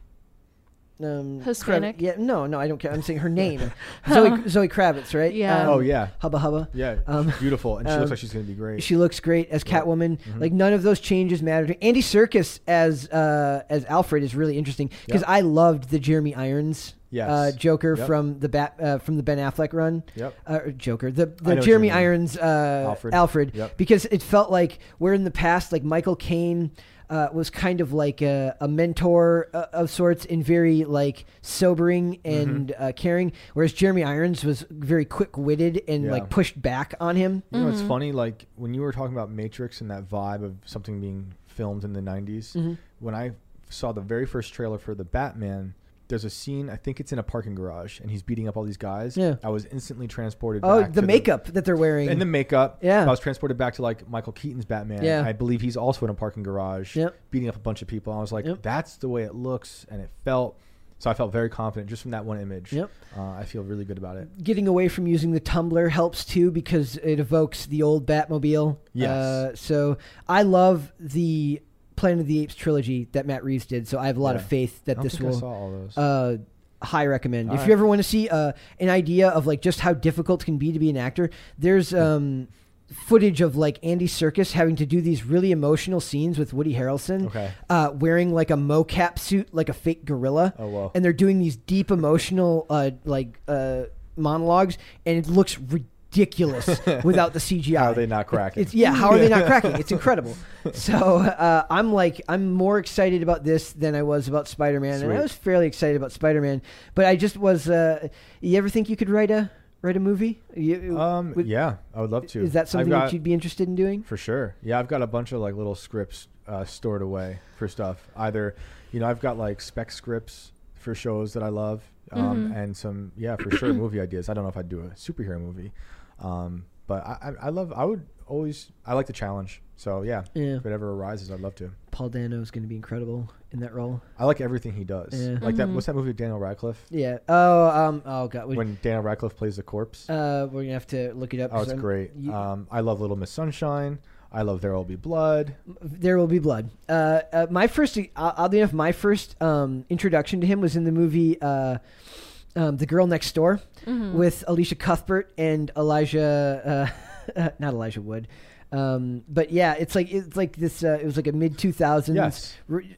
S2: um, Kra-
S3: Hispanic?
S2: yeah, no, no, I don't care. I'm saying her name, Zoe, Zoe Kravitz, right?
S3: Yeah.
S2: Um,
S4: Oh, yeah.
S2: Hubba Hubba.
S4: Yeah.
S2: Um,
S4: she's beautiful, and she
S2: um,
S4: looks like she's gonna be great. Mm-hmm.
S2: She looks great as Catwoman. Like none of those changes matter. to Andy Circus as uh, as Alfred is really interesting because
S4: Yep.
S2: I loved the Jeremy Irons
S4: Yes.
S2: uh, Joker
S4: Yep.
S2: from the bat uh, from the Ben Affleck run.
S4: Yep.
S2: Uh, Joker the
S4: know
S2: the
S4: what you
S2: Jeremy
S4: mean.
S2: Irons uh, Alfred,
S4: Alfred. Yep.
S2: because it felt like where in the past like Michael Caine. Uh, was kind of like a, a mentor uh, of sorts and very like sobering
S4: Mm-hmm.
S2: and uh, caring whereas jeremy irons was very quick-witted and
S4: Yeah.
S2: like pushed back on him
S4: You know, it's funny, like when you were talking about Matrix and that vibe of something being filmed in the 90s,
S2: Mm-hmm.
S4: when I saw the very first trailer for The Batman, there's a scene, I think it's in a parking garage, and he's beating up all these guys.
S2: Yeah.
S4: I was instantly transported
S2: Oh,
S4: back
S2: the
S4: to
S2: makeup that they're wearing.
S4: and the makeup.
S2: Yeah.
S4: I was transported back to like Michael Keaton's Batman.
S2: Yeah.
S4: I believe he's also in a parking garage
S2: Yep.
S4: beating up a bunch of people. I was like,
S2: Yep.
S4: that's the way it looks. And it felt, so I felt very confident just from that one image.
S2: Yep.
S4: Uh, I feel really good about it.
S2: Getting away from using the tumbler helps too because it evokes the old Batmobile.
S4: Yes.
S2: Uh, so I love the Planet of the Apes trilogy that Matt Reeves did. So I have a lot of
S4: Yeah.
S2: faith
S4: I
S2: that
S4: don't
S2: this
S4: think
S2: will.
S4: I saw all those.
S2: Uh, high recommend. if
S4: right.
S2: you ever want to see uh, an idea of like just how difficult it can be to be an actor, there's um, footage of like Andy Circus having to do these really emotional scenes with Woody Harrelson,
S4: Okay.
S2: uh, wearing like a mocap suit, like a fake gorilla.
S4: Oh, wow.
S2: And they're doing these deep emotional uh, like uh, monologues, and it looks ridiculous without the CGI.
S4: How are they not cracking?
S2: It's, yeah, how are they not cracking? It's incredible. So uh, I'm like, I'm more excited about this than I was about Spider Man, and I
S4: Sweet.
S2: was fairly excited about Spider Man, but I just was. Uh, you ever think you could write a write a movie? You-
S4: Um,
S2: with-
S4: yeah, I would love to.
S2: Is that
S4: I've
S2: something
S4: got-
S2: that you'd be interested in doing?
S4: for sure? Yeah, I've got a bunch of like little scripts uh, stored away for stuff. Either, you know, I've got like spec scripts for shows that I love, um,
S2: Mm-hmm.
S4: and some yeah for sure movie ideas. I don't know if I'd do a superhero movie, um, but I, I I love I would always I like the challenge. So yeah,
S2: Yeah.
S4: if it ever arises, I'd love to.
S2: Paul Dano is going to be incredible in that role.
S4: I like everything he does.
S2: Yeah. Mm-hmm.
S4: Like that. What's that movie with Daniel Radcliffe?
S2: Yeah. Oh, um, oh God. We,
S4: When Daniel Radcliffe plays the corpse.
S2: uh, we're going to have to look it up.
S4: oh, it's
S2: 'cause I'm-
S4: great.
S2: you-
S4: um, I love Little Miss Sunshine. I love There Will Be Blood.
S2: There will be blood. Uh, uh, my first, uh, oddly enough, my first um, introduction to him was in the movie uh, um, "The Girl Next Door" with Alicia Cuthbert and Elijah, uh, not Elijah Wood. Um, but yeah, it's like it's like this. Uh, it was like a mid two thousands
S4: Yes.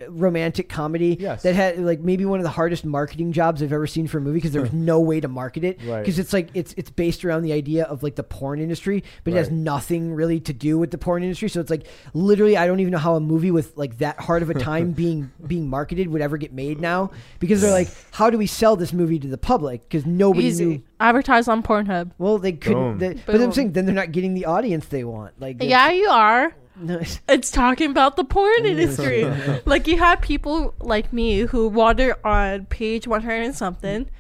S2: romantic comedy
S4: Yes.
S2: that had like maybe one of the hardest marketing jobs I've ever seen for a movie because there was no way to market it
S4: Right.
S2: because it's like it's it's based around the idea of like the porn industry, but it has
S4: Right.
S2: nothing really to do with the porn industry. So it's like literally, I don't even know how a movie with like that hard of a time being being marketed would ever get made now because they're like, how do we sell this movie to the public? Because nobody knew.
S3: Easy. Advertise on Pornhub.
S2: Well, they couldn't.
S4: Boom.
S2: They, but I'm
S3: Boom.
S2: saying then they're not getting the audience they want. Like,
S3: Yeah, you are.
S2: no, it's-
S3: It's talking about the porn industry. like you have people like me who wander on page one hundred and something.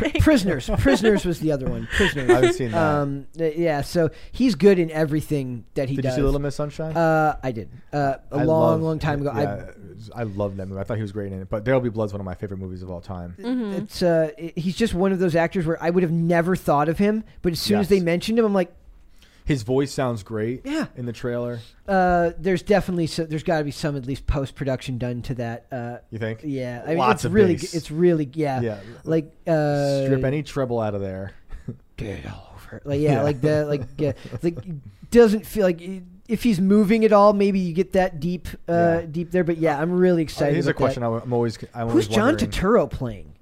S2: prisoners. prisoners was the other one.
S4: I
S2: Prisoners.
S4: haven't seen that.
S2: Um, yeah. So he's good in everything that he
S4: Did
S2: does.
S4: you see Little Miss Sunshine?
S2: uh, I did uh, a
S4: I
S2: long,
S4: love-
S2: long time ago. I,
S4: Yeah, I, loved that movie. I thought he was great in it. But There Will Be Blood's one of my favorite movies of all time.
S2: it's uh, i- he's just one of those actors where I would have never thought of him, but as soon as they
S4: Yes.
S2: mentioned him, I'm like,
S4: His voice sounds great.
S2: Yeah.
S4: In the trailer,
S2: uh, there's definitely so, there's got to be some at least post production done to that. Uh,
S4: you think?
S2: yeah, I mean,
S4: Lots
S2: it's
S4: of
S2: really,
S4: bass.
S2: g- it's really, yeah,
S4: Yeah.
S2: like uh,
S4: Strip any treble out of there.
S2: get it all over, like yeah, like the like yeah, like it doesn't feel like. It, if he's moving at all, maybe you get that deep, uh,
S4: Yeah. Oh,
S2: deep there. But yeah, I'm really excited.
S4: Here's a
S2: about that.
S4: question I, am always. I'm
S2: Who's
S4: always
S2: John
S4: wondering.
S2: Turturro playing?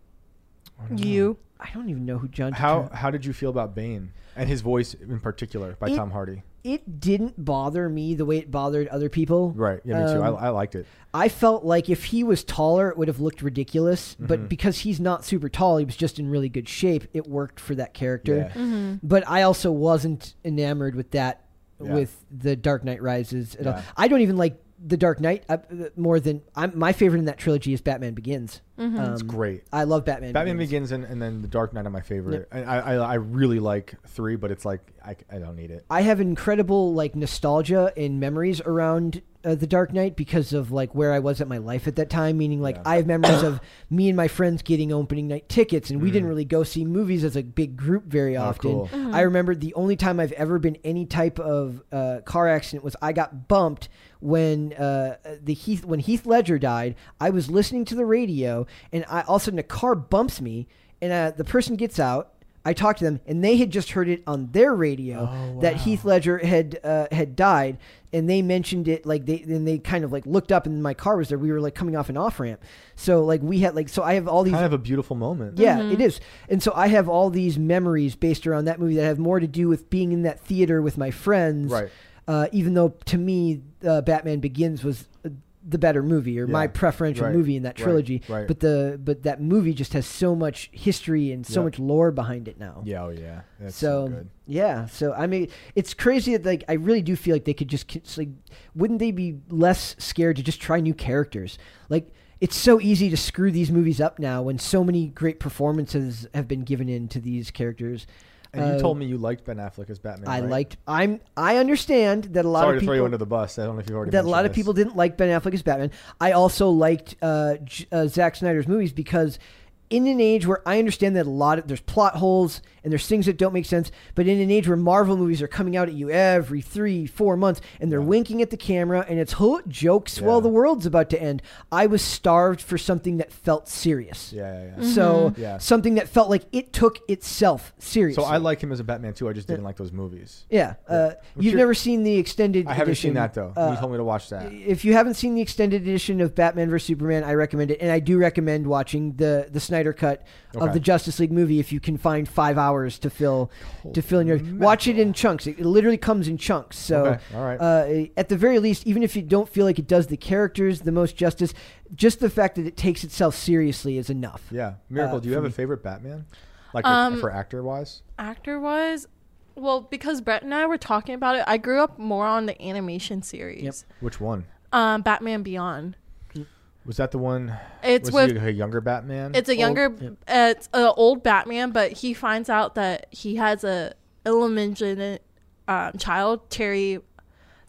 S3: you.
S2: I don't even know who John.
S4: How
S2: Turturro-
S4: how did you feel about Bane and his voice in particular by
S2: It-
S4: Tom Hardy?
S2: it didn't bother me the way it bothered other people.
S4: Right. Yeah, me too.
S2: Um,
S4: I, I liked it.
S2: I felt like if he was taller, it would have looked ridiculous.
S4: Mm-hmm.
S2: But because he's not super tall, he was just in really good shape. It worked for that character.
S4: Yeah.
S2: But I also wasn't enamored with that
S4: Yeah.
S2: with the Dark Knight Rises at all.
S4: Yeah.
S2: I don't even like the Dark Knight uh, uh, more than I'm, my favorite in that trilogy is Batman Begins. Um,
S4: Great.
S2: I love Batman.
S4: Batman Begins and, and then The Dark Knight are my favorite. And I, I I really like three, but it's like I, I don't need it.
S2: I have incredible like nostalgia and memories around uh, the Dark Knight because of like where I was at my life at that time. Meaning, like I have memories of me and my friends getting opening night tickets, and we didn't really go see movies as a big group very often.
S4: cool.
S2: I remember the only time I've ever been any type of uh, car accident was I got bumped when uh, the Heath when Heath Ledger died. I was listening to the radio, and I all of a sudden a car bumps me, and uh, the person gets out. I talked to them, and they had just heard it on their radio
S4: Oh,
S2: that Heath Ledger had uh, had died, and they mentioned it like they and they kind of like looked up, and my car was there. We were like coming off an off ramp, so like we had like so I have all these
S4: Kind of a beautiful moment.
S2: yeah, it is. And so I have all these memories based around that movie that have more to do with being in that theater with my friends.
S4: Right.
S2: Uh, even though to me, uh, Batman Begins was uh, the better movie or my
S4: Yeah.
S2: preferential
S4: Right.
S2: movie in that
S4: Right.
S2: trilogy.
S4: Right.
S2: But the but that movie just has so much history and so
S4: Yep.
S2: much lore behind it now.
S4: Yeah. Oh yeah. That's so,
S2: So,
S4: good.
S2: yeah, so I mean, it's crazy that like I really do feel like they could just it's like, wouldn't they be less scared to just try new characters? Like it's so easy to screw these movies up now when so many great performances have been given in to these characters. Um,
S4: And you told me you liked Ben Affleck as Batman.
S2: I
S4: right?
S2: liked. I'm. I understand that a lot
S4: Sorry
S2: of
S4: to
S2: people
S4: throw you under the bus. I don't know if you already
S2: that a
S4: mentioned
S2: lot of
S4: this.
S2: people didn't like Ben Affleck as Batman. I also liked uh, J- uh, Zack Snyder's movies because in an age where I understand that a lot of there's plot holes and there's things that don't make sense, but in an age where Marvel movies are coming out at you every three, four months and they're winking at the camera and it's "Huh, jokes while
S4: Yeah.
S2: the world's about to end, I was starved for something that felt serious.
S4: Yeah. yeah, yeah.
S2: So
S4: Yeah.
S2: something that felt like it took itself seriously.
S4: So I like him as a Batman too. I just didn't like those movies.
S2: Yeah, uh, you've
S4: you're-
S2: never seen the extended.
S4: I haven't
S2: edition.
S4: seen that though.
S2: Uh,
S4: you told me to watch that.
S2: if you haven't seen the extended edition of Batman vs Superman, I recommend it, and I do recommend watching the the Snyder cut of
S4: Okay.
S2: the Justice League movie if you can find five hours to fill to fill in your watch it in chunks. It, it literally comes in chunks. So,
S4: Okay, all right.
S2: uh, at the very least, even if you don't feel like it does the characters the most justice, just the fact that it takes itself seriously is enough.
S4: Yeah. Miracle,
S2: uh,
S4: do you
S2: for
S4: have a
S2: me.
S4: favorite Batman? Like
S3: Um,
S4: for, for actor wise?
S3: Actor wise, well, because Brett and I were talking about it, I grew up more on the animation series.
S4: Which one?
S3: Um, Batman Beyond.
S4: Was that the one?
S3: It's
S4: was
S3: with-
S4: he a younger Batman.
S3: It's a younger, it's an old Batman, but he finds out that he has a ill-imagined um, child, Terry,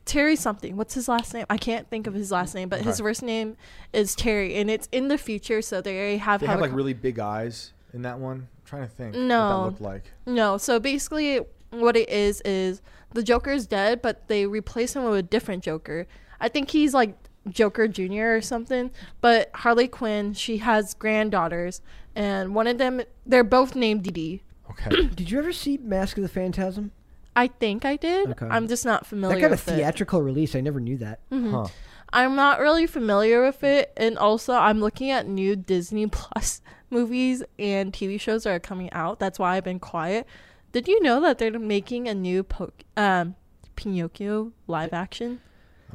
S3: Terry something. What's his last name? I can't think of his last name, but his first name is Terry, and it's in the future, so they already have.
S4: They
S3: how
S4: had
S3: it
S4: like
S3: co-
S4: really big eyes in that one. I'm trying to think what
S3: No.
S4: that looked like.
S3: No, so basically, what it is is the Joker is dead, but they replace him with a different Joker. I think he's like Joker Junior or something. But Harley Quinn, she has granddaughters, and one of them, they're both named Dee Dee.
S4: Okay.
S2: Did you ever see Mask of the Phantasm?
S3: I think I did.
S2: Okay.
S3: I'm just not familiar
S2: That got a
S3: with it.
S2: theatrical release. I never knew that.
S4: huh. Oh,
S3: I'm not really familiar with it, and also I'm looking at new Disney Plus movies and TV shows that are coming out. That's why I've been quiet. Did you know that they're making a new po- um, Pinocchio live action?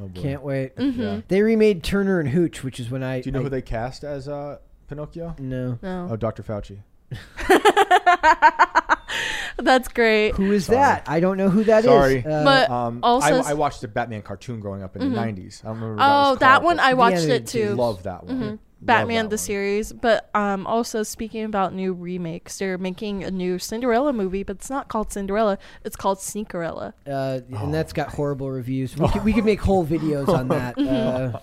S4: Oh boy.
S2: Can't wait.
S4: Yeah.
S2: They remade Turner and Hooch, which is when I.
S4: Do you know
S2: I- Mm.
S4: who they cast as uh, Pinocchio?
S2: No.
S3: No,
S4: Oh, Dr. Fauci.
S3: that's great.
S2: Who is that? I don't know who that is.
S4: Sorry.
S2: Uh,
S3: But
S4: Um,
S3: also, Mm-hmm.
S4: I, I watched the Batman cartoon growing up in the '90s. I don't remember.
S3: oh,
S4: what
S3: that
S4: was called,
S3: one
S4: but
S3: I watched
S2: Yeah,
S3: it too. Mm-hmm.
S4: Love that one. Love
S3: Batman
S4: that
S3: the
S4: one.
S3: series, but um, also speaking about new remakes, they're making a new Cinderella movie, but it's not called Cinderella; it's called Sneakerella.
S2: uh, and that's got horrible reviews. We could, we could make whole videos on that. Uh,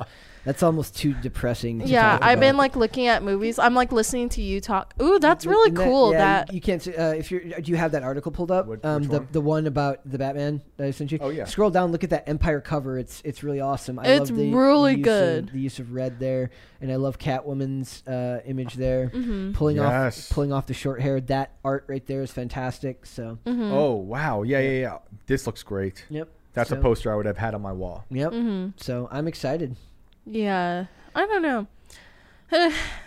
S2: that's almost too depressing. to
S3: Yeah,
S2: talk
S3: I've been
S2: about.
S3: like looking at movies. I'm like listening to you talk. Ooh, that's really
S2: And that-
S3: cool.
S2: yeah,
S3: That,
S2: you, you can't. see- Uh, if you are do you have that article pulled up?
S4: What-
S2: um,
S4: which
S2: the
S4: one?
S2: the one about the Batman that I sent you.
S4: Oh, yeah.
S2: Scroll down, look at that Empire cover. It's it's really awesome. I
S3: It's
S2: love the,
S3: really
S2: the use
S3: good.
S2: Of, the use of red there, and I love Catwoman's uh, image there,
S3: Mm-hmm.
S2: pulling
S4: Yes.
S2: off pulling off the short hair. That art right there is fantastic. So
S3: Mm-hmm.
S4: Oh wow, yeah, yeah, yeah. This looks great.
S2: yep,
S4: That's
S2: So-
S4: a poster I would have had on my wall.
S2: Yep. So I'm excited.
S3: yeah, I don't know,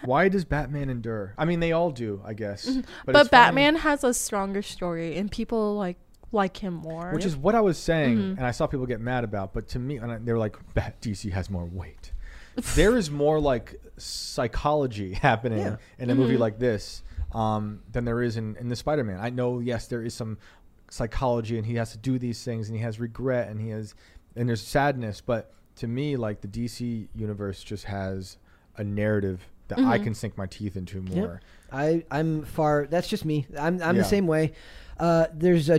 S4: Why does Batman endure? I mean, they all do, I guess. But,
S3: Mm-hmm. but
S4: it's funny,
S3: Batman has a stronger story, and people like like him more.
S4: which is what I was saying, and I saw people get mad about. But to me, and I, they were like, "Bat- "DC has more weight." there is more like psychology happening in a movie like this um, than there is in, in the Spider-Man. I know, yes, there is some psychology, and he has to do these things, and he has regret, and he has, and there's sadness. But to me, like the DC universe just has a narrative that I can sink my teeth into more.
S2: I I'm far. That's just me. I'm I'm
S4: Yeah.
S2: the same way. Uh, there's a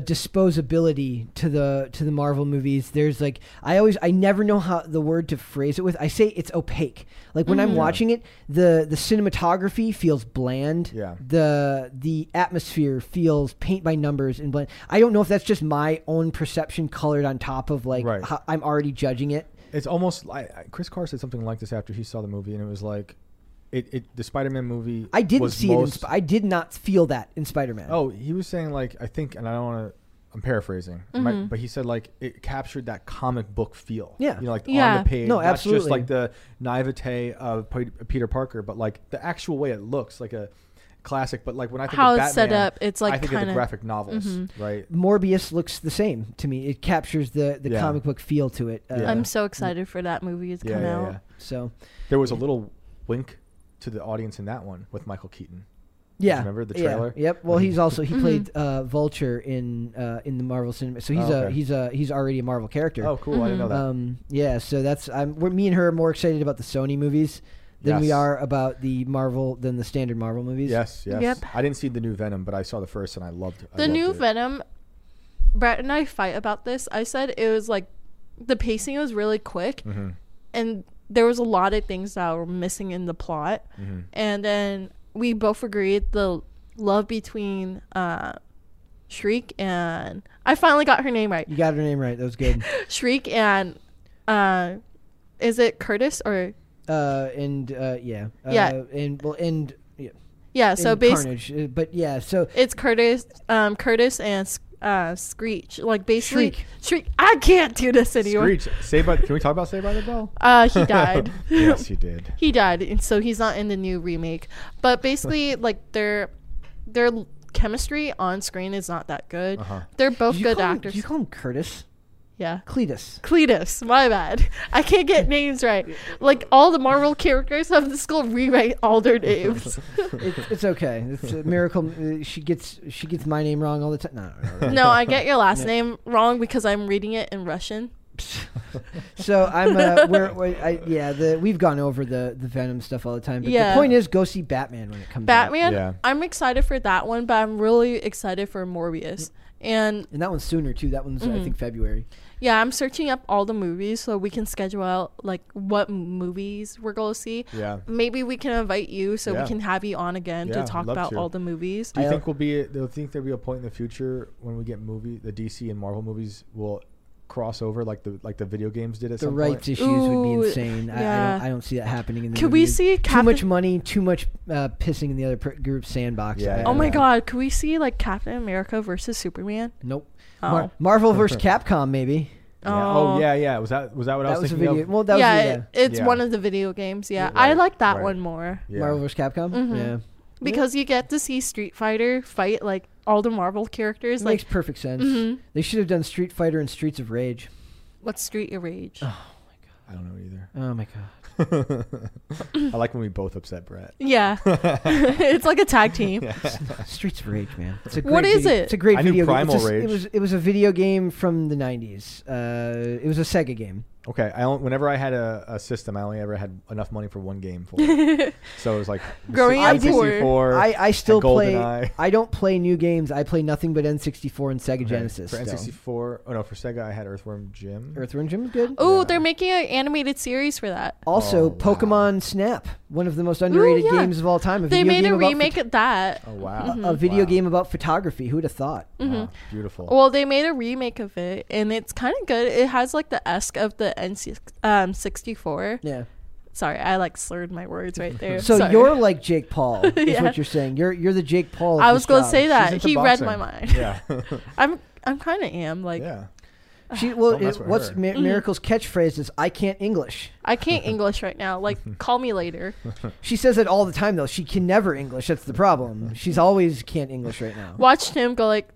S2: disposability to the to the Marvel movies. There's like I always I never know how the word to phrase it with. I say it's opaque. Like when I'm watching it, the the cinematography feels bland.
S4: Yeah.
S2: The the atmosphere feels paint by numbers and bland. I don't know if that's just my own perception colored on top of like
S4: Right.
S2: how I'm already judging it.
S4: It's almost like I- Chris Carr said something like this after he saw the movie, and it was like, it, it the Spider-Man movie.
S2: I didn't
S4: was
S2: see it. In
S4: most,
S2: Sp- I did not feel that in Spider Man.
S4: oh, he was saying like I think, and I don't want to. I'm paraphrasing, I might- but he said like it captured that comic book feel.
S2: Mm-hmm. Yeah.
S4: you know, like
S3: Yeah.
S4: on the page.
S2: No,
S4: Not just
S2: absolutely.
S4: like the naivete of P- Peter Parker, but like the actual way it looks, like a classic. But like when I think
S3: How
S4: of
S3: it's set
S4: Batman,
S3: up, it's, like,
S4: I think of
S3: kinda- Mm-hmm.
S4: the graphic novels, right?
S2: Morbius looks the same to me. It captures the, the
S4: Yeah.
S2: comic book feel to it. Uh,
S4: Yeah.
S3: I'm so excited for that movie to
S4: Yeah,
S3: come
S4: yeah,
S3: out.
S4: yeah.
S2: So
S4: There was a little wink to the audience in that one with Michael Keaton.
S2: yeah,
S4: remember the
S2: yeah,
S4: trailer? Mm-hmm.
S2: Yep. Well, he's also
S3: Mm-hmm.
S2: he played uh, Vulture in uh, in the Marvel cinema. So he's
S4: Oh,
S2: a
S4: okay.
S2: he's a he's already a Marvel character.
S4: Oh, cool! I didn't know that.
S2: Um. Yeah. So that's I'm. We're, me and her are more excited about the Sony movies than we
S4: Yes.
S2: are about the Marvel than the standard Marvel movies.
S4: Yes, yes.
S3: Yep.
S4: I didn't see the new Venom, but I saw the first and I loved it. I
S3: The
S4: loved
S3: new
S4: it.
S3: Venom, Brett and I fight about this. I said it was like the pacing was really quick,
S4: Mm-hmm.
S3: and there was a lot of things that were missing in the plot.
S4: Mm-hmm.
S3: And then we both agreed the love between uh, Shriek and I finally got her name right.
S2: You got her name right. That was good.
S3: Shriek and uh, is it Curtis or
S2: uh. And uh. Yeah. Uh,
S3: Yeah.
S2: And well. And yeah.
S3: yeah? So
S2: and
S3: basically,
S2: Carnage. Uh, But yeah. So
S3: It's Curtis, um, Curtis and uh, Screech. Like basically,
S2: Shriek.
S3: Shriek. I can't do this anymore.
S4: Screech. Saved by, can we talk about Saved by the Bell?
S3: Uh, he died.
S4: yes, he did.
S3: he died, and so he's not in the new remake. But basically, like their their l- chemistry on screen is not that good.
S4: Uh-huh.
S3: They're both
S2: did you
S3: good
S2: call him-
S3: actors.
S2: Did you call him Curtis?
S3: yeah.
S2: Cletus.
S3: Cletus, my bad. I can't get names right. Like all the Marvel characters have the school rewrite all their names.
S2: It's, it's okay. It's a miracle. Uh, She gets she gets my name wrong all the time. No, no, no, no.
S3: no, I get your last name wrong because I'm reading it in Russian.
S2: so I'm uh, we're, we I, yeah. The we've gone over the the Venom stuff all the time. But
S3: Yeah.
S2: the point is, go see Batman when it comes. out.
S3: Batman.
S4: Yeah.
S3: I'm excited for that one,
S2: Mm.
S3: but I'm really excited for Morbius. And Mm-hmm.
S2: and that one's sooner too. That one's I think February.
S3: Yeah, I'm searching up all the movies so we can schedule out like what m- movies we're going to see.
S4: Yeah.
S3: Maybe we can invite you so
S4: Yeah.
S3: we can have you on again
S4: Yeah,
S3: to talk
S4: I'd love
S3: about
S4: to.
S3: all the movies.
S4: Do you think we'll be? Do you think there'll be a point in the future when we get movie, the DC and Marvel movies will cross over like the like the video games did at
S2: The
S4: some
S2: rights
S4: point?
S2: issues would be
S3: Ooh,
S2: insane. I, I,
S3: yeah.
S2: don't, I don't see that happening. In the
S3: Could we
S2: movie.
S3: see
S2: too
S3: Captain-
S2: much money, too much uh, pissing in the other pr- group's sandbox?
S4: Yeah,
S2: I-
S4: yeah,
S3: Oh my
S4: yeah.
S3: god, could we see like Captain America versus Superman?
S2: Nope.
S3: Oh.
S2: Mar- Marvel versus Capcom, maybe.
S4: Yeah. Oh yeah, yeah. Was that was that what I
S2: That
S4: was,
S2: was a
S4: thinking
S2: video.
S4: of?
S2: Well, that
S3: yeah,
S2: was uh,
S3: it- it's
S4: Yeah.
S3: one of the video games. Yeah,
S4: Yeah,
S3: I
S4: right,
S3: like that
S4: right.
S3: one more
S4: yeah.
S2: Marvel vs. Capcom.
S3: Mm-hmm.
S2: Yeah,
S3: because you get to see Street Fighter fight like all the Marvel characters.
S2: it
S3: Like, mm-hmm.
S2: makes perfect sense. They should have done Street Fighter and Streets of Rage.
S3: what's Street of Rage?
S4: I don't know either.
S2: Oh my god.
S4: I like when we both upset Brett.
S3: yeah, it's like a tag team.
S2: Uh, Streets of Rage, man. It's a great
S3: What is
S2: video-
S3: it?
S2: It's a great
S4: I knew
S2: video
S4: Primal
S2: game. It's a-
S4: Rage.
S2: It was it was a video game from the 90s. Uh, it was a Sega game.
S4: Okay, I don't, whenever I had a, a system, I only ever had enough money for one game for. It. so it was like the
S3: Growing
S4: Super
S3: up poor.
S4: 64,
S2: I, I still
S4: and
S2: play.
S4: GoldenEye.
S2: I don't play new games. I play nothing but N64 and Sega Genesis.
S4: for
S2: still.
S4: N64. Oh no, for Sega I had Earthworm Jim.
S2: Earthworm Jim's good.
S3: Oh, they're making an animated series for that.
S4: Oh,
S2: Also, Pokemon Snap, one of the most underrated
S3: yeah.
S2: games of all time. A
S3: They
S2: video
S3: made
S2: game
S3: a
S2: about
S3: remake
S2: phot-
S3: of that.
S4: oh wow,
S2: a video game about photography. Who'd have thought?
S4: Wow, beautiful.
S3: Mm-hmm. Well, they made a remake of it, and it's kind of good. It has like the esque of the N um, sixty four.
S2: Yeah.
S3: Sorry, I like slurred my words right there.
S2: So
S3: Sorry.
S2: you're like Jake Paul, is
S3: Yeah.
S2: what you're saying. You're you're the Jake Paul. of
S3: I was gonna
S2: this job.
S3: say
S4: She's
S3: that
S4: into
S3: he
S4: boxing.
S3: read my mind.
S4: yeah,
S3: I'm I'm kind of am like
S4: yeah.
S2: She, well,
S4: Don't mess
S2: it-
S4: with
S2: what's
S4: her.
S2: Mi-
S3: Mm.
S2: Miracle's catchphrase is "I can't English."
S3: I can't English right now. Like call me later.
S2: She says it all the time though. She can never English. That's the problem. She's always can't English right now.
S3: Watched him go like,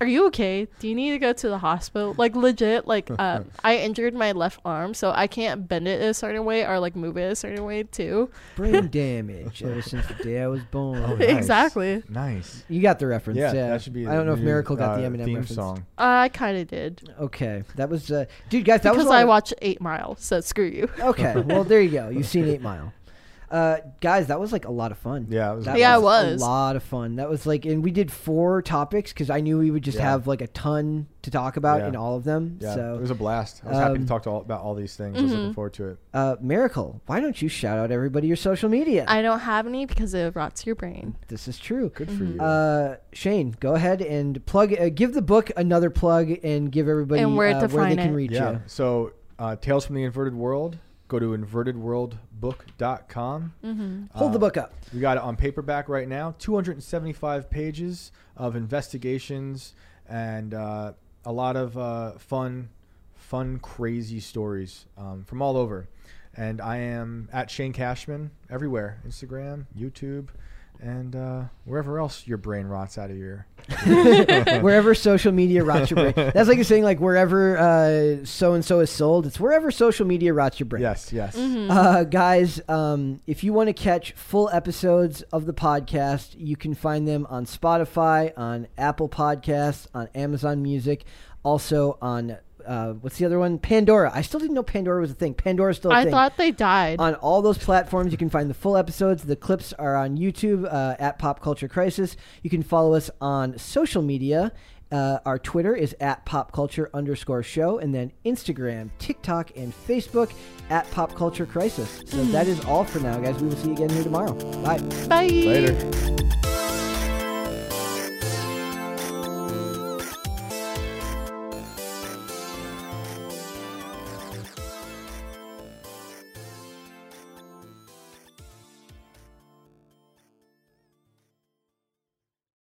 S3: "Are you okay? Do you need to go to the hospital?" Like legit. Like uh, I injured my left arm, so I can't bend it a certain way or like move it a certain way too.
S2: Brain damage ever since the day I was born.
S4: Nice.
S3: Exactly.
S4: Nice.
S2: You got the reference.
S4: Oh, Yeah,
S2: Yeah,
S4: that should be.
S2: I don't know if
S4: new,
S2: Miracle got the
S4: uh,
S2: Eminem
S4: theme
S2: reference.
S4: song.
S3: I kind of did
S2: Okay, that was, uh, dude, guys. That was
S3: because
S2: a lot
S3: I
S2: of-
S3: watched Eight Mile. So screw you.
S2: Okay, well there you go. You've seen Eight Mile. Uh, guys, that was like a lot of fun.
S4: Yeah, it was
S2: That
S4: a
S3: Yeah, it was.
S2: a lot of fun. That was like, and we did four topics because I knew we would just
S4: Yeah.
S2: have like a ton to talk about
S4: Yeah.
S2: in all of them.
S4: Yeah, it
S2: So,
S4: was a blast. I was happy to
S2: Um,
S4: talk to all, about all these things. I was
S3: Mm-hmm.
S4: looking forward to it.
S2: uh, Miracle, why don't you shout out everybody your social media?
S3: I don't have any because it rots your brain.
S2: this is true.
S4: Good for
S3: Mm-hmm.
S4: you.
S2: Uh, Shane, go ahead and plug, uh, give the book another plug, and give everybody
S3: And where
S2: uh,
S3: to
S2: where they
S3: find
S2: can
S3: it.
S2: reach
S4: Yeah.
S2: you.
S4: So, uh, Tales from the Inverted World. Go to invertedworldbook.com.
S3: Mm-hmm.
S2: Hold
S4: Uh,
S2: the book up.
S4: We got it on paperback right now. 275 pages of investigations and uh, a lot of uh, fun, fun, crazy stories um, from all over. And I am at Shane Cashman everywhere Instagram, YouTube, and uh, wherever else your brain rots out of your.
S2: wherever social media rots your brain. That's like you're saying, like wherever so and so is sold, it's wherever social media rots your brain.
S4: Yes, yes. Mm-hmm.
S3: Hmm.
S2: Uh, guys, um, if you want to catch full episodes of the podcast, you can find them on Spotify, on Apple Podcasts, on Amazon Music, also on uh, what's the other one? Pandora. I still didn't know Pandora was a thing. Pandora's still a
S3: I
S2: thing.
S3: thought they died.
S2: On all those platforms, you can find the full episodes. The clips are on YouTube uh, at Pop Culture Crisis. You can follow us on social media. Uh, our Twitter is at Pop Culture underscore show, and then Instagram, TikTok, and Facebook at Pop Culture Crisis. So that is all for now, guys. We will see you again here tomorrow. Bye.
S3: Bye.
S4: Later.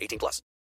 S5: 18 plus.